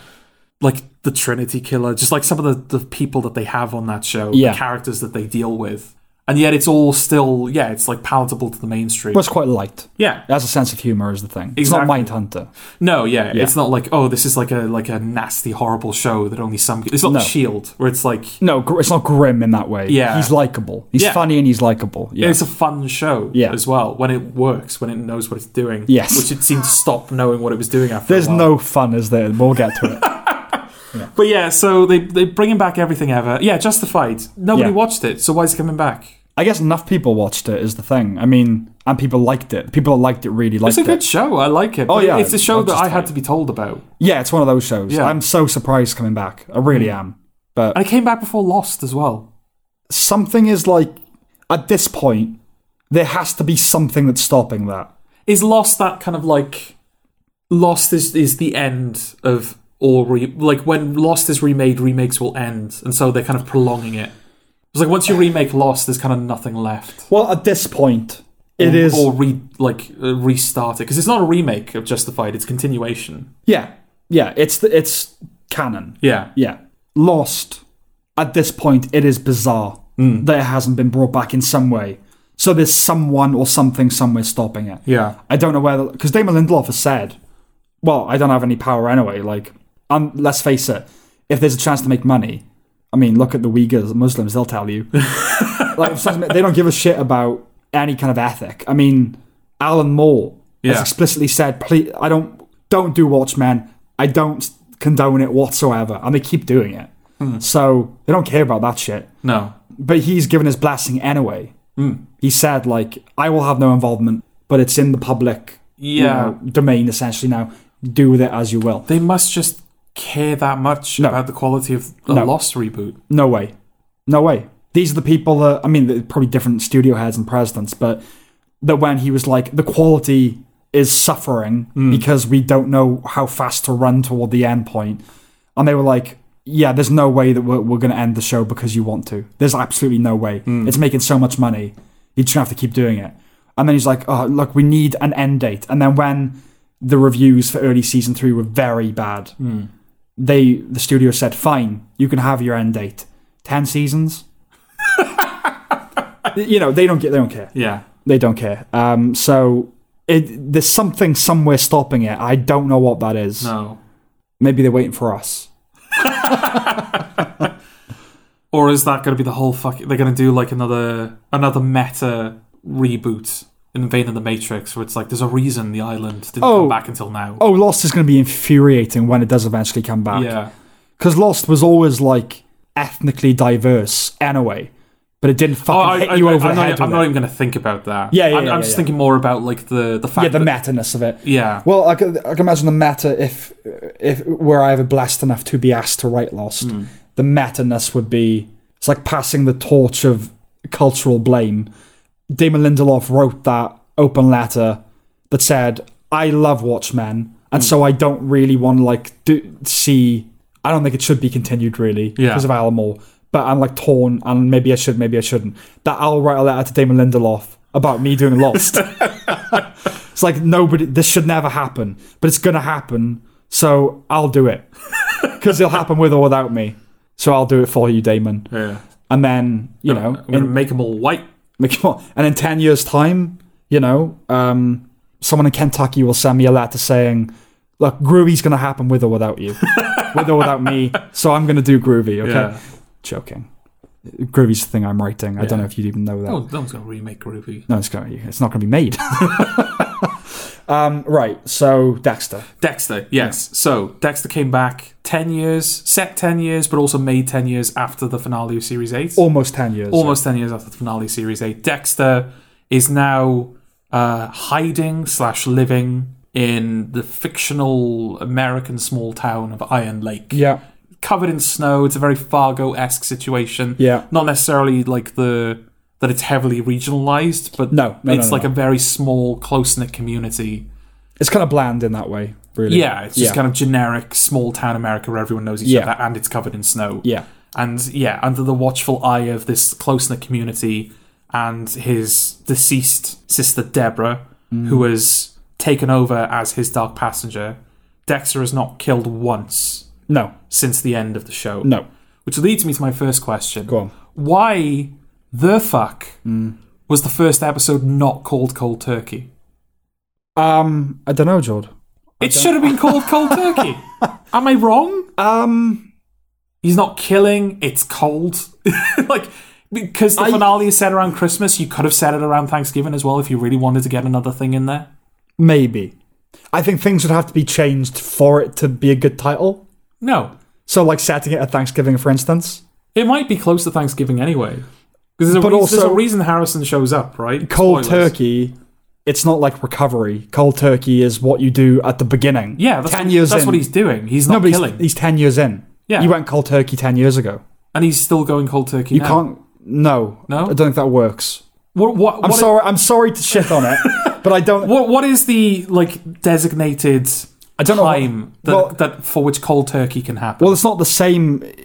Speaker 2: like the Trinity Killer, just like some of the, the people that they have on that show,
Speaker 1: Yeah.
Speaker 2: the characters that they deal with. And yet it's all still, yeah, it's like palatable to the mainstream.
Speaker 1: but it's quite light.
Speaker 2: yeah.
Speaker 1: It has a sense of humor, is the thing.
Speaker 2: Exactly.
Speaker 1: It's not Mindhunter.
Speaker 2: No, yeah, It's not like, oh, this is like a like a nasty, horrible show that only some it's not
Speaker 1: No.
Speaker 2: the shield E where it's like
Speaker 1: No, gr- it's not grim in that way.
Speaker 2: Yeah.
Speaker 1: he's likable. He's
Speaker 2: Yeah.
Speaker 1: funny and he's likable. Yeah,
Speaker 2: it's a fun show
Speaker 1: Yeah.
Speaker 2: as well, when it works, when it knows what it's doing.
Speaker 1: Yes.
Speaker 2: Which it seemed to stop knowing what it was doing after. a
Speaker 1: there's
Speaker 2: while.
Speaker 1: no fun, is there? We'll get to it.
Speaker 2: But yeah, so they they bringing back everything ever. Yeah, justified. Nobody
Speaker 1: Yeah.
Speaker 2: watched it, so why is it coming back?
Speaker 1: I guess enough people watched it is the thing. I mean, and people liked it. People that liked it really liked
Speaker 2: It's a
Speaker 1: it.
Speaker 2: good show. I like it.
Speaker 1: Oh,
Speaker 2: but
Speaker 1: yeah,
Speaker 2: it's a show
Speaker 1: I'm
Speaker 2: that I
Speaker 1: justified.
Speaker 2: had to be told about.
Speaker 1: Yeah, it's one of those shows.
Speaker 2: Yeah. Hmm.
Speaker 1: I'm so surprised coming back. I really am. But
Speaker 2: And it came back before Lost as well.
Speaker 1: something is like at this point, there has to be something that's stopping that.
Speaker 2: Is Lost that kind of like Lost is is the end of all re- like when Lost is remade, remakes will end, and so they're kind of prolonging it. It's like once you remake Lost, there's kind of nothing left.
Speaker 1: Well, at this point, it is.
Speaker 2: or re like uh, restart it because it's not a remake of Justified; it's continuation.
Speaker 1: yeah, yeah. It's the, it's canon.
Speaker 2: Yeah,
Speaker 1: Yeah, Lost. At this point, it is bizarre
Speaker 2: Hmm.
Speaker 1: that it hasn't been brought back in some way. So there's someone or something somewhere stopping it.
Speaker 2: yeah,
Speaker 1: I don't know whether because Damon Lindelof has said, "Well, I don't have any power anyway." Like, um, let's face it, if there's a chance to make money, I mean, look at the Uyghurs, the Muslims, they'll tell you. like, they don't give a shit about any kind of ethic. I mean, Alan Moore
Speaker 2: Yeah.
Speaker 1: has explicitly said, "Please, I don't don't do Watchmen. I don't condone it whatsoever," and they keep doing it. So they don't care about that shit
Speaker 2: no,
Speaker 1: but he's given his blessing anyway. He said, like, I will have no involvement, but it's in the public you
Speaker 2: Yeah.
Speaker 1: know, domain essentially now. Do with it as you will.
Speaker 2: they must just care that much
Speaker 1: No.
Speaker 2: about the quality of the
Speaker 1: No.
Speaker 2: Lost reboot.
Speaker 1: No way. No way. These are the people that, I mean, they're probably different studio heads and presidents, but that when he was like, the quality is suffering because we don't know how fast to run toward the end point. And they were like, yeah, there's no way that we're, we're going to end the show because you want to. There's absolutely no way. It's making so much money. You're just going to have to keep doing it. And then he's like, oh, look, we need an end date. And then when the reviews for early season three were very bad, they the studio said, "Fine, you can have your end date. Ten seasons." you know they don't get they don't care
Speaker 2: Yeah,
Speaker 1: they don't care. Um, so it there's something somewhere stopping it. I don't know what that is.
Speaker 2: no.
Speaker 1: Maybe they're waiting for us.
Speaker 2: Or is that going to be the whole fucking? They're going to do like another another meta reboot in the vein of the Matrix, where it's like there's a reason the island didn't
Speaker 1: Oh.
Speaker 2: come back until now.
Speaker 1: Oh, Lost is going to be infuriating when it does eventually come back.
Speaker 2: yeah,
Speaker 1: because Lost was always like ethnically diverse anyway, but it didn't fucking
Speaker 2: oh, I,
Speaker 1: hit
Speaker 2: I,
Speaker 1: you over
Speaker 2: am
Speaker 1: the
Speaker 2: not,
Speaker 1: head.
Speaker 2: I'm
Speaker 1: with
Speaker 2: not
Speaker 1: it.
Speaker 2: even going to think about that.
Speaker 1: Yeah, yeah,
Speaker 2: I'm,
Speaker 1: yeah,
Speaker 2: I'm just
Speaker 1: yeah.
Speaker 2: thinking more about like the the fact
Speaker 1: yeah, the
Speaker 2: that
Speaker 1: meta ness of it.
Speaker 2: yeah,
Speaker 1: Well, I can, I can imagine the meta if if were I ever blessed enough to be asked to write Lost, the meta-ness would be it's like passing the torch of cultural blame. Damon Lindelof wrote that open letter that said, "I love Watchmen,
Speaker 2: Hmm.
Speaker 1: and so I don't really want to like do, see. I don't think it should be continued really
Speaker 2: Yeah.
Speaker 1: because of Alan Moore, but I'm like torn, and maybe I should, maybe I shouldn't. That I'll write a letter to Damon Lindelof about me doing Lost." It's like nobody. This should never happen, but it's gonna happen. So I'll do it because it'll happen with or without me. So I'll do it for you, Damon.
Speaker 2: yeah.
Speaker 1: And then you
Speaker 2: Uh, I'm
Speaker 1: know,
Speaker 2: going to
Speaker 1: in,
Speaker 2: make them all white.
Speaker 1: like, and in ten years' time, you know, um, someone in Kentucky will send me a letter saying, "Look, Groovy's gonna happen with or without you, with or without me. So I'm gonna do Groovy." Okay,
Speaker 2: Yeah.
Speaker 1: joking. Groovy's the thing I'm writing. I don't know if you even know that.
Speaker 2: No, no one's going to remake Groovy.
Speaker 1: No, it's going. It's not going to be made. um, right. So Dexter.
Speaker 2: Dexter, yes. So Dexter came back ten years, set ten years, but also made ten years after the finale of series eight.
Speaker 1: almost 10 years.
Speaker 2: almost 10 years after the finale series 8 dexter is now uh, hiding slash living in the fictional american small town of iron lake
Speaker 1: Yeah.
Speaker 2: covered in snow it's a very fargo-esque situation
Speaker 1: Yeah.
Speaker 2: not necessarily like the that it's heavily regionalized but
Speaker 1: No, no, no,
Speaker 2: it's
Speaker 1: no,
Speaker 2: like
Speaker 1: no.
Speaker 2: a very small close-knit community
Speaker 1: it's kind of bland in that way, really.
Speaker 2: Yeah, it's just kind of generic small town America where everyone knows each
Speaker 1: Yeah.
Speaker 2: other and it's covered in snow.
Speaker 1: yeah,
Speaker 2: And yeah, under the watchful eye of this close knit community and his deceased sister Deborah,
Speaker 1: Mm.
Speaker 2: who was taken over as his dark passenger, Dexter has not killed once
Speaker 1: no,
Speaker 2: since the end of the show.
Speaker 1: no,
Speaker 2: Which leads me to my first question.
Speaker 1: go on. Mm.
Speaker 2: Why the fuck was the first episode not called Cold Turkey?
Speaker 1: Um, I don't know, Jord.
Speaker 2: It should have been called Cold Turkey. Am I wrong?
Speaker 1: Um,
Speaker 2: He's not killing. It's cold. like because the
Speaker 1: I-
Speaker 2: finale is set around Christmas, you could have set it around Thanksgiving as well if you really wanted to get another thing in there.
Speaker 1: maybe. I think things would have to be changed for it to be a good title.
Speaker 2: No,
Speaker 1: So, like setting it at Thanksgiving, for instance,
Speaker 2: it might be close to Thanksgiving anyway. Because there's, a
Speaker 1: But
Speaker 2: reas- there's a
Speaker 1: also-
Speaker 2: reason Harrison shows up, right?
Speaker 1: cold
Speaker 2: Spoilers.
Speaker 1: turkey. It's not like recovery. Cold turkey is what you do at the beginning.
Speaker 2: Yeah, that's,
Speaker 1: ten
Speaker 2: what,
Speaker 1: years
Speaker 2: that's
Speaker 1: in.
Speaker 2: what he's doing. He's not
Speaker 1: no, but he's-
Speaker 2: killing,
Speaker 1: He's, ten years in.
Speaker 2: Yeah.
Speaker 1: you went cold turkey ten years ago.
Speaker 2: and he's still going cold turkey.
Speaker 1: You
Speaker 2: now.
Speaker 1: can't. No,
Speaker 2: No?
Speaker 1: I don't think that works.
Speaker 2: What? What?
Speaker 1: I'm
Speaker 2: what-
Speaker 1: sorry. I'm sorry to shit on it, but I don't.
Speaker 2: What? What is the like designated?
Speaker 1: I don't know what-
Speaker 2: time that,
Speaker 1: well-
Speaker 2: that for which cold turkey can happen.
Speaker 1: Well, it's not the same. It,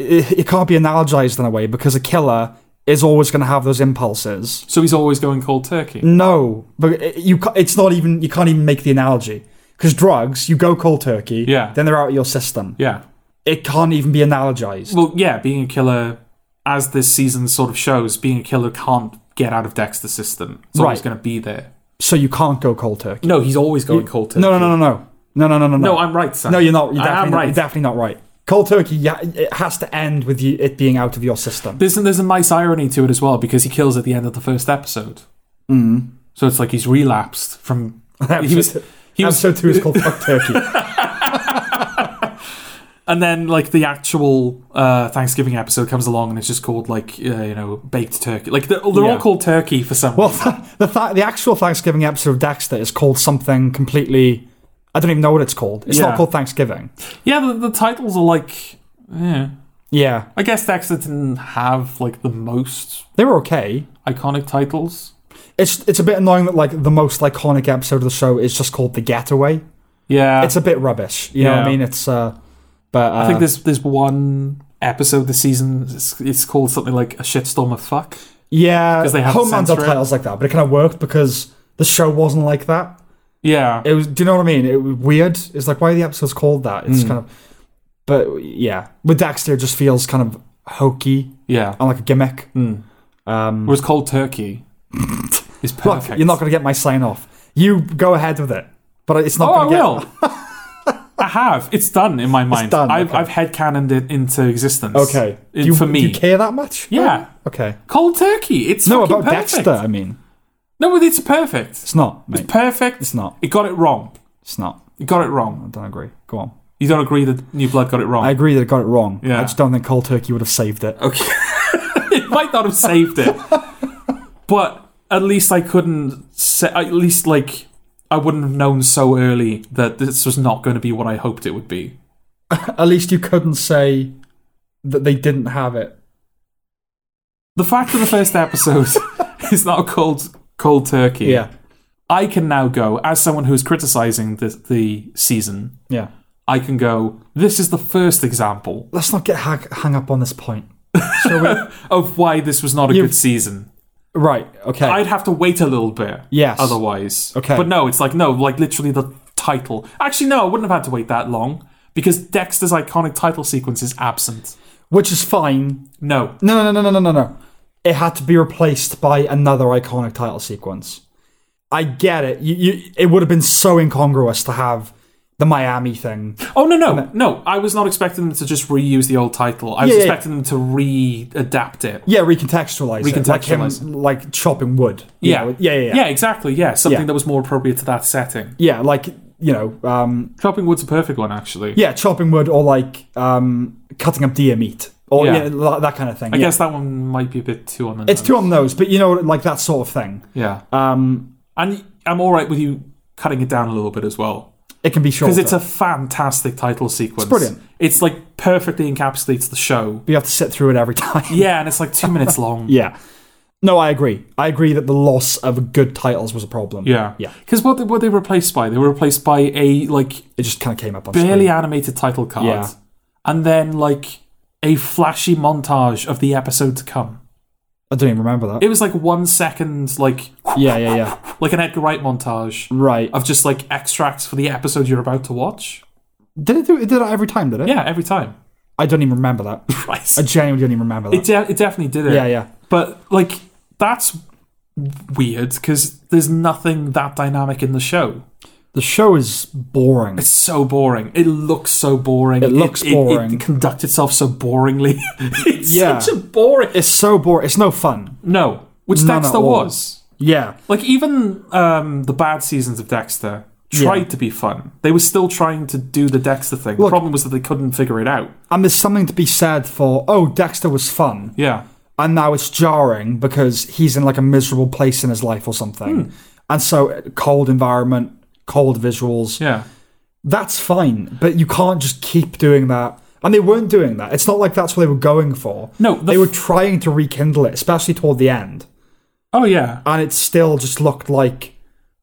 Speaker 1: it, it can't be analogized in a way because a killer is always going to have those impulses.
Speaker 2: so he's always going cold turkey.
Speaker 1: No, but it- you ca- it's not even you can't even make the analogy because drugs you go cold turkey.
Speaker 2: Yeah.
Speaker 1: Then they're out of your system.
Speaker 2: Yeah.
Speaker 1: It can't even be analogized.
Speaker 2: Well, yeah, being a killer, as this season sort of shows, being a killer can't get out of Dexter's system. It's always
Speaker 1: Right.
Speaker 2: going to be there.
Speaker 1: So you can't go cold turkey.
Speaker 2: No, he's always going cold turkey.
Speaker 1: No, no, no, no, no, no, no, no, no.
Speaker 2: No, I'm right, Sam.
Speaker 1: No, you're not. You're
Speaker 2: I
Speaker 1: definitely,
Speaker 2: am
Speaker 1: not-
Speaker 2: right.
Speaker 1: You're definitely not right. Cold turkey. Yeah, it has to end with you it being out of your system.
Speaker 2: There's, there's a nice irony to it as well because he kills at the end of the first episode. Mm.
Speaker 1: Mm-hmm.
Speaker 2: So it's like he's relapsed from. He was. He was
Speaker 1: Episode two is called fuck turkey.
Speaker 2: and then like the actual uh, Thanksgiving episode comes along and it's just called like uh, you know baked turkey. Like they're, they're all
Speaker 1: Yeah.
Speaker 2: called turkey for some.
Speaker 1: Well,
Speaker 2: reason.
Speaker 1: the th- the actual Thanksgiving episode of Dexter is called something completely. I don't even know what it's called. It's
Speaker 2: Yeah.
Speaker 1: not called Thanksgiving.
Speaker 2: yeah, the, the titles are like. Yeah,
Speaker 1: Yeah,
Speaker 2: I guess Dexter didn't have like the most
Speaker 1: they were okay.
Speaker 2: iconic titles.
Speaker 1: It's it's a bit annoying that like the most iconic episode of the show is just called The Getaway.
Speaker 2: Yeah,
Speaker 1: It's a bit rubbish. You know what
Speaker 2: Yeah.
Speaker 1: I mean? It's uh, but uh,
Speaker 2: I think there's there's one episode this season. It's, it's called something like a shitstorm of fuck.
Speaker 1: yeah,
Speaker 2: 'cause they have to
Speaker 1: Homeland's
Speaker 2: censor
Speaker 1: had
Speaker 2: it.
Speaker 1: titles like that, but it kind of worked because the show wasn't like that.
Speaker 2: Yeah,
Speaker 1: It was. Do you know what I mean? It was weird. It's like why are the episodes called that? It's
Speaker 2: Mm.
Speaker 1: kind of. But yeah, with Dexter, it just feels kind of hokey
Speaker 2: yeah.
Speaker 1: and like a gimmick.
Speaker 2: Mm.
Speaker 1: Um,
Speaker 2: Whereas cold turkey is
Speaker 1: Look,
Speaker 2: perfect.
Speaker 1: you're not going to get my sign off. You go ahead with it, but it's not.
Speaker 2: Oh, I
Speaker 1: gonna get,
Speaker 2: will. I have. It's done in my mind.
Speaker 1: done,
Speaker 2: I've
Speaker 1: okay.
Speaker 2: I've headcanoned it into existence.
Speaker 1: Okay.
Speaker 2: In-
Speaker 1: do you,
Speaker 2: for me.
Speaker 1: do you care that much?
Speaker 2: Yeah.
Speaker 1: Okay.
Speaker 2: Cold turkey. It's
Speaker 1: No,
Speaker 2: fucking
Speaker 1: about
Speaker 2: perfect.
Speaker 1: Dexter. I mean,
Speaker 2: No, but it's perfect.
Speaker 1: it's not. Mate.
Speaker 2: Perfect.
Speaker 1: It's not.
Speaker 2: It got it wrong.
Speaker 1: It's not.
Speaker 2: It got it wrong.
Speaker 1: I don't agree. Go on.
Speaker 2: You don't agree that New Blood got it wrong.
Speaker 1: I agree that I got it wrong.
Speaker 2: Yeah.
Speaker 1: I just don't think Cold Turkey would have saved it.
Speaker 2: Okay. it might not have saved it. But at least I couldn't say, at least like, I wouldn't have known so early that this was not going to be what I hoped it would be.
Speaker 1: At least you couldn't say that they didn't have it.
Speaker 2: The fact that the first episode is not called Cold Turkey,
Speaker 1: Yeah.
Speaker 2: I can now go, as someone who's criticizing the, the season,
Speaker 1: Yeah.
Speaker 2: I can go, this is the first example
Speaker 1: Let's not get hang, hung up on this point. Shall
Speaker 2: of why this was not a
Speaker 1: You-
Speaker 2: good season.
Speaker 1: we? right. Okay.
Speaker 2: I'd have to wait a little bit.
Speaker 1: Yes.
Speaker 2: Otherwise.
Speaker 1: Okay.
Speaker 2: But no, it's like no, like literally the title. Actually, no, I wouldn't have had to wait that long because Dexter's iconic title sequence is absent.
Speaker 1: Which is fine.
Speaker 2: No.
Speaker 1: No, no, no, no, no, no, no. It had to be replaced by another iconic title sequence. I get it. You, you, it would have been so incongruous to have the Miami thing.
Speaker 2: Oh no, no, no. I was not expecting them to just reuse the old title. I was
Speaker 1: Yeah, yeah.
Speaker 2: expecting them to re-adapt it.
Speaker 1: Yeah, recontextualize. it, like him,
Speaker 2: Recontextualize
Speaker 1: like chopping wood. you
Speaker 2: Yeah.
Speaker 1: know? yeah, yeah, yeah,
Speaker 2: Yeah, exactly. Yeah, something
Speaker 1: Yeah.
Speaker 2: that was more appropriate to that setting.
Speaker 1: Yeah, Like you know, um,
Speaker 2: Chopping wood's a perfect one, actually.
Speaker 1: yeah, chopping wood or like um, cutting up deer meat or
Speaker 2: Yeah.
Speaker 1: yeah. that, that kind of thing.
Speaker 2: I
Speaker 1: yeah.
Speaker 2: guess that one might be a bit too on the.
Speaker 1: it's
Speaker 2: nose.
Speaker 1: two on those, but you know, like that sort of thing.
Speaker 2: Yeah,
Speaker 1: Um,
Speaker 2: and I'm all right with you cutting it down a little bit as well.
Speaker 1: it can be shorter.
Speaker 2: because it's a fantastic title sequence. It's
Speaker 1: brilliant.
Speaker 2: It's like perfectly encapsulates the show.
Speaker 1: you have to sit through it every time.
Speaker 2: Yeah, and it's like two minutes long.
Speaker 1: Yeah. No, I agree. I agree that the loss of good titles was a problem.
Speaker 2: Yeah,
Speaker 1: Yeah.
Speaker 2: Because what they, what they replaced by? They were replaced by a like
Speaker 1: It just kind of came up on
Speaker 2: barely
Speaker 1: screen.
Speaker 2: animated title card,
Speaker 1: Yeah.
Speaker 2: and then like a flashy montage of the episode to come.
Speaker 1: I don't even remember that.
Speaker 2: It was like one second, like
Speaker 1: yeah, yeah, yeah.
Speaker 2: like an Edgar Wright montage
Speaker 1: Right.
Speaker 2: of just like extracts for the episode you're about to watch.
Speaker 1: Did it do it did that every time, did it?
Speaker 2: Yeah, every time.
Speaker 1: I don't even remember that.
Speaker 2: Right.
Speaker 1: I genuinely don't even remember that.
Speaker 2: It, de- it definitely did it.
Speaker 1: yeah, yeah.
Speaker 2: But like that's weird because there's nothing that dynamic in the show.
Speaker 1: The show is boring.
Speaker 2: It's so boring. It looks so boring. It
Speaker 1: looks
Speaker 2: It,
Speaker 1: boring.
Speaker 2: conducts itself so boringly. it's
Speaker 1: Yeah.
Speaker 2: such a boring.
Speaker 1: It's so boring. It's no fun.
Speaker 2: No, which
Speaker 1: None
Speaker 2: Dexter
Speaker 1: at all.
Speaker 2: was.
Speaker 1: Yeah.
Speaker 2: Like even um, the bad seasons of Dexter tried
Speaker 1: Yeah.
Speaker 2: to be fun. They were still trying to do the Dexter thing. the
Speaker 1: Look-
Speaker 2: problem was that they couldn't figure it out.
Speaker 1: And there's something to be said for, oh, Dexter was fun.
Speaker 2: Yeah.
Speaker 1: And now it's jarring because he's in like a miserable place in his life or
Speaker 2: Hmm.
Speaker 1: something. And so, cold environment, cold visuals.
Speaker 2: Yeah.
Speaker 1: That's fine. But you can't just keep doing that. And they weren't doing that. It's not like that's what they were going for.
Speaker 2: No, the
Speaker 1: they were
Speaker 2: f-
Speaker 1: trying to rekindle it, especially toward the end.
Speaker 2: Oh yeah.
Speaker 1: and it still just looked like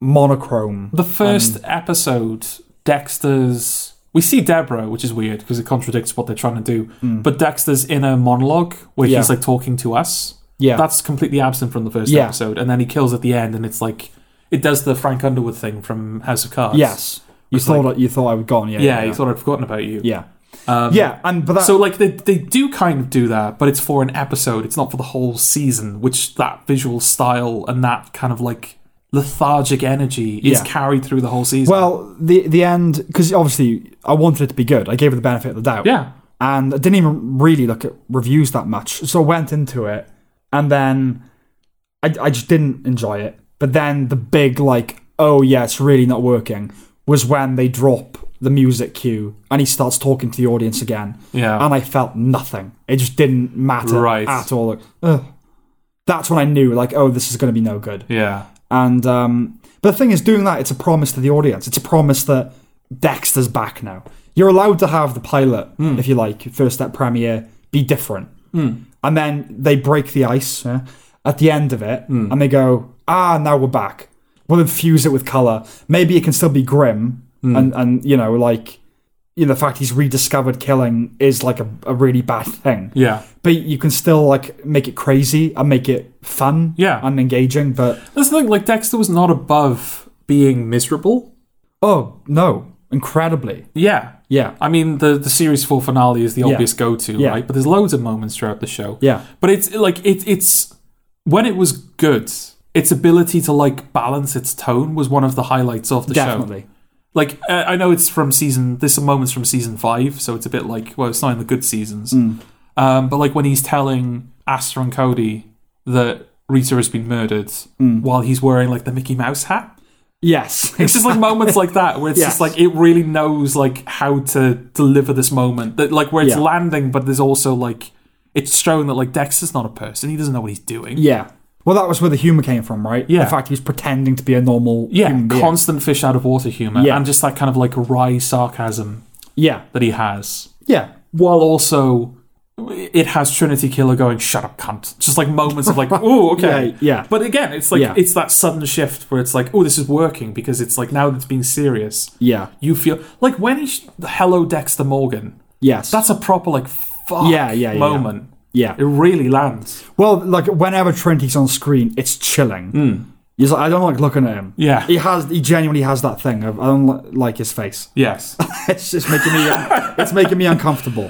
Speaker 1: monochrome.
Speaker 2: The first episode, Dexter's. We see Deborah, which is weird because it contradicts what they're trying to do. But Dexter's inner monologue, where
Speaker 1: Hmm. Yeah.
Speaker 2: he's like talking to us,
Speaker 1: Yeah.
Speaker 2: that's completely absent from the first
Speaker 1: Yeah.
Speaker 2: episode. And then he kills at the end, and it's like it does the Frank Underwood thing from House of Cards.
Speaker 1: yes, you
Speaker 2: It's
Speaker 1: thought I you thought I was gone. Yeah,
Speaker 2: Yeah,
Speaker 1: yeah,
Speaker 2: he thought I'd forgotten about you.
Speaker 1: yeah.
Speaker 2: Um,
Speaker 1: Yeah, and but that,
Speaker 2: So like they they do kind of do that, but it's for an episode. It's not for the whole season, which that visual style and that kind of like lethargic energy is
Speaker 1: Yeah.
Speaker 2: carried through the whole season.
Speaker 1: well, the the end because obviously I wanted it to be good. I gave it the benefit of the doubt.
Speaker 2: yeah.
Speaker 1: and I didn't even really look at reviews that much. So I went into it, and then I, I just didn't enjoy it. But then the big like, oh yeah, it's really not working, was when they drop the music cue and he starts talking to the audience again.
Speaker 2: Yeah.
Speaker 1: and I felt nothing. It just didn't matter
Speaker 2: Right.
Speaker 1: at all. Like, ugh. That's when I knew, like, oh, this is going to be no good.
Speaker 2: Yeah.
Speaker 1: And um, but the thing is, doing that, it's a promise to the audience. It's a promise that Dexter's back now. You're allowed to have the pilot,
Speaker 2: Hmm.
Speaker 1: if you like, first step premiere, be different, and then they break the ice yeah, at the end of it,
Speaker 2: Hmm.
Speaker 1: and they go, ah, now we're back. We'll infuse it with color. Maybe it can still be grim,
Speaker 2: Hmm.
Speaker 1: and and you know, like, you know, the fact he's rediscovered killing is like a, a really bad thing.
Speaker 2: Yeah.
Speaker 1: But you can still like make it crazy and make it fun
Speaker 2: Yeah.
Speaker 1: and engaging. But
Speaker 2: That's the thing, like Dexter was not above being miserable.
Speaker 1: Oh no! Incredibly,
Speaker 2: Yeah.
Speaker 1: yeah,
Speaker 2: I mean the the series four finale is the obvious go to,
Speaker 1: Yeah.
Speaker 2: right? But there's loads of moments throughout the show.
Speaker 1: yeah,
Speaker 2: But it's like it it's when it was good, its ability to like balance its tone was one of the highlights of the show.
Speaker 1: definitely.
Speaker 2: Like uh, I know it's from season there's some moments from season 5, so it's a bit like well, it's not in the good seasons. Um, but like when he's telling Astor and Cody that Rita has been murdered while he's wearing like the Mickey Mouse hat.
Speaker 1: Yes,
Speaker 2: It's just like moments like that where it's
Speaker 1: Yes.
Speaker 2: just like it really knows like how to deliver this moment that like where it's
Speaker 1: Yeah.
Speaker 2: landing, but there's also like it's shown that like Dexter's not a person; he doesn't know what he's doing.
Speaker 1: yeah. Well, that was where the humor came from, right?
Speaker 2: Yeah.
Speaker 1: The fact he was pretending to be a normal
Speaker 2: Yeah,
Speaker 1: human being.
Speaker 2: constant fish out of water humor
Speaker 1: Yeah.
Speaker 2: and just that kind of like wry sarcasm
Speaker 1: yeah,
Speaker 2: that he has,
Speaker 1: yeah,
Speaker 2: while also it has Trinity Killer going "shut up, cunt." Just like moments of like, "Oh, okay."
Speaker 1: Yeah, yeah.
Speaker 2: But again, it's like
Speaker 1: Yeah.
Speaker 2: it's that sudden shift where it's like, "Oh, this is working," because it's like now that it's being serious.
Speaker 1: yeah,
Speaker 2: You feel like when he sh- hello Dexter Morgan,
Speaker 1: yes.
Speaker 2: That's a proper like fuck
Speaker 1: Yeah, yeah, yeah,
Speaker 2: moment.
Speaker 1: yeah.
Speaker 2: It really lands.
Speaker 1: Well, like whenever Trinity's on screen, it's chilling.
Speaker 2: Hmm.
Speaker 1: He's like, I don't like looking at him.
Speaker 2: Yeah.
Speaker 1: He has, he genuinely has that thing. Of, I don't li- like his face.
Speaker 2: Yes,
Speaker 1: It's just making me, it's making me uncomfortable.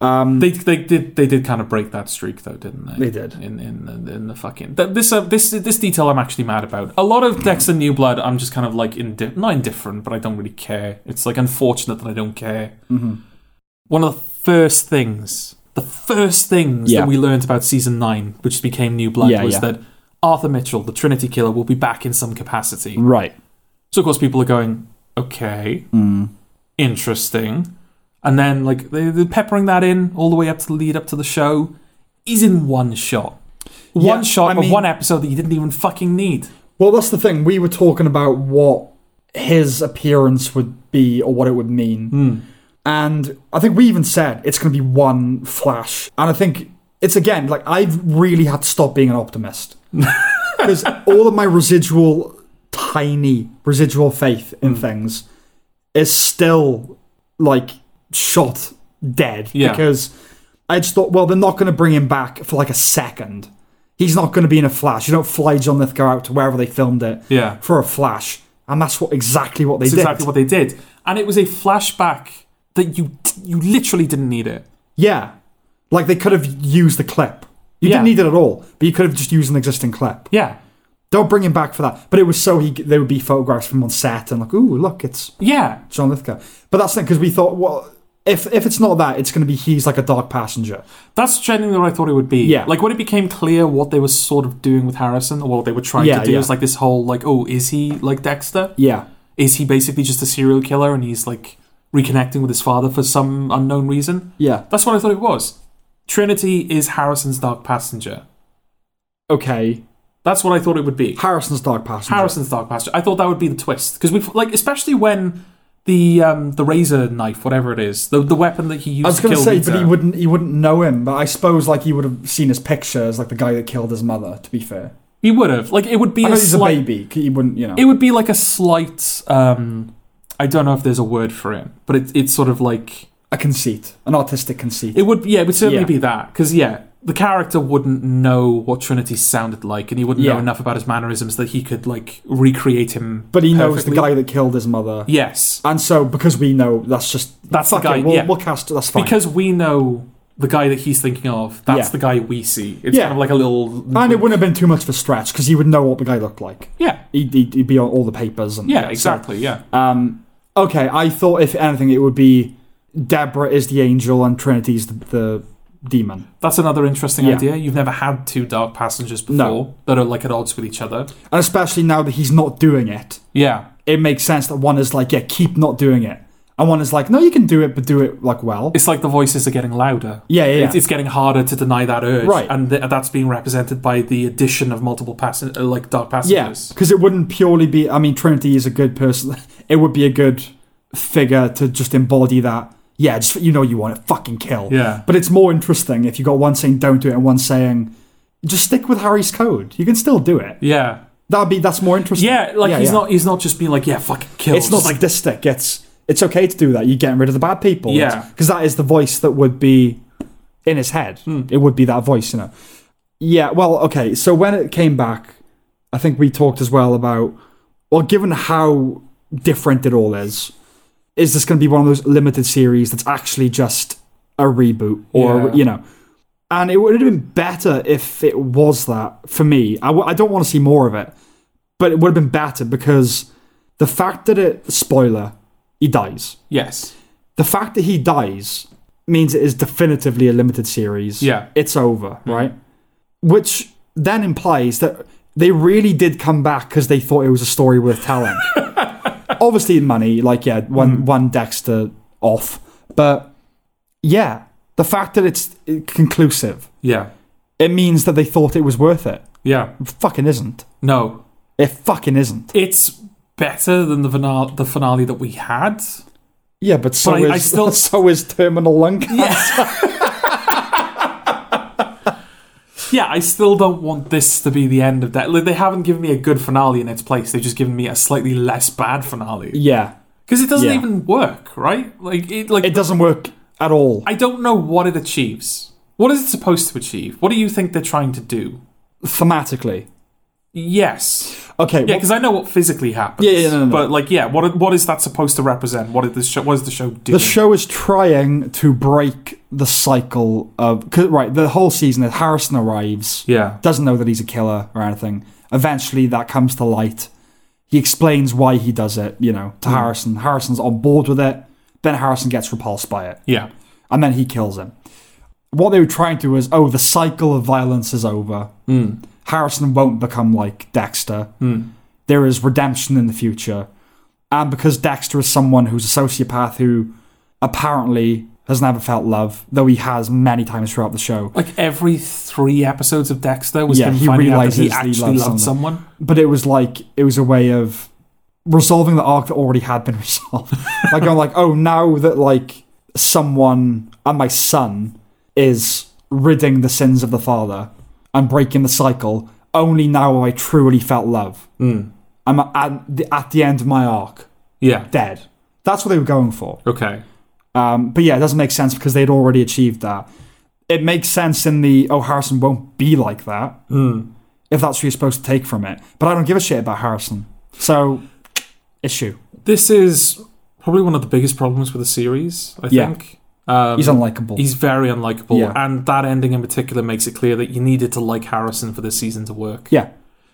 Speaker 2: they they did they did kind of break that streak though, didn't they?
Speaker 1: Um, They did.
Speaker 2: in in the, in the fucking th- this uh, this this detail I'm actually mad about. A lot of Dexter New Blood, I'm just kind of like indi- not indifferent, but I don't really care. It's like unfortunate that I don't care.
Speaker 1: Mm-hmm.
Speaker 2: One of the first things, the first things
Speaker 1: Yeah.
Speaker 2: that we learned about season nine, which became New Blood,
Speaker 1: Yeah,
Speaker 2: was
Speaker 1: yeah.
Speaker 2: that Arthur Mitchell, the Trinity Killer, will be back in some capacity.
Speaker 1: Right.
Speaker 2: So of course people are going, okay,
Speaker 1: Mm.
Speaker 2: interesting, and then like they, they're peppering that in all the way up to the lead up to the show. He's in one shot, one
Speaker 1: Yeah,
Speaker 2: shot
Speaker 1: I
Speaker 2: of
Speaker 1: mean-
Speaker 2: one episode that you didn't even fucking need.
Speaker 1: Well, that's the thing. We were talking about what his appearance would be or what it would mean. And I think we even said it's going to be one flash. And I think it's again, like, I've really had to stop being an optimist. Because all of my residual, tiny residual faith in things is still like shot dead.
Speaker 2: Yeah.
Speaker 1: Because I just thought, well, they're not going to bring him back for like a second. He's not going to be in a flash. You don't fly John Lithgow out to wherever they filmed it
Speaker 2: Yeah.
Speaker 1: for a flash. And that's what exactly what they
Speaker 2: That's
Speaker 1: did.
Speaker 2: exactly what they did. And it was a flashback that you you literally didn't need it.
Speaker 1: Yeah. Like they could have used the clip. You
Speaker 2: Yeah.
Speaker 1: didn't need it at all, but you could have just used an existing clip.
Speaker 2: Yeah.
Speaker 1: Don't bring him back for that. But it was so he there would be photographs from on set and like, ooh, look, it's
Speaker 2: Yeah.
Speaker 1: John Lithgow. But that's the thing because we thought, well, if if it's not that, it's going to be he's like a dark passenger.
Speaker 2: That's genuinely what I thought it would be.
Speaker 1: Yeah.
Speaker 2: Like when it became clear what they were sort of doing with Harrison, or what they were trying
Speaker 1: Yeah,
Speaker 2: to do,
Speaker 1: yeah.
Speaker 2: is like this whole like, oh, is he like Dexter?
Speaker 1: Yeah,
Speaker 2: Is he basically just a serial killer and he's like reconnecting with his father for some unknown reason?
Speaker 1: yeah,
Speaker 2: That's what I thought it was. Trinity is Harrison's dark passenger.
Speaker 1: okay.
Speaker 2: That's what I thought it would be.
Speaker 1: Harrison's dark passenger.
Speaker 2: Harrison's dark passenger. I thought that would be the twist because we like, especially when the um the razor knife, whatever it is, the the weapon that he used
Speaker 1: I was
Speaker 2: to
Speaker 1: going to
Speaker 2: kill
Speaker 1: say,
Speaker 2: Rita.
Speaker 1: but he wouldn't he wouldn't know him. But I suppose like he would have seen his picture as like the guy that killed his mother. To be fair,
Speaker 2: He would have like it would be
Speaker 1: I
Speaker 2: a
Speaker 1: know he's
Speaker 2: slight-
Speaker 1: a baby. He wouldn't, you know.
Speaker 2: it would be like a slight um i don't know if there's a word for it but it, it's sort of like
Speaker 1: a conceit, an artistic conceit.
Speaker 2: it would yeah it would certainly
Speaker 1: Yeah.
Speaker 2: be that because yeah the character wouldn't know what trinity sounded like and he wouldn't know
Speaker 1: Yeah.
Speaker 2: enough about his mannerisms that he could like recreate him
Speaker 1: But he knows the
Speaker 2: perfectly.
Speaker 1: guy that killed his mother.
Speaker 2: yes
Speaker 1: And so, because we know, that's just
Speaker 2: That's the
Speaker 1: fuck
Speaker 2: guy,
Speaker 1: It, we'll,
Speaker 2: yeah.
Speaker 1: we'll cast. That's fine.
Speaker 2: because we know the guy that he's thinking of that's
Speaker 1: Yeah.
Speaker 2: the guy we see it's
Speaker 1: Yeah.
Speaker 2: kind of like a little
Speaker 1: and it wouldn't have been too much of a stretch because he would know what the guy looked like.
Speaker 2: yeah
Speaker 1: He'd, he'd, he'd be on all the papers. And,
Speaker 2: yeah,
Speaker 1: so-
Speaker 2: exactly yeah
Speaker 1: um, okay, I thought if anything, it would be Deborah is the angel and Trinity's the, the demon.
Speaker 2: that's another interesting
Speaker 1: Yeah.
Speaker 2: idea you've never had two dark passengers before
Speaker 1: No.
Speaker 2: that are like at odds with each other
Speaker 1: And especially now that he's not doing it,
Speaker 2: yeah
Speaker 1: it makes sense that one is like, yeah, keep not doing it. And one is like, no, you can do it, but do it like well.
Speaker 2: it's like the voices are getting louder
Speaker 1: yeah, yeah, yeah.
Speaker 2: It's, it's getting harder to deny that urge,
Speaker 1: Right.
Speaker 2: And th- that's being represented by the addition of multiple passen- uh, like dark
Speaker 1: Yes,
Speaker 2: passengers.
Speaker 1: because it wouldn't purely be. I mean, Trinity is a good person. It would be a good figure to just embody that. Yeah, just you know you want it. Fucking kill.
Speaker 2: Yeah.
Speaker 1: But it's more interesting if you got one saying don't do it and one saying just stick with Harry's code. You can still do it.
Speaker 2: yeah,
Speaker 1: That'd be that's more interesting.
Speaker 2: yeah. Like he's
Speaker 1: yeah.
Speaker 2: not he's not just being like yeah, fucking kill.
Speaker 1: It's not
Speaker 2: Just
Speaker 1: like this stick. It's it's okay to do that. You're getting rid of the bad people.
Speaker 2: Yeah.
Speaker 1: Because that is the voice that would be in his head. It would be that voice, you know. Yeah, well, okay. So when it came back, I think we talked as well about, well, given how different it all is, is this going to be one of those limited series that's actually just a reboot or,
Speaker 2: Yeah.
Speaker 1: you know? And it would have been better if it was that for me. I w- I don't want to see more of it, but it would have been better because the fact that it, spoiler, he dies.
Speaker 2: yes,
Speaker 1: The fact that he dies means it is definitively a limited series
Speaker 2: yeah,
Speaker 1: it's over, right? Which then implies that they really did come back because they thought it was a story worth telling. Obviously, money, like yeah, one one Dexter off, but yeah, the fact that it's uh, conclusive,
Speaker 2: yeah,
Speaker 1: it means that they thought it was worth it.
Speaker 2: yeah.
Speaker 1: It fucking isn't.
Speaker 2: No,
Speaker 1: It fucking isn't.
Speaker 2: it's better than the finale, the finale that we had.
Speaker 1: Yeah, but so
Speaker 2: But I-
Speaker 1: is
Speaker 2: I still-
Speaker 1: so is terminal lung cancer.
Speaker 2: Yeah, I still don't want this to be the end of that. Like, they haven't given me a good finale in its place. They've just given me a slightly less bad finale
Speaker 1: Yeah,
Speaker 2: because it doesn't
Speaker 1: Yeah.
Speaker 2: even work, right? Like it, like
Speaker 1: it doesn't work at all.
Speaker 2: I don't know what it achieves. What is it supposed to achieve? What do you think they're trying to do?
Speaker 1: Thematically,
Speaker 2: Yes.
Speaker 1: okay,
Speaker 2: Yeah,
Speaker 1: what-
Speaker 2: because I know what physically happens.
Speaker 1: Yeah, yeah, no, no, no.
Speaker 2: But like, yeah, what what is that supposed to represent? What is the show? What is the show doing?
Speaker 1: The show is trying to break the cycle of 'cause, right. The whole season is Harrison arrives,
Speaker 2: yeah,
Speaker 1: doesn't know that he's a killer or anything. Eventually, that comes to light. He explains why he does it, you know, to Harrison. Harrison's on board with it. Then Harrison gets repulsed by it,
Speaker 2: yeah,
Speaker 1: and then he kills him. What they were trying to do is, oh, the cycle of violence is over. Harrison won't become like Dexter. There is redemption in the future. And because Dexter is someone who's a sociopath who apparently has never felt love, though he has many times throughout the show,
Speaker 2: like every three episodes of Dexter was
Speaker 1: Yeah,
Speaker 2: him
Speaker 1: he
Speaker 2: finding out that
Speaker 1: realizes
Speaker 2: he
Speaker 1: that he
Speaker 2: actually
Speaker 1: loves
Speaker 2: loved
Speaker 1: someone.
Speaker 2: someone.
Speaker 1: but it was like, it was a way of resolving the arc that already had been resolved. like, going like, oh, now that like someone and my son is ridding the sins of the father and breaking the cycle, only now have I truly felt love.
Speaker 2: Mm.
Speaker 1: I'm at the, at the end of my arc,
Speaker 2: Yeah.
Speaker 1: dead. That's what they were going for.
Speaker 2: Okay.
Speaker 1: Um, but yeah, it doesn't make sense because they'd already achieved that. It makes sense in the oh Harrison won't be like that
Speaker 2: Mm.
Speaker 1: if that's what you're supposed to take from it. But I don't give a shit about Harrison, so issue.
Speaker 2: This is probably one of the biggest problems with the series. I
Speaker 1: Yeah.
Speaker 2: think. Um,
Speaker 1: He's unlikable.
Speaker 2: He's very unlikable,
Speaker 1: Yeah.
Speaker 2: and that ending in particular makes it clear that you needed to like Harrison for this season to work.
Speaker 1: yeah,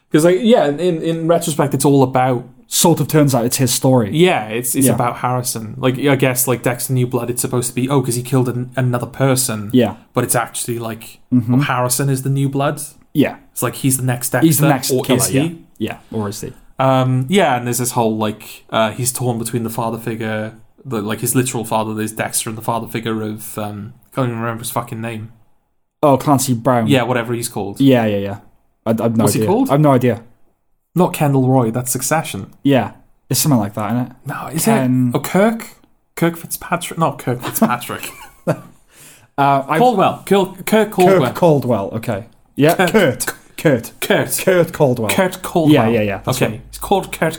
Speaker 2: Because, like, yeah, in, in retrospect, it's all about
Speaker 1: sort of turns out it's his story.
Speaker 2: yeah, it's it's
Speaker 1: Yeah.
Speaker 2: about Harrison. Like, I guess like Dexter New Blood, it's supposed to be oh, because he killed an, another person,
Speaker 1: Yeah,
Speaker 2: but it's actually like
Speaker 1: Mhm.
Speaker 2: oh, Harrison is the New Blood.
Speaker 1: yeah,
Speaker 2: It's like he's the next Dexter.
Speaker 1: he's the next
Speaker 2: or
Speaker 1: killer.
Speaker 2: is he?
Speaker 1: Yeah. yeah, or is he?
Speaker 2: Um, yeah, and there's this whole like uh, he's torn between the father figure, the, like his literal father, there's Dexter, and the father figure of um, can't even remember his fucking name.
Speaker 1: Oh, Clancy Brown.
Speaker 2: Yeah, whatever he's called.
Speaker 1: yeah, yeah, yeah. I, I've no
Speaker 2: What's he
Speaker 1: idea.
Speaker 2: called?
Speaker 1: I've no idea.
Speaker 2: Not Kendall Roy. That's Succession.
Speaker 1: Yeah, it's something like that, isn't it? Um,
Speaker 2: No, is
Speaker 1: Ken-
Speaker 2: it? Oh, Kirk. Kirk Fitzpatrick. Not Kirk Fitzpatrick.
Speaker 1: Uh, I,
Speaker 2: Caldwell. Kirk, Kirk
Speaker 1: Kurt
Speaker 2: Caldwell.
Speaker 1: Caldwell. Okay. Yeah,
Speaker 2: Kurt.
Speaker 1: Kurt. Kurt.
Speaker 2: Kurt.
Speaker 1: Kurt Caldwell.
Speaker 2: Kurt Caldwell.
Speaker 1: Yeah, yeah, yeah, that's
Speaker 2: Okay,
Speaker 1: right.
Speaker 2: he's called Kurt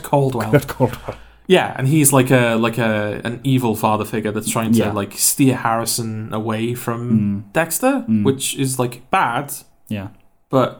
Speaker 2: Caldwell.
Speaker 1: Kurt Caldwell.
Speaker 2: Yeah, and he's like a like a an evil father figure that's trying to
Speaker 1: Yeah. Mm.
Speaker 2: like steer Harrison away
Speaker 1: Hmm.
Speaker 2: from Dexter, which is like bad,
Speaker 1: Yeah.
Speaker 2: but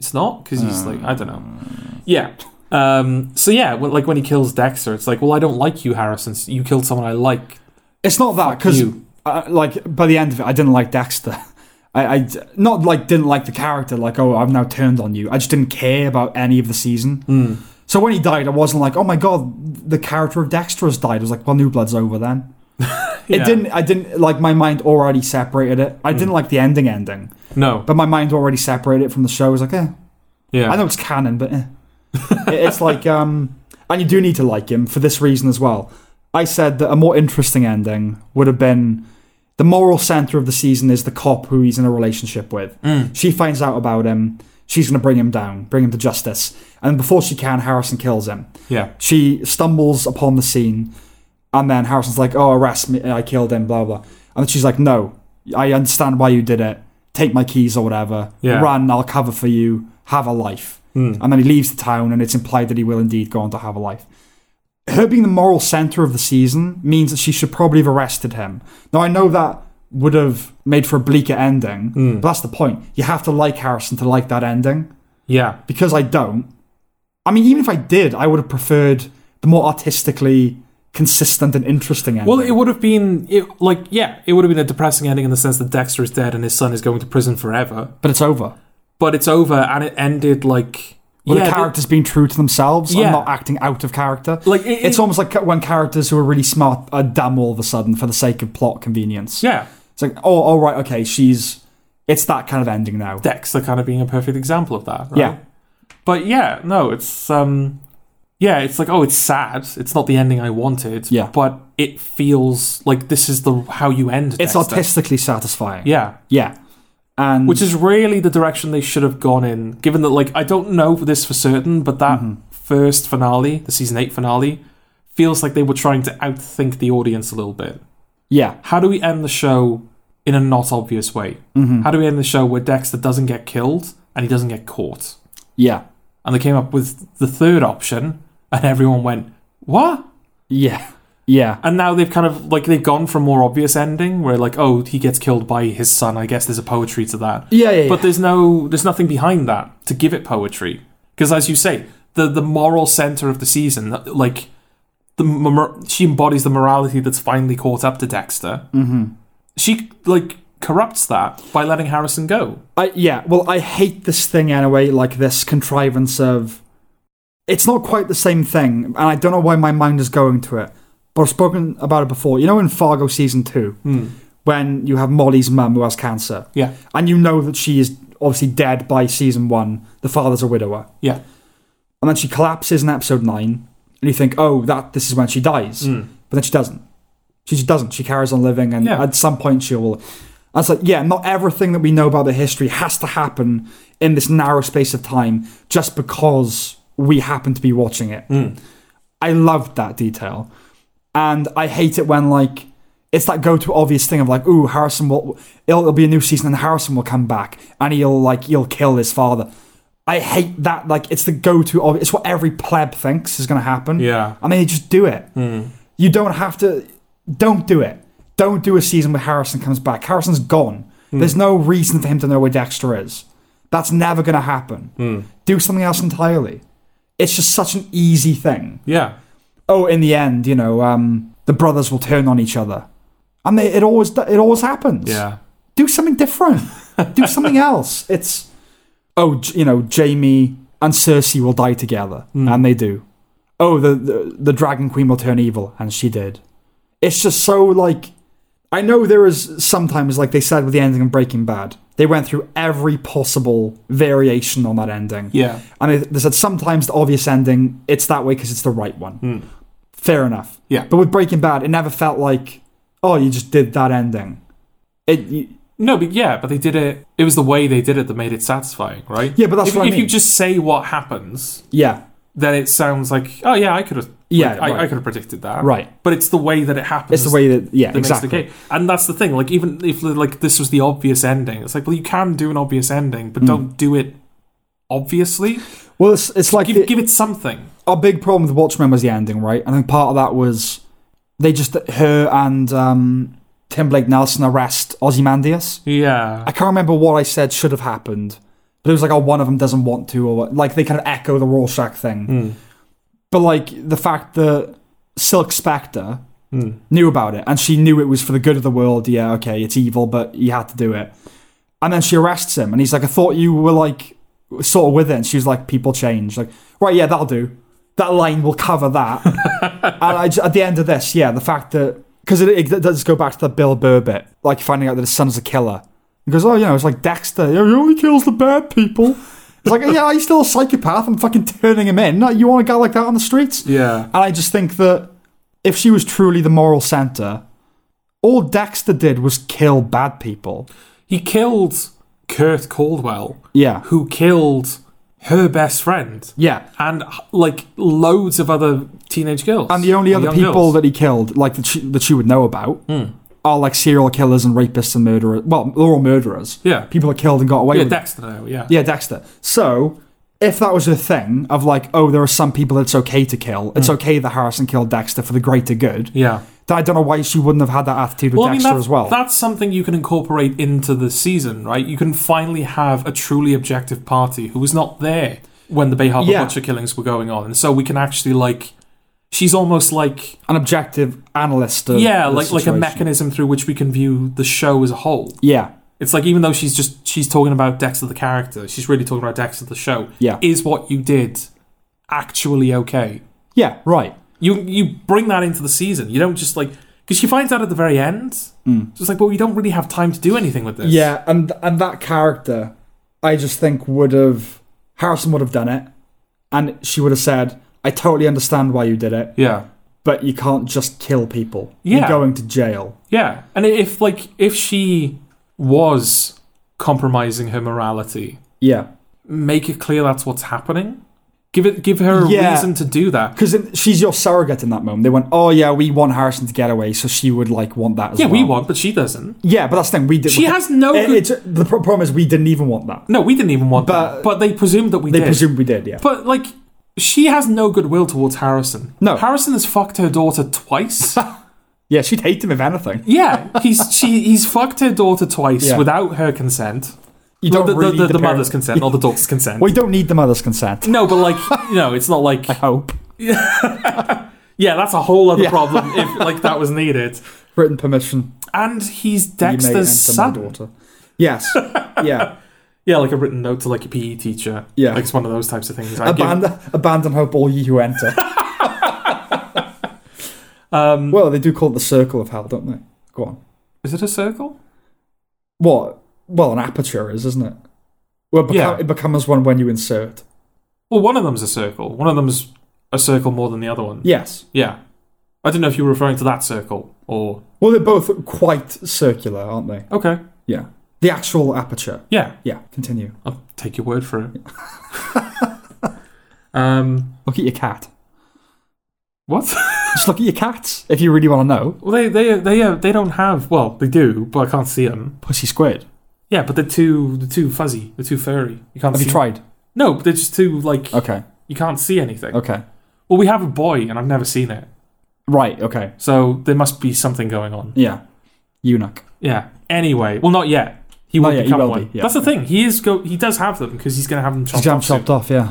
Speaker 2: it's not because he's like I don't know.
Speaker 1: Uh.
Speaker 2: Yeah. Um. So yeah, when, like when he kills Dexter, it's like, well, I don't like you, Harrison. You killed someone I like.
Speaker 1: It's not that because,
Speaker 2: you.
Speaker 1: uh, like, by the end of it, I didn't like Dexter. I, I d- not like didn't like the character. Like, oh, I've now turned on you. I just didn't care about any of the season.
Speaker 2: Mm.
Speaker 1: So when he died, I wasn't like, oh my god, the character of Dexter has died. I was like, well, New Blood's over then.
Speaker 2: Yeah. Hmm.
Speaker 1: It didn't. I didn't like. My mind already separated it. I didn't like the ending ending,
Speaker 2: No.
Speaker 1: but my mind already separated it from the show. I was like, eh,
Speaker 2: Yeah.
Speaker 1: I know it's canon, but eh. It- it's like, um, and you do need to like him for this reason as well. I said that a more interesting ending would have been the moral center of the season is the cop who he's in a relationship with. She finds out about him. She's going to bring him down, bring him to justice. And before she can, Harrison kills him.
Speaker 2: Yeah.
Speaker 1: She stumbles upon the scene, and then Harrison's like, "Oh, arrest me! I killed him." Blah blah. And she's like, "No, I understand why you did it. Take my keys or whatever.
Speaker 2: Yeah.
Speaker 1: Run. I'll cover for you. Have a life." And then he leaves the town, and it's implied that he will indeed go on to have a life. Her being the moral center of the season means that she should probably have arrested him. Now I know that would have made for a bleaker ending, but that's the point. You have to like Harrison to like that ending
Speaker 2: Yeah.
Speaker 1: because I don't. I mean, even if I did, I would have preferred the more artistically consistent and interesting ending.
Speaker 2: Well, it would have been it, like yeah, it would have been a depressing ending in the sense that Dexter is dead and his son is going to prison forever.
Speaker 1: but it's over.
Speaker 2: But it's over, and it ended like
Speaker 1: Well,
Speaker 2: yeah,
Speaker 1: the characters being true to themselves
Speaker 2: Yeah.
Speaker 1: and not acting out of character.
Speaker 2: Like, it-
Speaker 1: it's
Speaker 2: it-
Speaker 1: almost like when characters who are really smart are dumb all of a sudden for the sake of plot convenience.
Speaker 2: th- yeah,
Speaker 1: It's like, oh, all right, okay, she's. It's that kind of ending now.
Speaker 2: Dexter kind of being a perfect example of that. Right?
Speaker 1: Yeah.
Speaker 2: but yeah, no, it's um, yeah, it's like oh, it's sad. It's not the ending I wanted.
Speaker 1: Yeah.
Speaker 2: but it feels like this is the how you end.
Speaker 1: It's
Speaker 2: Dexter.
Speaker 1: artistically satisfying.
Speaker 2: Yeah,
Speaker 1: Yeah. And
Speaker 2: which is really the direction they should have gone in given that like i don't know this for certain but that
Speaker 1: Mm-hmm.
Speaker 2: first finale the season 8 finale feels like they were trying to outthink the audience a little bit
Speaker 1: yeah.
Speaker 2: how do we end the show in a not obvious way how do we end the show where dexter doesn't get killed and he doesn't get caught
Speaker 1: Yeah.
Speaker 2: and they came up with the third option and everyone went what
Speaker 1: Yeah. Yeah.
Speaker 2: and now they've kind of like they've gone for a more obvious ending where like oh he gets killed by his son i guess there's a poetry to that
Speaker 1: Yeah, yeah,
Speaker 2: but
Speaker 1: yeah.
Speaker 2: there's no there's nothing behind that to give it poetry because as you say the the moral center of the season like the mor- she embodies the morality that's finally caught up to Dexter mm-hmm. she like corrupts that by letting Harrison go
Speaker 1: I yeah, well, I hate this thing anyway, like this contrivance of it's not quite the same thing, and I don't know why my mind is going to it. But I've spoken about it before. You know in Fargo season two, when you have Molly's mum who has cancer.
Speaker 2: yeah
Speaker 1: And you know that she is obviously dead by season one. The father's a widower.
Speaker 2: yeah
Speaker 1: And then she collapses in episode nine, and you think, oh, that this is when she dies. But then she doesn't. She just doesn't. She carries on living, and
Speaker 2: Yeah.
Speaker 1: at some point she will. And it's like, yeah, not everything that we know about the history has to happen in this narrow space of time just because we happen to be watching it. I loved that detail. And I hate it when, like, it's that go to obvious thing of like, ooh, Harrison will, it'll, it'll be a new season and Harrison will come back and he'll, like, he'll kill his father. I hate that. Like, it's the go-to. Of, it's what every pleb thinks is going to happen.
Speaker 2: Yeah.
Speaker 1: I mean, just do it.
Speaker 2: Hmm.
Speaker 1: You don't have to. Don't do it. Don't do a season where Harrison comes back. Harrison's gone.
Speaker 2: Hmm.
Speaker 1: There's no reason for him to know where Dexter is. That's never going to happen.
Speaker 2: Hmm.
Speaker 1: Do something else entirely. It's just such an easy thing.
Speaker 2: Yeah.
Speaker 1: Oh, in the end, you know, um, the brothers will turn on each other, and they, it always it always happens.
Speaker 2: Yeah.
Speaker 1: Do something different. do something else. It's oh, J- you know, Jamie and Cersei will die together,
Speaker 2: Hmm.
Speaker 1: and they do. Oh, the, the the Dragon Queen will turn evil, and she did. It's just so like I know there is sometimes like they said with the ending of Breaking Bad, they went through every possible variation on that ending.
Speaker 2: Yeah.
Speaker 1: And they- they said sometimes the obvious ending, it's that way because it's the right one. Fair enough.
Speaker 2: Hmm. Yeah.
Speaker 1: But with Breaking Bad, it never felt like, oh, you just did that ending. It, you,
Speaker 2: No, but yeah, but they did it. It was the way they did it that made it satisfying, right?
Speaker 1: Yeah, but that's
Speaker 2: if,
Speaker 1: what I
Speaker 2: if you
Speaker 1: mean.
Speaker 2: just say what happens,
Speaker 1: yeah,
Speaker 2: then it sounds like, oh yeah, I could have.
Speaker 1: Yeah,
Speaker 2: I,
Speaker 1: right.
Speaker 2: I could have predicted that.
Speaker 1: Right.
Speaker 2: But it's the way that it happens.
Speaker 1: it's the way that, yeah,
Speaker 2: that
Speaker 1: exactly.
Speaker 2: makes the case. And that's the thing. Like even if like this was the obvious ending, it's like well, you can do an obvious ending,
Speaker 1: Hmm.
Speaker 2: but don't do it obviously.
Speaker 1: Well, it's, it's like
Speaker 2: Give
Speaker 1: the-
Speaker 2: give it something.
Speaker 1: our big problem with Watchmen was the ending, right? And I think part of that was they just, her and um, Tim Blake Nelson arrest Ozymandias.
Speaker 2: Yeah.
Speaker 1: I can't remember what I said should have happened, but it was like, oh, one of them doesn't want to, or what- like they kind of echo the Rorschach thing. But like the fact that Silk Spectre knew about it and she knew it was for the good of the world. Yeah, okay, it's evil, but you had to do it. And then she arrests him, and he's like, I thought you were like sort of with it. And she was like, people change. Like, right, yeah, that'll do. That line will cover that. and I, ju- at the end of this, yeah, the fact that because it, it does go back to the Bill Burr bit, like finding out that his son's a killer. He goes, oh, you know, it's like Dexter. He only kills the bad people. It's like, yeah, he's still a psychopath. I'm fucking turning him in. No, you want a guy like that on the streets?
Speaker 2: Yeah.
Speaker 1: And I just think that if she was truly the moral center, all Dexter did was kill bad people.
Speaker 2: He killed Kurt Caldwell,
Speaker 1: Yeah.
Speaker 2: who killed her best friend.
Speaker 1: Yeah.
Speaker 2: and like loads of other teenage girls.
Speaker 1: And the only
Speaker 2: Or
Speaker 1: other
Speaker 2: young
Speaker 1: people
Speaker 2: girls. Hmm.
Speaker 1: that he killed, like that she, that she would know about, are like serial killers and rapists and murderers. Well, they're all murderers.
Speaker 2: Yeah.
Speaker 1: People that killed and got away
Speaker 2: yeah,
Speaker 1: with it.
Speaker 2: Dexter now, yeah.
Speaker 1: Yeah, Dexter. So, if that was a thing of like, oh, there are some people that it's okay to kill, it's okay that Harrison killed Dexter for the greater good,
Speaker 2: Hmm. Yeah.
Speaker 1: then I don't know why she wouldn't have had that attitude with
Speaker 2: Well, I mean,
Speaker 1: Dexter
Speaker 2: that's,
Speaker 1: as well.
Speaker 2: that's something you can incorporate into the season, right? You can finally have a truly objective party who was not there when the Bay Harbor
Speaker 1: Yeah.
Speaker 2: Butcher killings were going on. And so we can actually, like, she's almost like,
Speaker 1: An objective analyst. Of
Speaker 2: yeah,
Speaker 1: the
Speaker 2: like, like a
Speaker 1: situation.
Speaker 2: mechanism through which we can view the show as a whole.
Speaker 1: Yeah.
Speaker 2: It's like, even though she's just, she's talking about Dexter the character, she's really talking about Dexter the show.
Speaker 1: Yeah.
Speaker 2: Is what you did actually okay?
Speaker 1: Yeah, right.
Speaker 2: You you bring that into the season. You don't just like because she finds out at the very end. Mm. Just like, well, we don't really have time to do anything with this.
Speaker 1: Yeah, and and that character, I just think would have Harrison would have done it, and she would have said, "I totally understand why you did it,
Speaker 2: yeah,
Speaker 1: but you can't just kill people. You're
Speaker 2: Yeah.
Speaker 1: going to jail."
Speaker 2: yeah. And if like if she was compromising her morality,
Speaker 1: Yeah,
Speaker 2: make it clear that's what's happening. Give it give her a
Speaker 1: Yeah.
Speaker 2: reason to do that.
Speaker 1: because she's your surrogate in that moment. They went, "Oh yeah, we want Harrison to get away," so she would like want that as
Speaker 2: Yeah,
Speaker 1: well.
Speaker 2: we want, but she doesn't.
Speaker 1: Yeah, but that's the thing. We did.
Speaker 2: She has no
Speaker 1: It-
Speaker 2: good-
Speaker 1: it's- the pro- problem is we didn't even want that.
Speaker 2: No, we didn't even want
Speaker 1: But-
Speaker 2: that. But they presumed that we
Speaker 1: They
Speaker 2: did.
Speaker 1: presumed we did. Yeah.
Speaker 2: But like, she has no goodwill towards Harrison.
Speaker 1: No.
Speaker 2: Harrison has fucked her daughter twice.
Speaker 1: yeah, she'd hate him if anything.
Speaker 2: Yeah, he's she he's fucked her daughter twice
Speaker 1: Yeah.
Speaker 2: without her consent.
Speaker 1: You
Speaker 2: The,
Speaker 1: don't
Speaker 2: the, the,
Speaker 1: really
Speaker 2: the,
Speaker 1: need the parent-
Speaker 2: mother's consent, not the daughter's consent.
Speaker 1: We don't need the mother's consent.
Speaker 2: No, but like you know, it's not like
Speaker 1: Hope
Speaker 2: yeah, that's a whole other problem if like that was needed.
Speaker 1: written permission.
Speaker 2: And he's
Speaker 1: you may enter
Speaker 2: Dexter's
Speaker 1: my
Speaker 2: son.
Speaker 1: daughter. Yes. Yeah.
Speaker 2: Yeah, like a written note to like a PE teacher.
Speaker 1: Yeah.
Speaker 2: like it's one of those types of things. I give-
Speaker 1: abandon, abandon hope, all ye who enter. well, they do call it the circle of hell, don't they? Go on.
Speaker 2: um, is it a circle?
Speaker 1: What? Well, an aperture is, isn't it? Well, it, become,
Speaker 2: Yeah.
Speaker 1: it becomes one when you insert.
Speaker 2: Well, one of them's a circle. One of them's a circle more than the other one.
Speaker 1: Yes.
Speaker 2: Yeah. I don't know if you were referring to that circle or
Speaker 1: Well, they're both quite circular, aren't they?
Speaker 2: okay.
Speaker 1: Yeah. The actual aperture.
Speaker 2: Yeah,
Speaker 1: Yeah. Continue.
Speaker 2: I'll take your word for it. um,
Speaker 1: Look at your cat.
Speaker 2: what?
Speaker 1: Just look at your cats if you really want to know.
Speaker 2: Well, they they they uh, they don't have. Well, they do, but I can't see them.
Speaker 1: Pussy squid.
Speaker 2: Yeah, but they're too they're too fuzzy. They're too furry. You can't.
Speaker 1: Have
Speaker 2: see
Speaker 1: you tried?
Speaker 2: No, but they're just too like
Speaker 1: Okay.
Speaker 2: you can't see anything.
Speaker 1: Okay.
Speaker 2: Well, we have a boy, and I've never seen it,
Speaker 1: Right. Okay.
Speaker 2: so there must be something going on.
Speaker 1: Yeah. Eunuch.
Speaker 2: Yeah. Anyway, well, not yet. He
Speaker 1: Not
Speaker 2: will
Speaker 1: yet, he
Speaker 2: become
Speaker 1: will
Speaker 2: one.
Speaker 1: be, yeah.
Speaker 2: That's the thing. He is go. He does have them because he's going to have them
Speaker 1: He's
Speaker 2: chopped
Speaker 1: jam
Speaker 2: off. soon.
Speaker 1: chopped off. Yeah.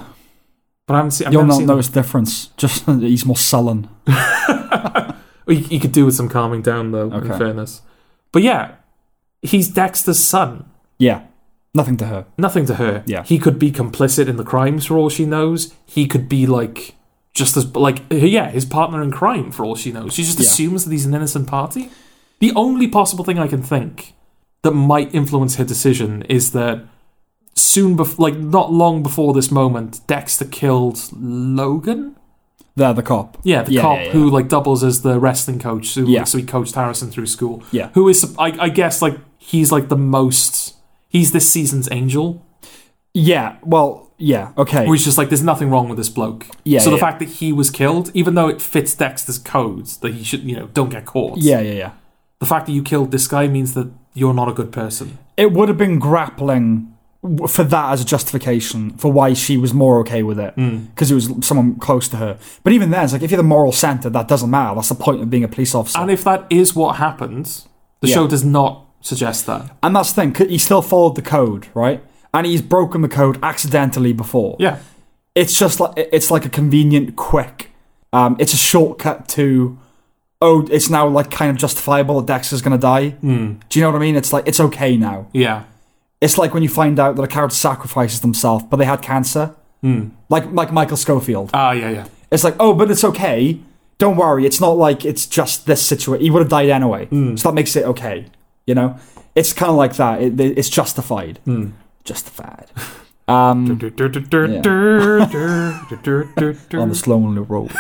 Speaker 2: But I haven't seen. I've
Speaker 1: You'll
Speaker 2: never
Speaker 1: not
Speaker 2: seen
Speaker 1: notice difference. Just that he's more sullen.
Speaker 2: them. You, you could do with some calming down, though. In
Speaker 1: Okay.
Speaker 2: fairness, but yeah, he's Dexter's son.
Speaker 1: Yeah. Nothing to her.
Speaker 2: Nothing to her.
Speaker 1: Yeah.
Speaker 2: He could be complicit in the crimes for all she knows. He could be like just as like yeah, his partner in crime for all she knows. She just
Speaker 1: Yeah.
Speaker 2: assumes that he's an innocent party. The only possible thing I can think that might influence her decision is that soon bef- like not long before this moment, Dexter killed Logan.
Speaker 1: They're the cop.
Speaker 2: Yeah, the
Speaker 1: Yeah,
Speaker 2: cop
Speaker 1: yeah, yeah.
Speaker 2: who like doubles as the wrestling coach. Who,
Speaker 1: Yeah.
Speaker 2: So he coached Harrison through school.
Speaker 1: Yeah.
Speaker 2: Who is I, I guess like he's like the most he's this season's angel
Speaker 1: Yeah. Well. Yeah. Okay.
Speaker 2: where he's just like, there's nothing wrong with this bloke.
Speaker 1: Yeah,
Speaker 2: So the
Speaker 1: yeah.
Speaker 2: fact that he was killed, even though it fits Dexter's codes that he should, you know, don't get caught.
Speaker 1: yeah. Yeah. Yeah.
Speaker 2: The fact that you killed this guy means that you're not a good person.
Speaker 1: It would have been grappling w- for that as a justification for why she was more okay with it
Speaker 2: Hmm.
Speaker 1: because it was someone close to her. But even then, it's like if you're the moral center, that doesn't matter. That's the point of being a police officer.
Speaker 2: And if that is what happened, the
Speaker 1: Yeah.
Speaker 2: show does not suggest that.
Speaker 1: And that's the thing. 'cause He still followed the code, right? And he's broken the code accidentally before.
Speaker 2: Yeah.
Speaker 1: It's just like it's like a convenient, quick. Um, it's a shortcut to. Oh, it's now like kind of justifiable that Dex is gonna die. Do you know what I mean? It's like it's okay now.
Speaker 2: Yeah.
Speaker 1: It's like when you find out that a character sacrifices themselves, but they had cancer. Like like Michael Schofield.
Speaker 2: Ah, yeah, yeah.
Speaker 1: It's like oh, but it's okay. Don't worry. It's not like it's just this situation. He would have died anyway, so that makes it okay. You know, it's kind of like that. It, it's justified. Justified. Um, on this lonely road,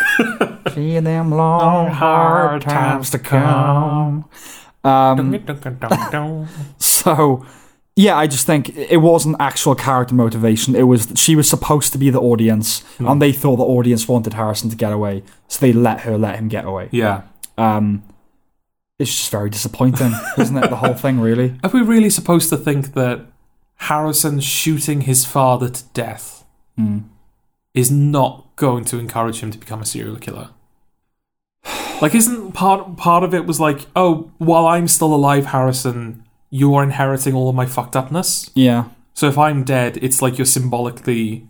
Speaker 1: see them long hard times to come. Um, so, yeah, I just think it wasn't actual character motivation. It was that she was supposed to be the audience, and they thought the audience wanted Harrison to get away, so they let her let him get away.
Speaker 2: yeah.
Speaker 1: Um, it's just very disappointing, isn't it? The whole thing, really.
Speaker 2: Are we really supposed to think that Harrison shooting his father to death
Speaker 1: Mm.
Speaker 2: is not going to encourage him to become a serial killer? Like, isn't part part of it was like, oh, while I'm still alive, Harrison, you are inheriting all of my fucked upness.
Speaker 1: Yeah,
Speaker 2: So if I'm dead, it's like you're symbolically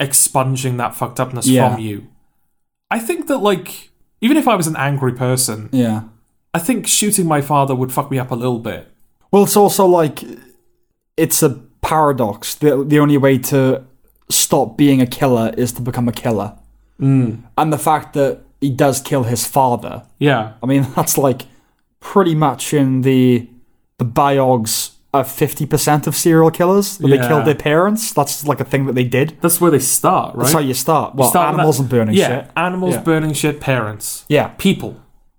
Speaker 2: expunging that fucked upness
Speaker 1: Yeah.
Speaker 2: from you. I think that like, even if I was an angry person,
Speaker 1: yeah.
Speaker 2: I think shooting my father would fuck me up a little bit.
Speaker 1: Well, it's also like it's a paradox. The the only way to stop being a killer is to become a killer, and the fact that he does kill his father.
Speaker 2: Yeah.
Speaker 1: I mean, that's like pretty much in the the biogs of fifty percent of serial killers that
Speaker 2: Yeah.
Speaker 1: they killed their parents. That's like a thing that they did.
Speaker 2: That's where they start, right?
Speaker 1: That's how you start. Well,
Speaker 2: Start with
Speaker 1: animals
Speaker 2: that-
Speaker 1: and burning
Speaker 2: yeah,
Speaker 1: shit.
Speaker 2: Animals
Speaker 1: Yeah.
Speaker 2: burning shit, parents.
Speaker 1: Yeah.
Speaker 2: People.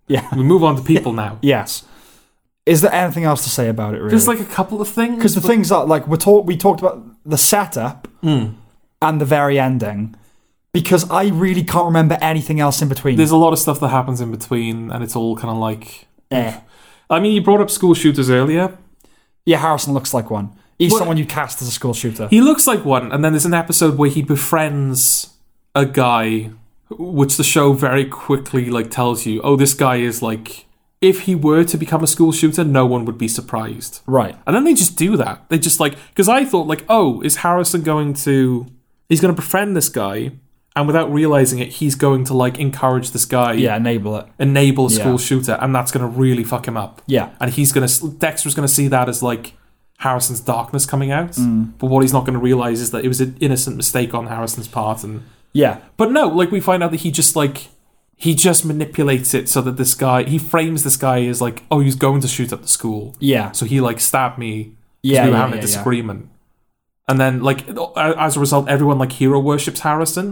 Speaker 1: Yeah.
Speaker 2: We move on to people now.
Speaker 1: Yes. Is there anything else to say about it? Really?
Speaker 2: There's like a couple of things.
Speaker 1: because the things that like we talk we talked about the setup
Speaker 2: Hmm.
Speaker 1: and the very ending because I really can't remember anything else in between.
Speaker 2: There's a lot of stuff that happens in between, and it's all kind of like.
Speaker 1: Eh.
Speaker 2: I mean, you brought up school shooters earlier.
Speaker 1: Yeah, Harrison looks like one. He's
Speaker 2: Well-
Speaker 1: someone you cast as a school shooter.
Speaker 2: He looks like one, and then there's an episode where he befriends a guy, which the show very quickly like tells you, oh, this guy is like, if he were to become a school shooter, no one would be surprised.
Speaker 1: right.
Speaker 2: And then they just do that. They just like because I thought like, oh, is Harrison going to? He's going to befriend this guy, and without realizing it, he's going to like encourage this guy,
Speaker 1: Yeah, enable it.
Speaker 2: enable a school
Speaker 1: Yeah.
Speaker 2: shooter, and that's going to really fuck him up.
Speaker 1: Yeah.
Speaker 2: and he's going to Dexter's going to see that as like Harrison's darkness coming out. But what he's not going to realize is that it was an innocent mistake on Harrison's part, and
Speaker 1: Yeah.
Speaker 2: but no, like we find out that he just like he just manipulates it so that this guy he frames this guy as like, oh, he's going to shoot up the school.
Speaker 1: Yeah.
Speaker 2: So he like stabbed me because
Speaker 1: Yeah,
Speaker 2: we were
Speaker 1: yeah,
Speaker 2: having a
Speaker 1: yeah, yeah.
Speaker 2: disagreement. And then like a- as a result, everyone like hero worships Harrison.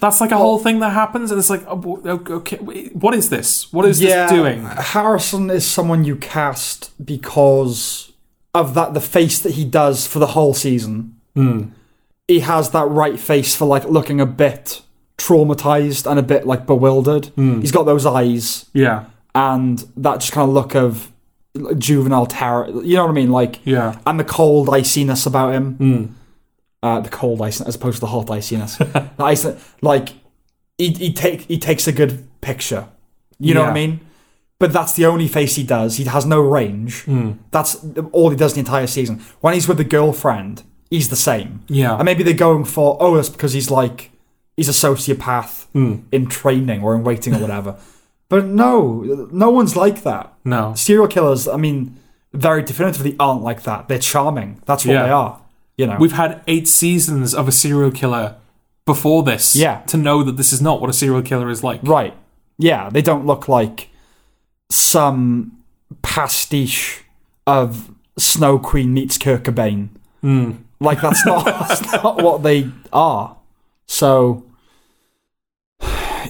Speaker 2: That's like a whole thing that happens, and it's like, oh, w- okay, w- what is this? What is this doing?
Speaker 1: Harrison is someone you cast because of that the face that he does for the whole season.
Speaker 2: Hmm.
Speaker 1: He has that right face for like looking a bit traumatized and a bit like bewildered.
Speaker 2: Hmm.
Speaker 1: He's got those eyes
Speaker 2: Yeah,
Speaker 1: and that just kind of look of juvenile terror. You know what I mean? Like
Speaker 2: yeah,
Speaker 1: and the cold iciness about him. uh, the cold ice as opposed to the hot iciness. the ice, like he he take he takes a good picture. You know what I
Speaker 2: Yeah.
Speaker 1: mean? But that's the only face he does. He has no range. That's all he does the entire season. When he's with the girlfriend, he's the same.
Speaker 2: Yeah.
Speaker 1: And maybe they're going for oh, that's because he's like he's a sociopath in training or in waiting or whatever. but no, no one's like that.
Speaker 2: no.
Speaker 1: Serial killers, I mean, very definitively aren't like that. They're charming. That's what
Speaker 2: Yeah.
Speaker 1: they are. You know.
Speaker 2: We've had eight seasons of a serial killer before this
Speaker 1: Yeah.
Speaker 2: to know that this is not what a serial killer is like.
Speaker 1: Right. Yeah, they don't look like some pastiche of Snow Queen meets Kurt Cobain.
Speaker 2: Hmm.
Speaker 1: Like that's not that's not what they are. So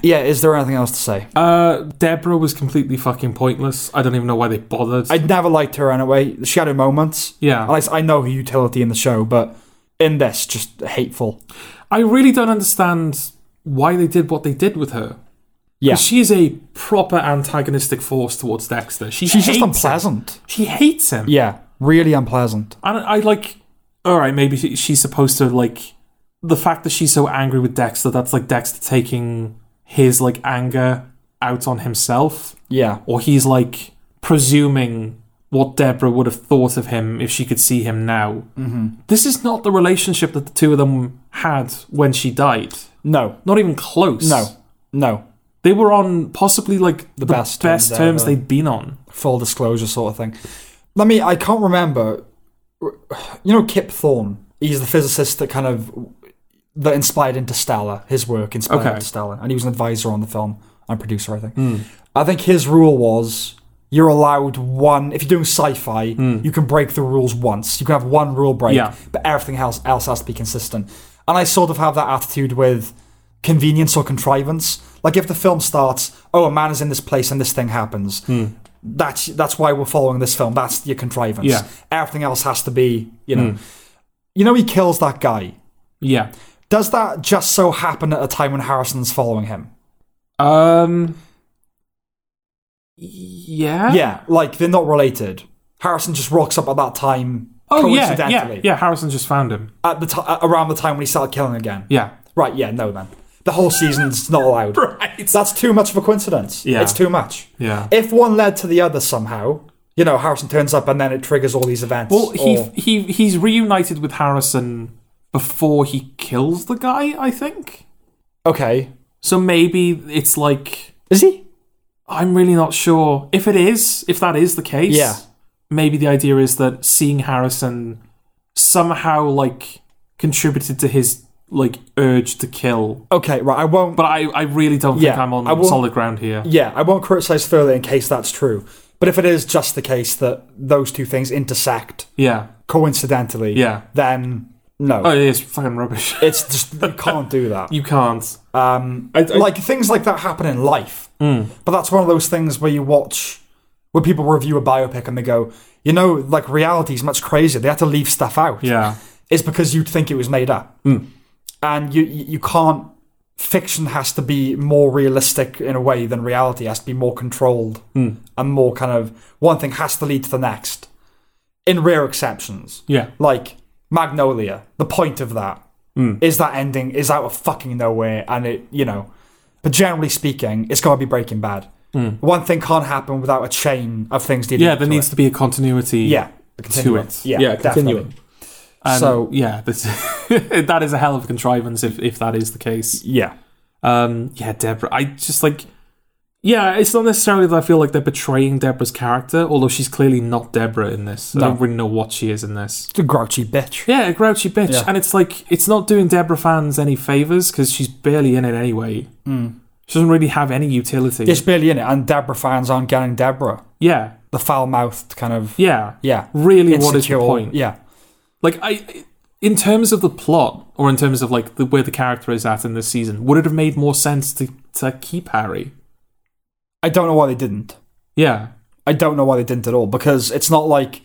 Speaker 1: yeah, is there anything else to say?
Speaker 2: Uh, Deborah was completely fucking pointless. I don't even know why they bothered.
Speaker 1: I never liked her anyway. She had her moments.
Speaker 2: yeah.
Speaker 1: Like, I know her utility in the show, but in this, just hateful.
Speaker 2: I really don't understand why they did what they did with her.
Speaker 1: Yeah.
Speaker 2: 'Cause She is a proper antagonistic force towards Dexter. She
Speaker 1: She's
Speaker 2: hates
Speaker 1: just
Speaker 2: him.
Speaker 1: unpleasant.
Speaker 2: She hates him.
Speaker 1: Yeah, really unpleasant.
Speaker 2: And I like, all right, maybe she, she's supposed to like the fact that she's so angry with Dexter. That's like Dexter taking his like anger out on himself,
Speaker 1: Yeah.
Speaker 2: or he's like presuming what Deborah would have thought of him if she could see him now. Mm-hmm. This is not the relationship that the two of them had when she died.
Speaker 1: No,
Speaker 2: Not even close.
Speaker 1: no, no.
Speaker 2: they were on possibly like the,
Speaker 1: best
Speaker 2: best,
Speaker 1: terms
Speaker 2: terms,
Speaker 1: ever.
Speaker 2: they'd been on.
Speaker 1: Full disclosure sort of thing. Let me, I can't remember. You know, Kip Thorne, he's the physicist that kind of. That inspired Interstellar, his work inspired
Speaker 2: Okay. Hmm.
Speaker 1: Interstellar, and he was an advisor on the film and producer, I think. I think his rule was you're allowed one. If you're doing sci-fi, you can break the rules once. You can have one rule break,
Speaker 2: Hmm. Yeah.
Speaker 1: but everything else else has to be consistent. And I sort of have that attitude with convenience or contrivance. Like if the film starts, oh, a man is in this place and this thing happens.
Speaker 2: Hmm.
Speaker 1: That's that's why we're following this film. That's your contrivance.
Speaker 2: Yeah. Hmm.
Speaker 1: Everything else has to be, you know. You know, he kills that guy.
Speaker 2: Yeah.
Speaker 1: Does that just so happen at a time when Harrison's following him?
Speaker 2: Um. Yeah.
Speaker 1: Yeah, like they're not related. Harrison just rocks up at that time
Speaker 2: Oh yeah,
Speaker 1: coincidentally.
Speaker 2: yeah, yeah. Harrison just found him.
Speaker 1: At the t- around the time when he started killing again.
Speaker 2: Yeah.
Speaker 1: Right, yeah, no then. The whole season's not allowed.
Speaker 2: Right.
Speaker 1: That's too much of a coincidence.
Speaker 2: Yeah.
Speaker 1: It's too much.
Speaker 2: Yeah.
Speaker 1: If one led to the other somehow, you know, Harrison turns up and then it triggers all these events.
Speaker 2: Well, he
Speaker 1: or-
Speaker 2: he he's reunited with Harrison before he kills the guy. I think.
Speaker 1: okay.
Speaker 2: So maybe it's like
Speaker 1: Is he?
Speaker 2: I'm really not sure if it is if that is the case.
Speaker 1: Yeah.
Speaker 2: Maybe the idea is that seeing Harrison somehow like contributed to his like urge to kill.
Speaker 1: Okay, right. I won't.
Speaker 2: But I I really don't think
Speaker 1: Yeah,
Speaker 2: I'm on
Speaker 1: I won't-
Speaker 2: solid ground here.
Speaker 1: yeah, I won't criticize further in case that's true. But if it is just the case that those two things intersect
Speaker 2: Yeah.
Speaker 1: coincidentally,
Speaker 2: Yeah.
Speaker 1: then no.
Speaker 2: Oh, it's fucking rubbish.
Speaker 1: It's just you can't do that.
Speaker 2: You can't.
Speaker 1: Um,
Speaker 2: I- Mm. I-
Speaker 1: like things like that happen in life, but that's one of those things where you watch where people review a biopic and they go, you know, like reality is much crazier. They had to leave stuff out.
Speaker 2: Yeah.
Speaker 1: it's because you'd think it was made up,
Speaker 2: Hmm.
Speaker 1: and you you you can't. Fiction has to be more realistic in a way than reality. It has to be more controlled
Speaker 2: Hmm.
Speaker 1: and more kind of one thing has to lead to the next. In rare exceptions,
Speaker 2: Yeah.
Speaker 1: like Magnolia, the point of that is
Speaker 2: Hmm.
Speaker 1: that ending is out of fucking nowhere, and it you know. But generally speaking, it's got to be Breaking Bad. One thing can't happen without a chain of things leading.
Speaker 2: Hmm. Yeah,
Speaker 1: up to
Speaker 2: there needs
Speaker 1: it.
Speaker 2: to be a continuity
Speaker 1: yeah the
Speaker 2: to
Speaker 1: continuum.
Speaker 2: it.
Speaker 1: Yeah,
Speaker 2: continuing.
Speaker 1: definitely.
Speaker 2: And
Speaker 1: So-
Speaker 2: yeah, this, that is a hell of a contrivance if, if that is the case.
Speaker 1: Yeah,
Speaker 2: Um, yeah, Deborah. I just like, yeah, it's not necessarily that I feel like they're betraying Deborah's character, although she's clearly not Deborah in this. I don't really know what she is in this.
Speaker 1: it's a grouchy bitch.
Speaker 2: Yeah, a grouchy bitch,
Speaker 1: Yeah.
Speaker 2: and it's like it's not doing Deborah fans any favors because she's barely in it anyway.
Speaker 1: Mm.
Speaker 2: She doesn't really have any utility.
Speaker 1: It's barely in it, and Deborah fans aren't getting Deborah,
Speaker 2: Yeah,
Speaker 1: the foul-mouthed kind of
Speaker 2: yeah,
Speaker 1: yeah.
Speaker 2: Really, what is the
Speaker 1: insecure-
Speaker 2: point?
Speaker 1: Yeah,
Speaker 2: Like I in terms of the plot or in terms of like the, where the character is at in this season, would it have made more sense to to keep Harry?
Speaker 1: I don't know why they didn't.
Speaker 2: Yeah.
Speaker 1: I don't know why they didn't at all because it's not like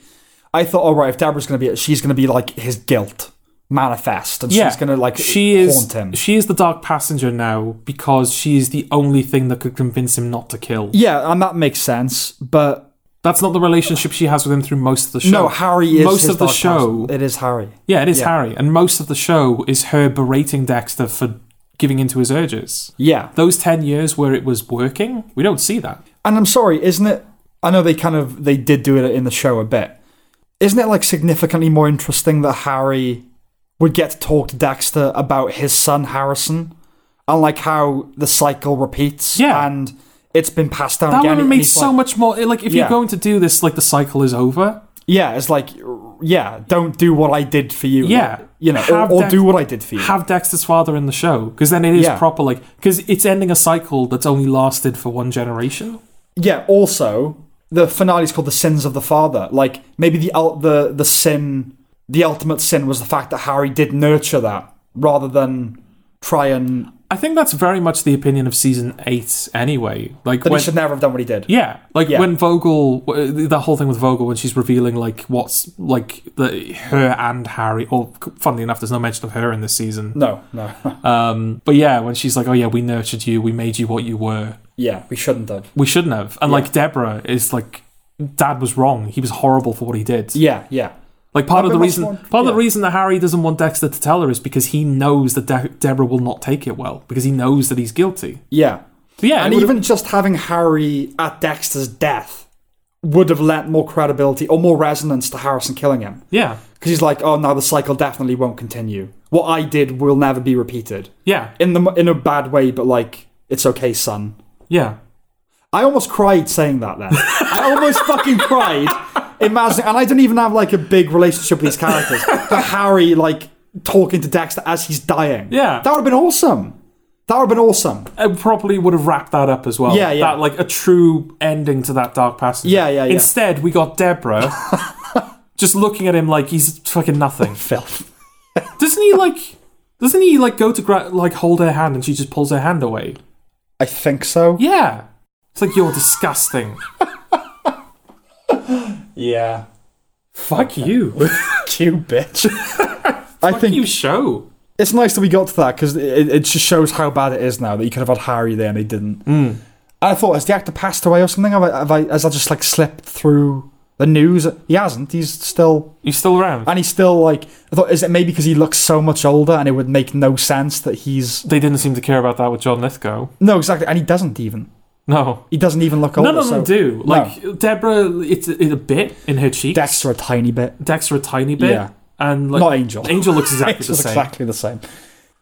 Speaker 1: I thought. All right, if Deborah's gonna be, it, she's gonna be like his guilt manifest, and
Speaker 2: Yeah.
Speaker 1: she's gonna like
Speaker 2: she is
Speaker 1: haunt him.
Speaker 2: she is the dark passenger now because she is the only thing that could convince him not to kill.
Speaker 1: yeah, and that makes sense. But
Speaker 2: That's not the relationship she has with him through most of the show.
Speaker 1: No, Harry is
Speaker 2: Most
Speaker 1: his
Speaker 2: of the
Speaker 1: dark
Speaker 2: show-
Speaker 1: past. It is Harry.
Speaker 2: yeah, it is
Speaker 1: yeah.
Speaker 2: Harry, and most of the show is her berating Dexter for giving into his urges.
Speaker 1: Yeah,
Speaker 2: Those ten years where it was working, we don't see that.
Speaker 1: and I'm sorry, isn't it? I know they kind of they did do it in the show a bit. Isn't it like significantly more interesting that Harry would get to talk to Dexter about his son Harrison, and like how the cycle repeats?
Speaker 2: Yeah.
Speaker 1: and it's been passed down.
Speaker 2: That
Speaker 1: again,
Speaker 2: would have
Speaker 1: and
Speaker 2: made
Speaker 1: he's
Speaker 2: so
Speaker 1: like-
Speaker 2: much more. eh, Like, if
Speaker 1: Yeah.
Speaker 2: you're going to do this, like the cycle is over.
Speaker 1: Yeah, it's like yeah, don't do what I did for you.
Speaker 2: Yeah.
Speaker 1: you know, or,
Speaker 2: Have
Speaker 1: or
Speaker 2: Dex-
Speaker 1: do what I did for you.
Speaker 2: Have Dexter's father in the show because then it is
Speaker 1: Yeah.
Speaker 2: proper. Like, because it's ending a cycle that's only lasted for one generation.
Speaker 1: yeah also the finale is called the sins of the father like maybe the ul- the the sin the ultimate sin was the fact that harry did nurture that rather than try and
Speaker 2: I think that's very much the opinion of season eight anyway. Like,
Speaker 1: that
Speaker 2: when,
Speaker 1: he should never have done what he did
Speaker 2: Yeah, like
Speaker 1: Yeah.
Speaker 2: when Vogel, w- that whole thing with Vogel when she's revealing like what's like the her and Harry. Or funnily enough, there's no mention of her in this season.
Speaker 1: no no
Speaker 2: Um, but yeah, when she's like, "Oh yeah, we nurtured you, we made you what you were.
Speaker 1: yeah we shouldn't have
Speaker 2: We shouldn't have." And like Deborah is like, "Dad was wrong. He was horrible for what he did."
Speaker 1: yeah yeah
Speaker 2: Like part of
Speaker 1: That'd
Speaker 2: the
Speaker 1: be much
Speaker 2: reason,
Speaker 1: more-
Speaker 2: part of the
Speaker 1: yeah.
Speaker 2: reason that Harry doesn't want Dexter to tell her is because he knows that De- Deborah will not take it well because he knows that he's guilty.
Speaker 1: yeah
Speaker 2: But yeah,
Speaker 1: and
Speaker 2: it would've-
Speaker 1: even just having harry at dexter's death would have lent more credibility or more resonance to harrison killing him
Speaker 2: yeah,
Speaker 1: because he's like oh no the cycle definitely won't continue what i did will never be repeated
Speaker 2: yeah,
Speaker 1: in the in a bad way but like it's okay son
Speaker 2: yeah.
Speaker 1: I almost cried saying that then. I almost fucking cried. Imagine, and I don't even have like a big relationship with these characters. But Harry like talking to Dexter as he's dying.
Speaker 2: Yeah.
Speaker 1: That would have been awesome. That would have been awesome.
Speaker 2: it probably would have wrapped that up as well.
Speaker 1: Yeah, yeah.
Speaker 2: That, like a true ending to that dark passage.
Speaker 1: Yeah, yeah, yeah.
Speaker 2: Instead, we got Deborah just looking at him like he's fucking nothing.
Speaker 1: Filth.
Speaker 2: Doesn't he like? Doesn't he like go to gra- like hold her hand and she just pulls her hand away?
Speaker 1: I think so.
Speaker 2: Yeah. It's like you're disgusting.
Speaker 1: Yeah.
Speaker 2: Fuck you.
Speaker 1: You bitch. I
Speaker 2: Fuck
Speaker 1: think
Speaker 2: you show.
Speaker 1: it's nice that we got to that because it, it just shows how bad it is now that you could have had Harry there and they didn't.
Speaker 2: Hmm.
Speaker 1: I thought, has the actor passed away or something? Have I, have I, has I just like slipped through the news? He hasn't. He's still
Speaker 2: You still around?
Speaker 1: And he's still like, I thought, is it maybe because he looks so much older and it would make no sense that he's.
Speaker 2: they didn't seem to care about that with John Lithgow.
Speaker 1: No, exactly. And he doesn't even.
Speaker 2: No.
Speaker 1: He doesn't even look older.
Speaker 2: None of
Speaker 1: so-
Speaker 2: them do. Like Deborah, it's, it's a bit in her cheeks.
Speaker 1: Dexter a tiny bit.
Speaker 2: Dexter a tiny bit.
Speaker 1: Yeah.
Speaker 2: And like
Speaker 1: Not Angel.
Speaker 2: Angel looks exactly
Speaker 1: It's
Speaker 2: the same.
Speaker 1: exactly the same.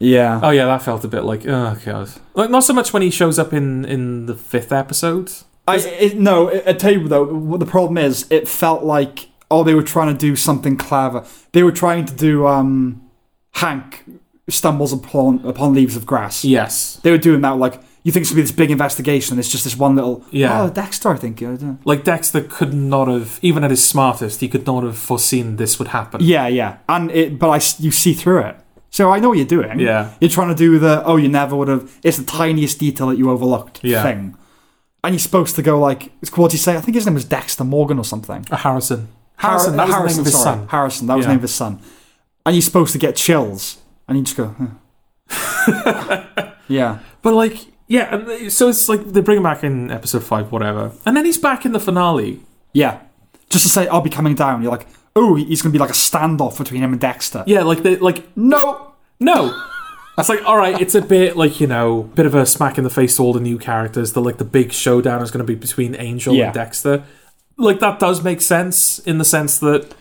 Speaker 1: Yeah.
Speaker 2: Oh yeah, that felt a bit like oh god. Like not so much when he shows up in in the fifth episode.
Speaker 1: I, it, no, I I tell you though, what the problem is, it felt like, oh, they were trying to do something clever. They were trying to do um, Hank stumbles upon, upon leaves of grass.
Speaker 2: Yes.
Speaker 1: They were doing that, like, you think it's going to be this big investigation, and it's just this one little.
Speaker 2: Yeah.
Speaker 1: Oh, Dexter, I think. I don't-
Speaker 2: Like Dexter could not have, even at his smartest, he could not have foreseen this would happen.
Speaker 1: Yeah, yeah, and it, but I s- you see through it, so I know what you're doing.
Speaker 2: Yeah.
Speaker 1: you're trying to do the oh you never would have. It's the tiniest detail that you overlooked
Speaker 2: Yeah.
Speaker 1: thing, and you're supposed to go like it's what do you say? I think his name was Dexter Morgan or something.
Speaker 2: Uh, Harrison. Harrison. that was the name of his
Speaker 1: sorry.
Speaker 2: son.
Speaker 1: Harrison, that was the
Speaker 2: Yeah.
Speaker 1: name of his son, and you're supposed to get chills, and you just go, huh. yeah,
Speaker 2: But like, yeah. And they- so it's like they bring him back in episode five, whatever, and then he's back in the finale.
Speaker 1: yeah, just to say I'll be coming down. You're like, oh, he's gonna be like a standoff between him and Dexter.
Speaker 2: Yeah, like they like
Speaker 1: No,
Speaker 2: no. It's like, all right, it's a bit like, you know, bit of a smack in the face to all the new characters. The like the big showdown is going to be between Angel
Speaker 1: Yeah.
Speaker 2: and Dexter. Like that does make sense in the sense that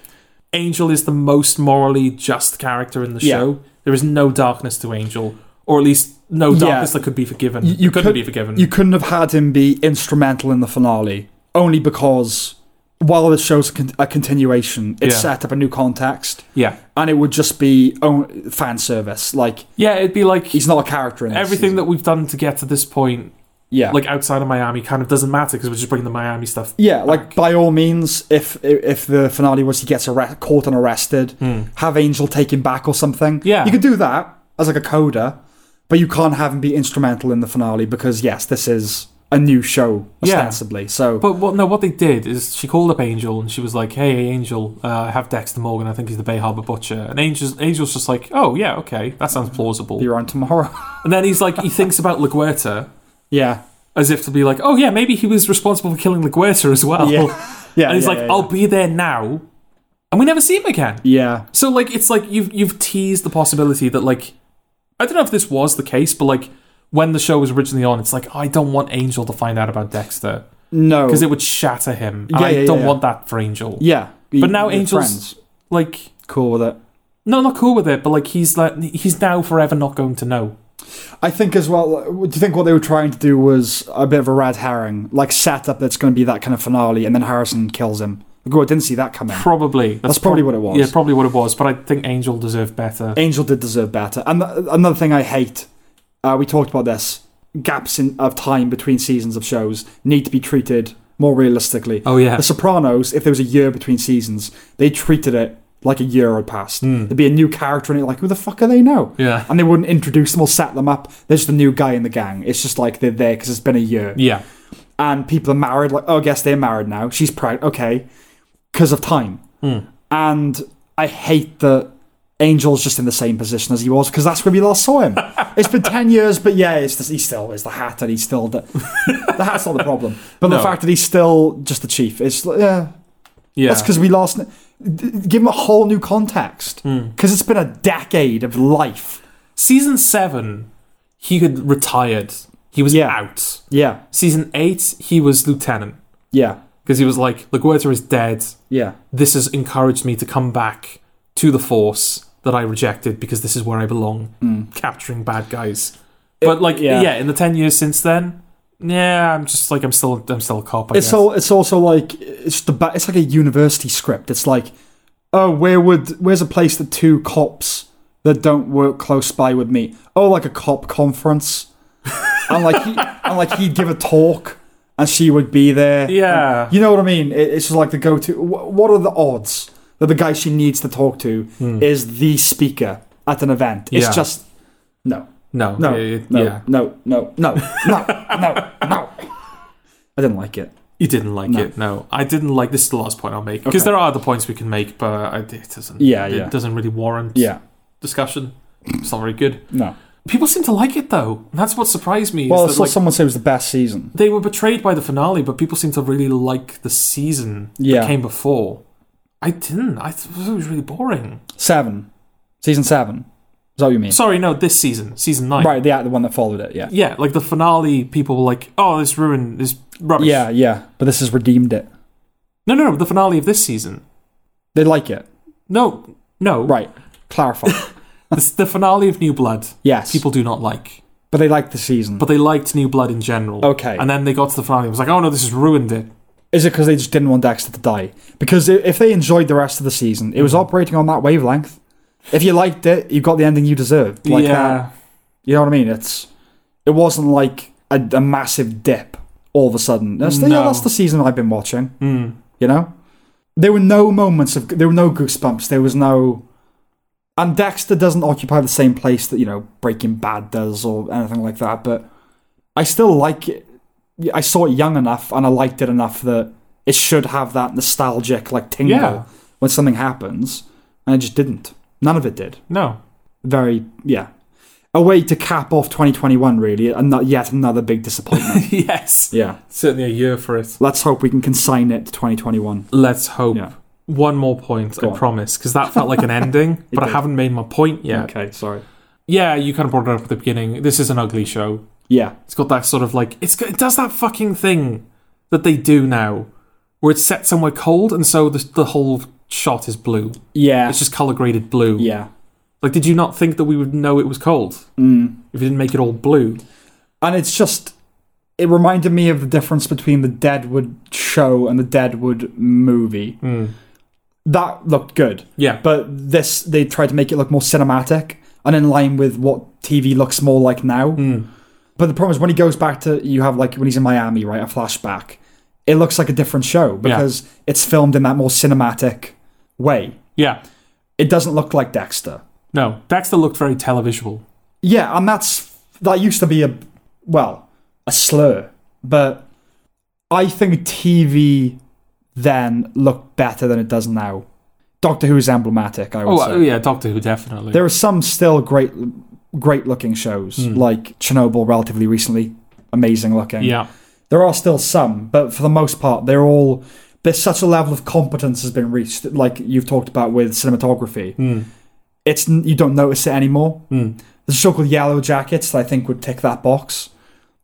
Speaker 2: Angel is the most morally just character in the
Speaker 1: Yeah.
Speaker 2: show. There is no darkness to Angel, or at least no
Speaker 1: Yeah.
Speaker 2: darkness that could be forgiven.
Speaker 1: you, you
Speaker 2: couldn't
Speaker 1: could-
Speaker 2: be forgiven.
Speaker 1: You couldn't have had him be instrumental in the finale only because while this show's a, con- a continuation, it
Speaker 2: Yeah.
Speaker 1: set up a new context,
Speaker 2: yeah,
Speaker 1: and it would just be own- fan service. Like
Speaker 2: yeah, it'd be like
Speaker 1: he's not a character in this
Speaker 2: everything
Speaker 1: season.
Speaker 2: that we've done to get to this point,
Speaker 1: yeah,
Speaker 2: like outside of Miami, kind of doesn't matter because we're just bringing the Miami stuff.
Speaker 1: yeah, like
Speaker 2: back.
Speaker 1: by all means, if if the finale was he gets arre- caught and arrested, have Angel take him back or something.
Speaker 2: Yeah.
Speaker 1: you could do that as like a coda, but you can't have him be instrumental in the finale because yes, this is a new show
Speaker 2: Yeah.
Speaker 1: ostensibly. So
Speaker 2: But what no, what they did is she called up Angel and she was like, "Hey, Angel, uh, I have Dexter Morgan. I think he's the Bay Harbor Butcher." And Angel's Angel's just like, "Oh yeah, okay, that sounds plausible."
Speaker 1: be around tomorrow.
Speaker 2: And then he's like, he thinks about LaGuerta
Speaker 1: yeah.
Speaker 2: as if to be like, "Oh yeah, maybe he was responsible for killing LaGuerta as well."
Speaker 1: Yeah. Yeah,
Speaker 2: and he's
Speaker 1: yeah,
Speaker 2: like, oh,
Speaker 1: yeah, yeah.
Speaker 2: "I'll be there now," and we never see him again.
Speaker 1: yeah,
Speaker 2: So like it's like you've you've teased the possibility that like I don't know if this was the case, but like when the show was originally on, it's like I don't want Angel to find out about Dexter
Speaker 1: no,
Speaker 2: because it would shatter him. and
Speaker 1: Yeah,
Speaker 2: I
Speaker 1: yeah,
Speaker 2: don't
Speaker 1: yeah,
Speaker 2: want that for Angel.
Speaker 1: yeah.
Speaker 2: But now
Speaker 1: We're friends.
Speaker 2: Angel's- Like
Speaker 1: cool with it.
Speaker 2: no, not cool with it, but like he's like he's now forever not going to know.
Speaker 1: I think as well. like, Do you think what they were trying to do was a bit of a red herring, like setup that's going to be that kind of finale, and then Harrison kills him? Like, oh, I didn't see that coming.
Speaker 2: Probably
Speaker 1: That's probably what it was.
Speaker 2: Yeah, probably what it was. But I think Angel deserved better.
Speaker 1: Angel did deserve better. And th- another thing I hate, uh, we talked about this. Gaps in of time between seasons of shows need to be treated more realistically.
Speaker 2: Oh yeah,
Speaker 1: The Sopranos, if there was a year between seasons, they treated it like a year had passed.
Speaker 2: Hmm.
Speaker 1: There'd be a new character in it, like who the fuck are they now?
Speaker 2: yeah,
Speaker 1: And they wouldn't introduce them or set them up. There's the new guy in the gang. It's just like they're there because it's been a year
Speaker 2: yeah,
Speaker 1: and people are married. Like, oh, I guess they're married now. She's pregnant. Okay, because of time.
Speaker 2: Hmm.
Speaker 1: And I hate that Angel's just in the same position as he was because that's when we last saw him. it's been ten years, but yeah, it's just, he still is the hat, and he's still the, the hat's not the problem, but
Speaker 2: No.
Speaker 1: the fact that he's still just the chief. It's like, yeah,
Speaker 2: yeah.
Speaker 1: that's because we last d- give him a whole new context
Speaker 2: Hmm.
Speaker 1: because it's been a decade of life.
Speaker 2: Season seven, he had retired. He was
Speaker 1: Yeah.
Speaker 2: out.
Speaker 1: Yeah,
Speaker 2: Season eight, he was lieutenant
Speaker 1: yeah,
Speaker 2: because he was like, Laguerta is dead.
Speaker 1: yeah,
Speaker 2: This has encouraged me to come back to the force that I rejected because this is where I belong, capturing bad guys. But like, yeah.
Speaker 1: Hmm. yeah.
Speaker 2: in the ten years since then, yeah, I'm just like, I'm still, I'm still a cop. I
Speaker 1: It's
Speaker 2: guess.
Speaker 1: all. It's also like it's the. Ba- it's like a university script. It's like, oh, where would where's a place that two cops that don't work close by would meet? Oh, like a cop conference, and like he, and like he'd give a talk, and she would be there.
Speaker 2: Yeah.
Speaker 1: And- you know what I mean. It, it's just like the go-to. Wh- What are the odds that the guy she needs to talk to is the speaker at an event? It's
Speaker 2: Hmm. Yeah.
Speaker 1: just no,
Speaker 2: no,
Speaker 1: no,
Speaker 2: yeah,
Speaker 1: no,
Speaker 2: yeah.
Speaker 1: no, no, no, no, no, no. I didn't like it.
Speaker 2: You didn't like
Speaker 1: No.
Speaker 2: it, no. I didn't like this. Is the last point I'll make because
Speaker 1: Okay.
Speaker 2: there are other points we can make, but I- it doesn't.
Speaker 1: Yeah,
Speaker 2: it
Speaker 1: yeah.
Speaker 2: doesn't really warrant
Speaker 1: Yeah.
Speaker 2: discussion. It's not very good.
Speaker 1: No.
Speaker 2: People seem to like it though. And that's what surprised me.
Speaker 1: Well, I
Speaker 2: is that,
Speaker 1: saw
Speaker 2: like,
Speaker 1: someone say it was the best season.
Speaker 2: they were betrayed by the finale, but people seem to really like the season
Speaker 1: Yeah.
Speaker 2: that came before. I didn't. I thought it was really boring.
Speaker 1: Seven, season seven. Is that what you mean?
Speaker 2: Sorry, no, this season, season nine.
Speaker 1: right, yeah, the one that followed it. Yeah,
Speaker 2: Yeah, like the finale, people were like, "Oh, this ruined this rubbish."
Speaker 1: yeah, yeah. But this has redeemed it.
Speaker 2: No, no, no. The finale of this season.
Speaker 1: They like it.
Speaker 2: No, no.
Speaker 1: Right. Clarify.
Speaker 2: The, the finale of New Blood.
Speaker 1: yes.
Speaker 2: people do not like.
Speaker 1: but they like the season.
Speaker 2: But they liked New Blood in general.
Speaker 1: Okay.
Speaker 2: And then they got to the finale and was like, oh no, this has ruined it.
Speaker 1: Is it because they just didn't want Dexter to die? Because i- if they enjoyed the rest of the season, it was
Speaker 2: Mm-hmm.
Speaker 1: operating on that wavelength. If you liked it, you got the ending you deserved. Like
Speaker 2: yeah.
Speaker 1: that. You know what I mean? It's it wasn't like a, a massive dip all of a sudden. That's the, yeah,
Speaker 2: No.
Speaker 1: that's the season I've been watching.
Speaker 2: Mm.
Speaker 1: You know, there were no moments of there were no goosebumps. There was no, and Dexter doesn't occupy the same place that you know Breaking Bad does or anything like that. But I still like it. Yeah, I saw it young enough, and I liked it enough that it should have that nostalgic like tingle
Speaker 2: Yeah.
Speaker 1: when something happens, and it just didn't. None of it did
Speaker 2: No.
Speaker 1: very yeah a way to cap off 2021 really and not yet another big disappointment
Speaker 2: yes.
Speaker 1: yeah
Speaker 2: Certainly a year for it.
Speaker 1: let's hope we can consign it to 2021
Speaker 2: Let's hope.
Speaker 1: yeah
Speaker 2: One more point,
Speaker 1: Go
Speaker 2: I
Speaker 1: on.
Speaker 2: promise, because that felt like an ending, but I
Speaker 1: did.
Speaker 2: haven't made my point yet.
Speaker 1: okay sorry
Speaker 2: Yeah, you kind of brought it up at the beginning. This is an ugly show.
Speaker 1: yeah
Speaker 2: It's got that sort of like it's got, it does that fucking thing that they do now, where it's set somewhere cold, and so the, the whole shot is blue.
Speaker 1: yeah
Speaker 2: It's just color graded blue.
Speaker 1: yeah
Speaker 2: Like, did you not think that we would know it was cold
Speaker 1: mm.
Speaker 2: if you didn't make it all blue?
Speaker 1: and it's just it reminded me of the difference between the deadwood show and the deadwood movie that looked good
Speaker 2: Yeah,
Speaker 1: but this they tried to make it look more cinematic and in line with what tv looks more like now But the problem is when he goes back to you have like when he's in Miami, right? A flashback. It looks like a different show because it's filmed in that more cinematic way.
Speaker 2: yeah.
Speaker 1: It doesn't look like Dexter.
Speaker 2: No, Dexter looked very televisual.
Speaker 1: Yeah, and that's that used to be a well, a slur, but I think TV then looked better than it does now. Doctor Who is emblematic, I would
Speaker 2: Oh,
Speaker 1: say.
Speaker 2: oh, yeah, Doctor Who definitely.
Speaker 1: There are some still great great looking shows like Chernobyl relatively recently, amazing looking.
Speaker 2: Hmm. yeah,
Speaker 1: There are still some, but for the most part, they're all there's such a level of competence has been reached, like you've talked about with cinematography.
Speaker 2: Mm.
Speaker 1: It's n- you don't notice it anymore.
Speaker 2: Mm.
Speaker 1: There's a show called Yellow Jackets that I think would tick that box.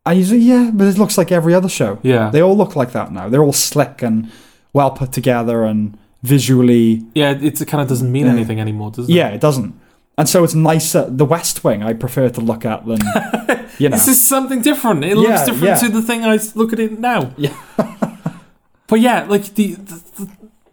Speaker 1: And you say, yeah, but it looks like every other show.
Speaker 2: Yeah.
Speaker 1: They all look like that now. They're all slick and well put together and visually
Speaker 2: yeah, it, it kind of doesn't mean
Speaker 1: Yeah.
Speaker 2: anything anymore, does it?
Speaker 1: Yeah, it doesn't. And so it's nicer. The West Wing I prefer to look at than you know.
Speaker 2: This is something different. It looks
Speaker 1: Yeah,
Speaker 2: different
Speaker 1: yeah.
Speaker 2: to the thing I s- look at it now.
Speaker 1: Yeah.
Speaker 2: but yeah, like the the,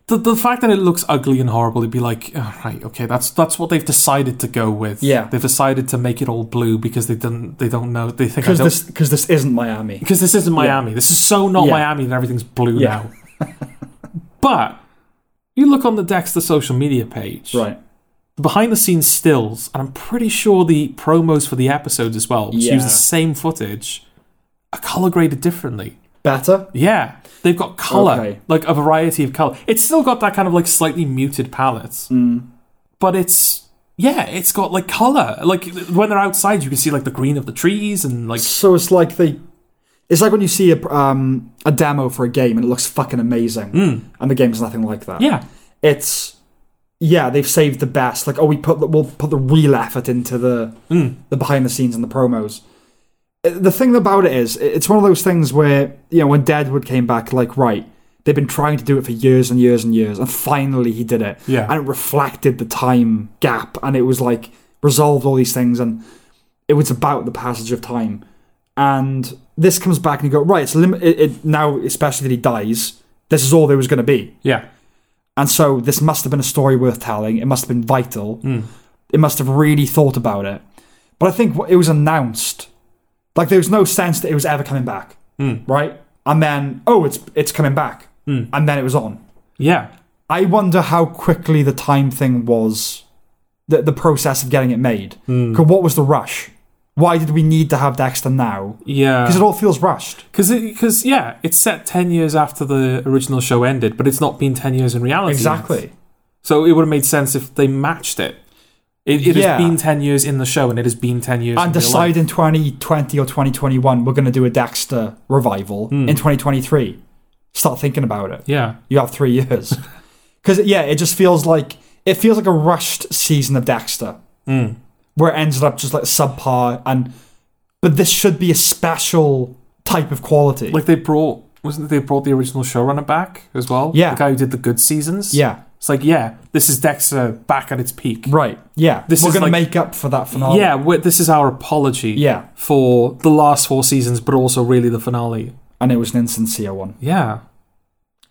Speaker 2: the the fact that it looks ugly and horrible, it'd be like, all right, okay, that's that's what they've decided to go with.
Speaker 1: Yeah.
Speaker 2: They've decided to make it all blue because they don't they don't know they think I
Speaker 1: Because
Speaker 2: don't
Speaker 1: this because this isn't Miami.
Speaker 2: because this isn't Miami. This is so not
Speaker 1: Yeah.
Speaker 2: Miami that everything's blue
Speaker 1: Yeah.
Speaker 2: now. but you look on the Dexter social media page,
Speaker 1: Right.
Speaker 2: the behind the scenes stills, and I'm pretty sure the promos for the episodes as well, which use
Speaker 1: Yeah.
Speaker 2: the same footage, are color graded differently.
Speaker 1: Better?
Speaker 2: Yeah, they've got color,
Speaker 1: Okay.
Speaker 2: like a variety of color. It's still got that kind of like slightly muted palette,
Speaker 1: Mm.
Speaker 2: but it's yeah, it's got like color. Like when they're outside, you can see like the green of the trees and like
Speaker 1: So it's like they it's like when you see a um a demo for a game and it looks fucking amazing. And the game's nothing like that.
Speaker 2: yeah,
Speaker 1: It's yeah, they've saved the best. Like, oh, we put the, we'll put the real effort into the the behind the scenes and the promos. Uh, The thing about it is, it- it's one of those things where you know when Deadwood came back, like right, they've been trying to do it for years and years and years, and finally he did it.
Speaker 2: Yeah.
Speaker 1: and it reflected the time gap, and it was like resolved all these things, and it was about the passage of time. And this comes back and you go right. It's lim- it, it now, especially that he dies. This is all there was going to be.
Speaker 2: yeah,
Speaker 1: And so this must have been a story worth telling. It must have been vital. It must have really thought about it. But I think wh- it was announced. Like there was no sense that it was ever coming back. Right? And then, oh, it's it's coming back. And then it was on.
Speaker 2: yeah.
Speaker 1: I wonder how quickly the time thing was the the process of getting it made. Because what was the rush? Why did we need to have Dexter now?
Speaker 2: Yeah,
Speaker 1: Because it all feels rushed.
Speaker 2: Because, because yeah, it's set ten years after the original show ended, but it's not been ten years in reality. yet.
Speaker 1: Exactly.
Speaker 2: So it would have made sense if they matched it. It, it
Speaker 1: Yeah.
Speaker 2: has been ten years in the show, and it has been ten years.
Speaker 1: and
Speaker 2: in real life.
Speaker 1: decide in 2020 or 2021 we're going to do a Dexter revival
Speaker 2: Hmm.
Speaker 1: in 2023. Start thinking about it.
Speaker 2: Yeah,
Speaker 1: You have three years. Because yeah, it just feels like it feels like a rushed season of Dexter,
Speaker 2: Hmm.
Speaker 1: where it ended up just like subpar. And but this should be a special type of quality.
Speaker 2: like they brought wasn't it they brought the original showrunner back as well?
Speaker 1: Yeah.
Speaker 2: the guy who did the good seasons.
Speaker 1: yeah,
Speaker 2: it's like yeah, this is Dexter back at its peak.
Speaker 1: right. Yeah,
Speaker 2: This
Speaker 1: we're
Speaker 2: is
Speaker 1: going to
Speaker 2: like-
Speaker 1: make up for that finale.
Speaker 2: Yeah, we this is our apology.
Speaker 1: Yeah.
Speaker 2: for the last four seasons, but also really the finale.
Speaker 1: and it was an insincere one.
Speaker 2: Yeah,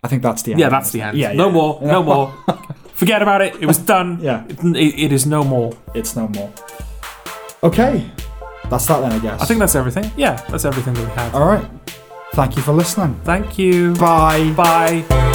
Speaker 1: I think that's the end.
Speaker 2: yeah, that's the end.
Speaker 1: Yeah,
Speaker 2: no
Speaker 1: yeah.
Speaker 2: more, no more. Forget about it. It was done.
Speaker 1: Yeah.
Speaker 2: it, it is no more.
Speaker 1: It's no more. Okay, that's that then. I guess.
Speaker 2: I think that's everything. Yeah, that's everything that we had.
Speaker 1: All right. Thank you for listening.
Speaker 2: Thank you.
Speaker 1: Bye.
Speaker 2: Bye.